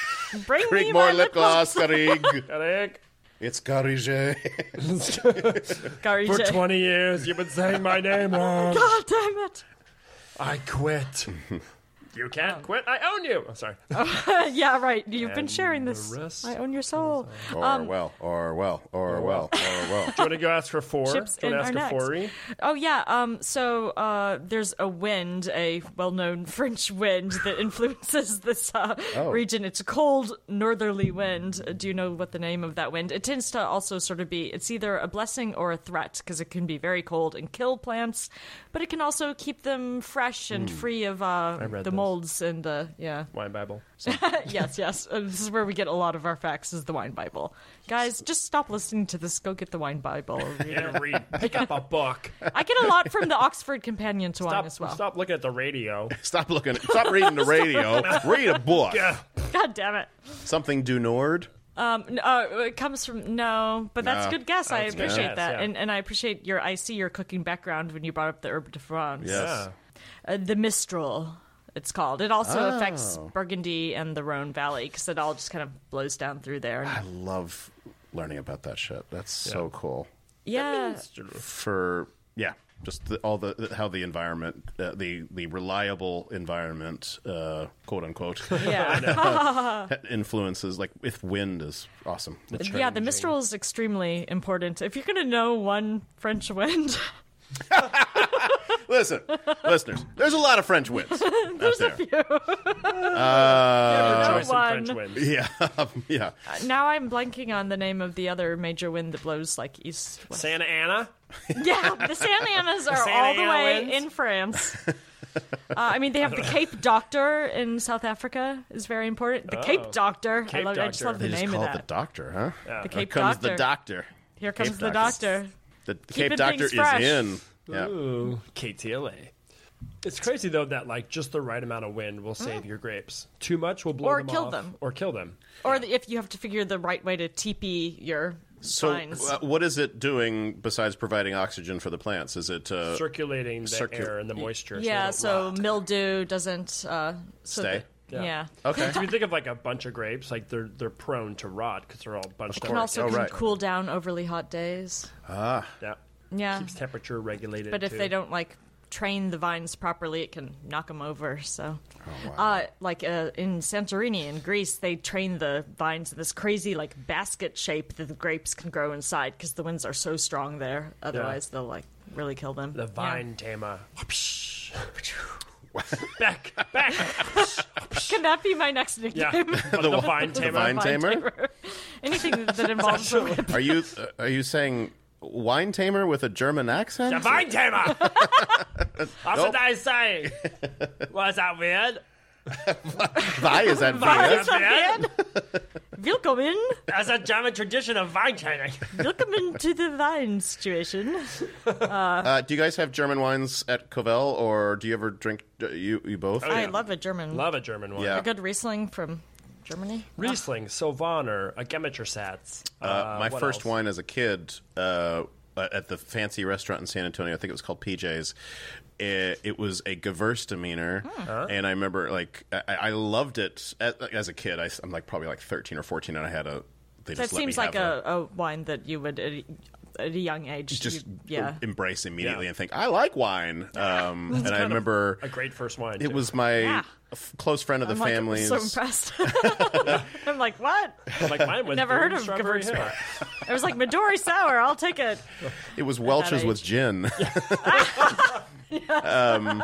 [SPEAKER 3] Bring me
[SPEAKER 5] Garrigue
[SPEAKER 3] my
[SPEAKER 5] more lip
[SPEAKER 3] [LAUGHS]
[SPEAKER 5] gloss. [LAUGHS] Garrigue.
[SPEAKER 2] Garrigue.
[SPEAKER 5] it's [LAUGHS] Garrigue.
[SPEAKER 3] Garrigue.
[SPEAKER 2] For
[SPEAKER 3] [LAUGHS]
[SPEAKER 2] 20 years, you've been saying my name wrong.
[SPEAKER 3] God damn it.
[SPEAKER 2] I quit. You can't quit. I own you. I'm sorry.
[SPEAKER 3] Oh. Uh, yeah, right. You've been
[SPEAKER 2] And
[SPEAKER 3] sharing
[SPEAKER 2] the
[SPEAKER 3] this.
[SPEAKER 2] rest
[SPEAKER 3] I own your soul.
[SPEAKER 5] or well, or well, or well, or well.
[SPEAKER 2] [LAUGHS] Do you want to go ask for four?
[SPEAKER 3] Chips
[SPEAKER 2] Do you want
[SPEAKER 3] in
[SPEAKER 2] to ask
[SPEAKER 3] our
[SPEAKER 2] for
[SPEAKER 3] necks.
[SPEAKER 2] four?
[SPEAKER 3] Oh yeah. Um. So uh, there's a wind, a well-known [LAUGHS] French wind that influences this uh,
[SPEAKER 2] Oh.
[SPEAKER 3] region. It's a cold northerly wind. Uh, Do you know what the name of that wind? It tends to also sort of be. It's either a blessing or a threat because it can be very cold and kill plants, but it can also keep them fresh and free of uh, the
[SPEAKER 2] Hmm. read this.
[SPEAKER 3] molds and the yeah.
[SPEAKER 2] Wine Bible. [LAUGHS]
[SPEAKER 3] [LAUGHS] yes, yes. Uh, this is where we get a lot of our facts. Is the wine Bible, guys? Just stop listening to this. Go get the wine Bible.
[SPEAKER 2] Yeah, read. Pick up a book.
[SPEAKER 3] I get a lot from the Oxford Companion to wine
[SPEAKER 2] Stop,
[SPEAKER 3] as well.
[SPEAKER 2] stop looking at the radio.
[SPEAKER 5] Stop looking. Stop reading the radio. Read a book.
[SPEAKER 3] God damn it.
[SPEAKER 5] Something du Nord.
[SPEAKER 3] Um, n- uh, it comes from no, but that's a
[SPEAKER 5] No.
[SPEAKER 3] good guess. I
[SPEAKER 2] That's a good
[SPEAKER 3] appreciate
[SPEAKER 2] guess,
[SPEAKER 3] that,
[SPEAKER 2] yeah.
[SPEAKER 3] and and I appreciate your. I see your cooking background when you brought up the herb de France.
[SPEAKER 5] Yes.
[SPEAKER 3] Uh, the Mistral. It's called. It also affects Burgundy and the Rhone Valley because it all just kind of blows down through there.
[SPEAKER 5] I love learning about that shit. That's so cool.
[SPEAKER 3] yeah,
[SPEAKER 5] For yeah, just the, all the, the- how the environment, uh, the the reliable environment, uh, quote unquote,
[SPEAKER 3] yeah.
[SPEAKER 5] influences. Like if wind is awesome.
[SPEAKER 3] Yeah, the Mistral is extremely important. If you're going to know one French [LAUGHS] wind,
[SPEAKER 5] Listen, listeners, there's a lot of French winds out there. Uh,
[SPEAKER 2] Enjoy some
[SPEAKER 3] one.
[SPEAKER 2] French wins.
[SPEAKER 5] [LAUGHS] Yeah, [LAUGHS] yeah.
[SPEAKER 3] now I'm blanking on the name of the other major wind that blows like east west.
[SPEAKER 2] Santa Ana.
[SPEAKER 3] Yeah, the Santa Anas are
[SPEAKER 2] Santa
[SPEAKER 3] all the
[SPEAKER 2] Ana
[SPEAKER 3] way
[SPEAKER 2] wins.
[SPEAKER 3] in France. Uh, I mean, they have the Cape Doctor in South Africa is very important. The Cape Doctor, I
[SPEAKER 2] Cape
[SPEAKER 3] love. I just
[SPEAKER 2] Doctor.
[SPEAKER 3] love the
[SPEAKER 5] They just
[SPEAKER 3] name of
[SPEAKER 5] call it
[SPEAKER 3] that.
[SPEAKER 5] the doctor, huh?
[SPEAKER 3] The
[SPEAKER 5] Here
[SPEAKER 3] Cape
[SPEAKER 5] comes
[SPEAKER 3] Doctor.
[SPEAKER 5] the doctor.
[SPEAKER 3] Here comes
[SPEAKER 5] Cape
[SPEAKER 3] the
[SPEAKER 5] Doctor.
[SPEAKER 3] doctor.
[SPEAKER 5] The, the Cape
[SPEAKER 3] Keeping
[SPEAKER 5] Doctor
[SPEAKER 3] things
[SPEAKER 5] is
[SPEAKER 3] fresh.
[SPEAKER 5] in. Yeah.
[SPEAKER 2] Ooh, KTLA. It's crazy though that like just the right amount of wind will save your grapes. Too much will blow
[SPEAKER 3] Mm. Or
[SPEAKER 2] them
[SPEAKER 3] kill
[SPEAKER 2] off,
[SPEAKER 3] them.
[SPEAKER 2] or kill them.
[SPEAKER 3] Or the, if you have to figure the right way to teepee your
[SPEAKER 5] So,
[SPEAKER 3] vines.
[SPEAKER 5] uh, what is it doing besides providing oxygen for the plants? Is it uh,
[SPEAKER 2] Circulating the
[SPEAKER 5] circu-
[SPEAKER 2] air and the moisture.
[SPEAKER 3] yeah,
[SPEAKER 2] so. they don't
[SPEAKER 3] so
[SPEAKER 2] rot.
[SPEAKER 3] mildew doesn't uh, so
[SPEAKER 5] Stay.
[SPEAKER 3] that-
[SPEAKER 2] Yeah.
[SPEAKER 3] yeah.
[SPEAKER 5] okay?
[SPEAKER 2] if you think of like a bunch of grapes, like they're they're prone to rot because they're all bunched
[SPEAKER 3] And
[SPEAKER 2] up.
[SPEAKER 3] also
[SPEAKER 5] Oh,
[SPEAKER 3] can
[SPEAKER 5] right.
[SPEAKER 3] cool down overly hot days.
[SPEAKER 2] yeah.
[SPEAKER 3] Yeah.
[SPEAKER 2] Keeps temperature regulated.
[SPEAKER 3] But if
[SPEAKER 2] too.
[SPEAKER 3] they don't like train the vines properly, it can knock them over. So,
[SPEAKER 2] Oh,
[SPEAKER 3] uh, like uh, in Santorini in Greece, they train the vines in this crazy like basket shape that the grapes can grow inside because the winds are so strong there. Otherwise, they'll like really kill them.
[SPEAKER 2] the
[SPEAKER 3] Yeah.
[SPEAKER 2] vine tamer. back, back.
[SPEAKER 3] Can that be my next nickname? [LAUGHS]
[SPEAKER 2] Yeah, the,
[SPEAKER 5] what?
[SPEAKER 2] vine
[SPEAKER 5] [LAUGHS] The
[SPEAKER 2] tamer.
[SPEAKER 5] vine
[SPEAKER 3] Vine
[SPEAKER 5] tamer?
[SPEAKER 3] [LAUGHS] Anything that involves a whip.
[SPEAKER 5] Are you uh, are you saying wine tamer with a German accent?
[SPEAKER 2] The vine tamer. That's
[SPEAKER 5] [LAUGHS]
[SPEAKER 2] what I say. Was that weird?
[SPEAKER 5] Why is that
[SPEAKER 2] Why?
[SPEAKER 5] weird?
[SPEAKER 2] That's weird.
[SPEAKER 3] [LAUGHS] Willkommen,
[SPEAKER 2] That's a German tradition of vine taming.
[SPEAKER 3] willkommen to the vine situation.
[SPEAKER 5] Uh, do you guys have German wines at Covell, or do you ever drink uh, you you both?
[SPEAKER 3] I
[SPEAKER 2] Oh, yeah.
[SPEAKER 3] love a German.
[SPEAKER 2] Love a German one.
[SPEAKER 5] Yeah.
[SPEAKER 3] a good Riesling from Germany.
[SPEAKER 2] Riesling, Sylvaner, a Gemmetersatz.
[SPEAKER 5] Uh, my
[SPEAKER 2] what
[SPEAKER 5] first
[SPEAKER 2] else?
[SPEAKER 5] wine as a kid uh, at the fancy restaurant in San Antonio, I think it was called PJ's. It, it was a Gewürztraminer,
[SPEAKER 3] Hmm.
[SPEAKER 5] and I remember like I, I loved it as, as a kid. I, am like probably like 13 or 14, and I had a. They
[SPEAKER 3] That
[SPEAKER 5] just let me
[SPEAKER 3] seems like
[SPEAKER 5] have
[SPEAKER 3] a, a wine that you would at, e, at a young age.
[SPEAKER 5] just
[SPEAKER 3] you- yeah.
[SPEAKER 5] embrace immediately
[SPEAKER 2] Yeah.
[SPEAKER 5] and think I like wine.
[SPEAKER 3] [LAUGHS]
[SPEAKER 5] Um, and I remember
[SPEAKER 2] A great first wine.
[SPEAKER 5] it
[SPEAKER 2] too.
[SPEAKER 5] was my
[SPEAKER 3] Yeah.
[SPEAKER 5] f- close friend of the
[SPEAKER 3] I'm like,
[SPEAKER 5] family's.
[SPEAKER 3] so impressed. [LAUGHS] I'm like, what?
[SPEAKER 2] like
[SPEAKER 5] [LAUGHS]
[SPEAKER 2] mine was
[SPEAKER 3] Never heard
[SPEAKER 2] Boone
[SPEAKER 3] of
[SPEAKER 2] Strawberry
[SPEAKER 3] Gewurztraminer.
[SPEAKER 2] Hill.
[SPEAKER 3] I was like, Midori sour. I'll take it.
[SPEAKER 5] It was Welch's
[SPEAKER 3] age.
[SPEAKER 5] with
[SPEAKER 3] [LAUGHS]
[SPEAKER 5] gin. um,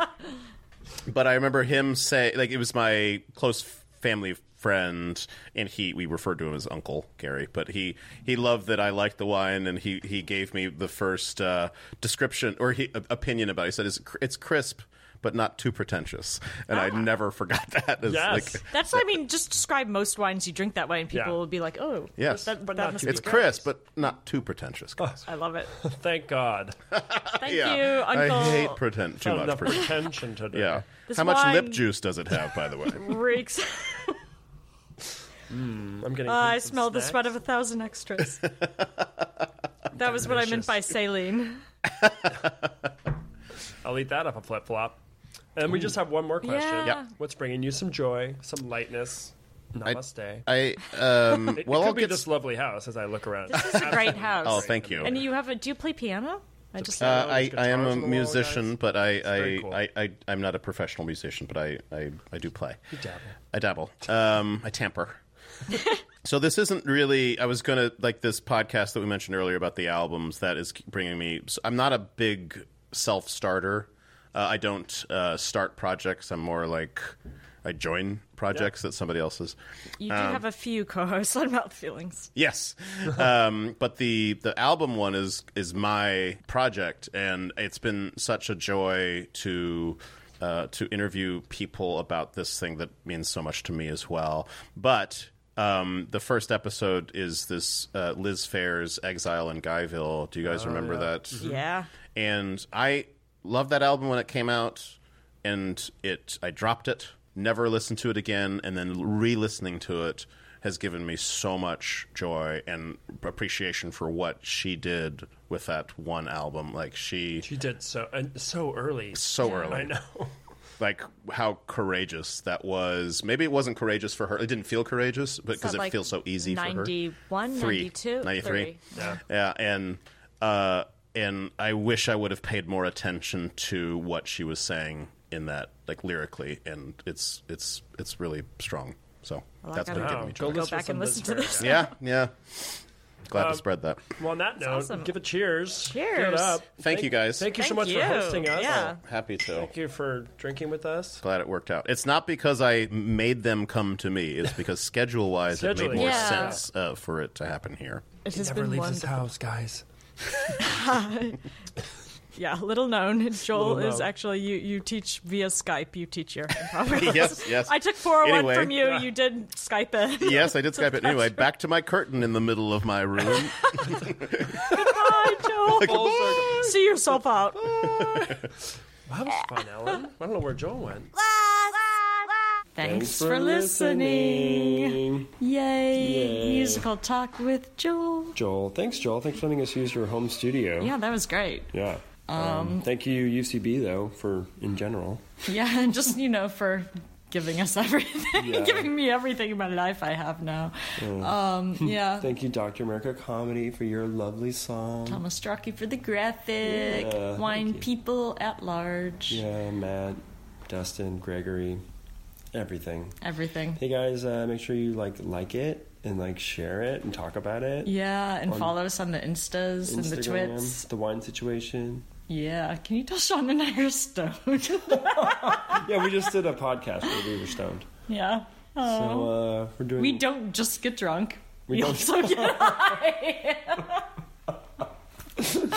[SPEAKER 5] but I remember him say, like, it was my close family friend, and he we referred to him as Uncle Gary. But he he loved that I liked the wine, and he he gave me the first uh, description or he, uh, opinion about. it. He said it's cr- it's crisp. But not too pretentious, and
[SPEAKER 3] Ah.
[SPEAKER 5] I never forgot that. It's
[SPEAKER 2] Yes.
[SPEAKER 5] like-
[SPEAKER 3] That's what I mean. Just describe most wines you drink that way, and people
[SPEAKER 2] Yeah.
[SPEAKER 3] will be like, oh,
[SPEAKER 5] Yes.
[SPEAKER 3] that,
[SPEAKER 2] But
[SPEAKER 3] that
[SPEAKER 2] not
[SPEAKER 3] must
[SPEAKER 2] too
[SPEAKER 3] be
[SPEAKER 5] it's
[SPEAKER 2] good.
[SPEAKER 5] crisp, but not too pretentious. Guys.
[SPEAKER 3] I love it.
[SPEAKER 2] Thank God.
[SPEAKER 3] Thank
[SPEAKER 5] Yeah.
[SPEAKER 3] you, Uncle.
[SPEAKER 5] I hate pretend too much.
[SPEAKER 2] Enough
[SPEAKER 5] Pretend.
[SPEAKER 2] pretension today.
[SPEAKER 5] Yeah.
[SPEAKER 3] This
[SPEAKER 5] How much
[SPEAKER 3] wine-
[SPEAKER 5] lip juice does it have, by
[SPEAKER 3] [LAUGHS]
[SPEAKER 5] the way?
[SPEAKER 3] Reeks.
[SPEAKER 5] [LAUGHS]
[SPEAKER 2] I'm getting.
[SPEAKER 3] I smell the sweat of a thousand
[SPEAKER 5] [LAUGHS]
[SPEAKER 3] extras. that was what I meant by
[SPEAKER 5] [LAUGHS]
[SPEAKER 3] saline.
[SPEAKER 2] I'll eat that off a flip flop. And we
[SPEAKER 5] Mm.
[SPEAKER 2] just have one more question.
[SPEAKER 3] Yeah. Yep.
[SPEAKER 2] What's bringing you some joy, some lightness? Namaste.
[SPEAKER 5] I um
[SPEAKER 2] it,
[SPEAKER 5] well
[SPEAKER 2] it could
[SPEAKER 5] I'll
[SPEAKER 2] be
[SPEAKER 5] get
[SPEAKER 2] this lovely house as I look around.
[SPEAKER 3] This is a great house.
[SPEAKER 5] Oh, thank you.
[SPEAKER 3] And you have a? Do you play piano? I just.
[SPEAKER 5] uh, I,
[SPEAKER 2] There's
[SPEAKER 5] I am
[SPEAKER 2] guitars
[SPEAKER 5] a
[SPEAKER 2] on the wall,
[SPEAKER 5] musician,
[SPEAKER 2] guys.
[SPEAKER 5] but I I,
[SPEAKER 2] very cool.
[SPEAKER 5] I I I'm not a professional musician, but I I, I do play.
[SPEAKER 2] dabble.
[SPEAKER 5] I dabble. Um, I
[SPEAKER 2] [LAUGHS]
[SPEAKER 5] tamper. so this isn't really. I was gonna like this podcast that we mentioned earlier about the albums that is bringing me. so I'm not a big self starter. Uh, I don't uh, start projects. I'm more like I join projects that somebody else's.
[SPEAKER 3] You do
[SPEAKER 5] Uh,
[SPEAKER 3] have a few co-hosts [LAUGHS] on Mouth Feelings.
[SPEAKER 5] Yes, um, but the the album one is is my project, and it's been such a joy to. Uh, to interview people about this thing that means so much to me as well. But um, the first episode is this uh, Liz Fair's Exile in Guyville. Do you guys remember that?
[SPEAKER 3] Yeah.
[SPEAKER 5] and I loved that album when it came out, and it I dropped it, never listened to it again, and then re-listening to it has given me so much joy and appreciation for what she did with that one album. Like she,
[SPEAKER 2] She did so and so early.
[SPEAKER 5] so early
[SPEAKER 2] I know.
[SPEAKER 5] like how courageous that was. Maybe it wasn't courageous for her. It didn't feel courageous, but because
[SPEAKER 3] not
[SPEAKER 5] it
[SPEAKER 3] like
[SPEAKER 5] feels so easy for her.
[SPEAKER 3] 91, 92,
[SPEAKER 5] 93.
[SPEAKER 3] 30.
[SPEAKER 5] Yeah. yeah, and uh, and I wish I would have paid more attention to what she was saying in that, like lyrically, and it's it's it's really strong. So
[SPEAKER 3] I
[SPEAKER 5] that's
[SPEAKER 3] gotta
[SPEAKER 5] been giving
[SPEAKER 2] Wow.
[SPEAKER 5] me joy.
[SPEAKER 3] Oh, Go
[SPEAKER 2] listen
[SPEAKER 3] back and
[SPEAKER 2] some
[SPEAKER 3] listen to
[SPEAKER 2] Liz
[SPEAKER 3] this.
[SPEAKER 2] Fair.
[SPEAKER 5] Yeah, yeah. Glad to spread that.
[SPEAKER 2] Well, on that note,
[SPEAKER 3] awesome.
[SPEAKER 2] give a cheers. Give it
[SPEAKER 3] Cheers.
[SPEAKER 2] up.
[SPEAKER 5] Thank you guys.
[SPEAKER 2] Thank you so much
[SPEAKER 3] Thank you.
[SPEAKER 2] for hosting us.
[SPEAKER 3] Yeah.
[SPEAKER 5] Happy to.
[SPEAKER 2] Thank you for drinking with us.
[SPEAKER 5] Glad it worked out. It's not because I made them come to me. It's because schedule wise, it made
[SPEAKER 2] Scheduling.
[SPEAKER 5] more
[SPEAKER 3] Yeah.
[SPEAKER 5] sense uh, for it to happen here.
[SPEAKER 3] It has
[SPEAKER 2] Never
[SPEAKER 3] been
[SPEAKER 2] leave this
[SPEAKER 3] wonderful.
[SPEAKER 2] house, guys.
[SPEAKER 3] Yeah, little known. Joel
[SPEAKER 2] Little
[SPEAKER 3] is
[SPEAKER 2] known.
[SPEAKER 3] actually you. You teach via Skype. You teach
[SPEAKER 5] [LAUGHS]
[SPEAKER 3] your.
[SPEAKER 5] yes, yes.
[SPEAKER 3] I took 401
[SPEAKER 5] Anyway.
[SPEAKER 3] from you. You did Skype it.
[SPEAKER 5] Yes, I did Skype it. Anyway, back to my curtain in the middle of my [LAUGHS] room.
[SPEAKER 3] [LAUGHS] Bye, Joel.
[SPEAKER 5] [LAUGHS]
[SPEAKER 2] Full circle.
[SPEAKER 3] See yourself out.
[SPEAKER 2] That was fun, Ellen. I don't know where Joel went.
[SPEAKER 3] Thanks for listening. Yay. Musical talk with Joel.
[SPEAKER 6] Joel. Thanks, Joel. Thanks for letting us use your home studio.
[SPEAKER 3] Yeah, that was great.
[SPEAKER 6] Yeah. Um, thank you, UCB, though, for in general.
[SPEAKER 3] Yeah, and just, you know, for giving us [LAUGHS] everything,
[SPEAKER 6] Yeah.
[SPEAKER 3] giving me everything in my life I have now. Um, yeah.
[SPEAKER 6] Thank you, Dr. America Comedy, for your lovely song.
[SPEAKER 3] Thomas Strachey for the graphic.
[SPEAKER 6] Yeah,
[SPEAKER 3] Wine
[SPEAKER 6] thank
[SPEAKER 3] people at large.
[SPEAKER 6] Yeah, Matt, Dustin, Gregory, everything.
[SPEAKER 3] Everything.
[SPEAKER 6] Hey guys, uh, make sure you like like it and like share it and talk about it.
[SPEAKER 3] Yeah, and
[SPEAKER 6] On
[SPEAKER 3] follow us on the Instas and the
[SPEAKER 6] Instagram,
[SPEAKER 3] Twits.
[SPEAKER 6] the wine situation.
[SPEAKER 3] Yeah, can you tell Sean and I are stoned? [LAUGHS]
[SPEAKER 2] Yeah, we just did a podcast where we were stoned.
[SPEAKER 3] yeah.
[SPEAKER 2] So uh, we're doing.
[SPEAKER 3] We don't just get drunk. We,
[SPEAKER 2] don't-
[SPEAKER 3] also get high. [LAUGHS]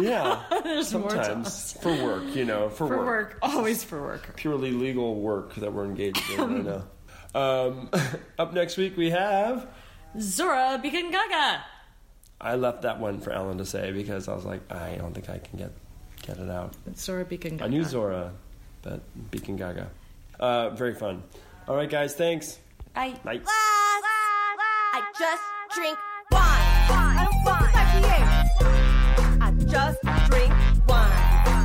[SPEAKER 2] Yeah,
[SPEAKER 3] There's more to us.
[SPEAKER 2] sometimes for work, you know, for,
[SPEAKER 3] For
[SPEAKER 2] work.
[SPEAKER 3] work, always for work.
[SPEAKER 2] purely legal work that we're engaged in
[SPEAKER 3] [LAUGHS]
[SPEAKER 2] right now. Um, [LAUGHS] up next week we have.
[SPEAKER 3] Zora Beacon Gaga.
[SPEAKER 2] I left that one for Ellen to say because I was like, I don't think I can get get it out.
[SPEAKER 3] Zora Beacon Gaga.
[SPEAKER 2] I knew Zora, but Beacon Gaga. Uh, very fun. All right, guys, thanks.
[SPEAKER 4] I
[SPEAKER 2] Night.
[SPEAKER 4] I just drink wine. I don't fuck with IPAs. I just drink wine.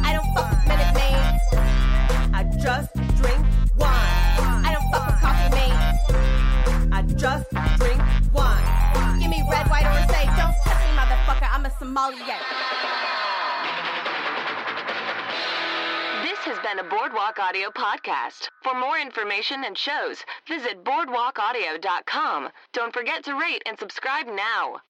[SPEAKER 4] I don't fuck with Minute Maid. I just drink wine. I don't fuck with coffee mate. I just drink wine. Give me red, white, or say, don't touch me, motherfucker. I'm a sommelier.
[SPEAKER 1] This has been a Boardwalk Audio podcast. For more information and shows, visit boardwalkaudio.com. Don't forget to rate and subscribe now.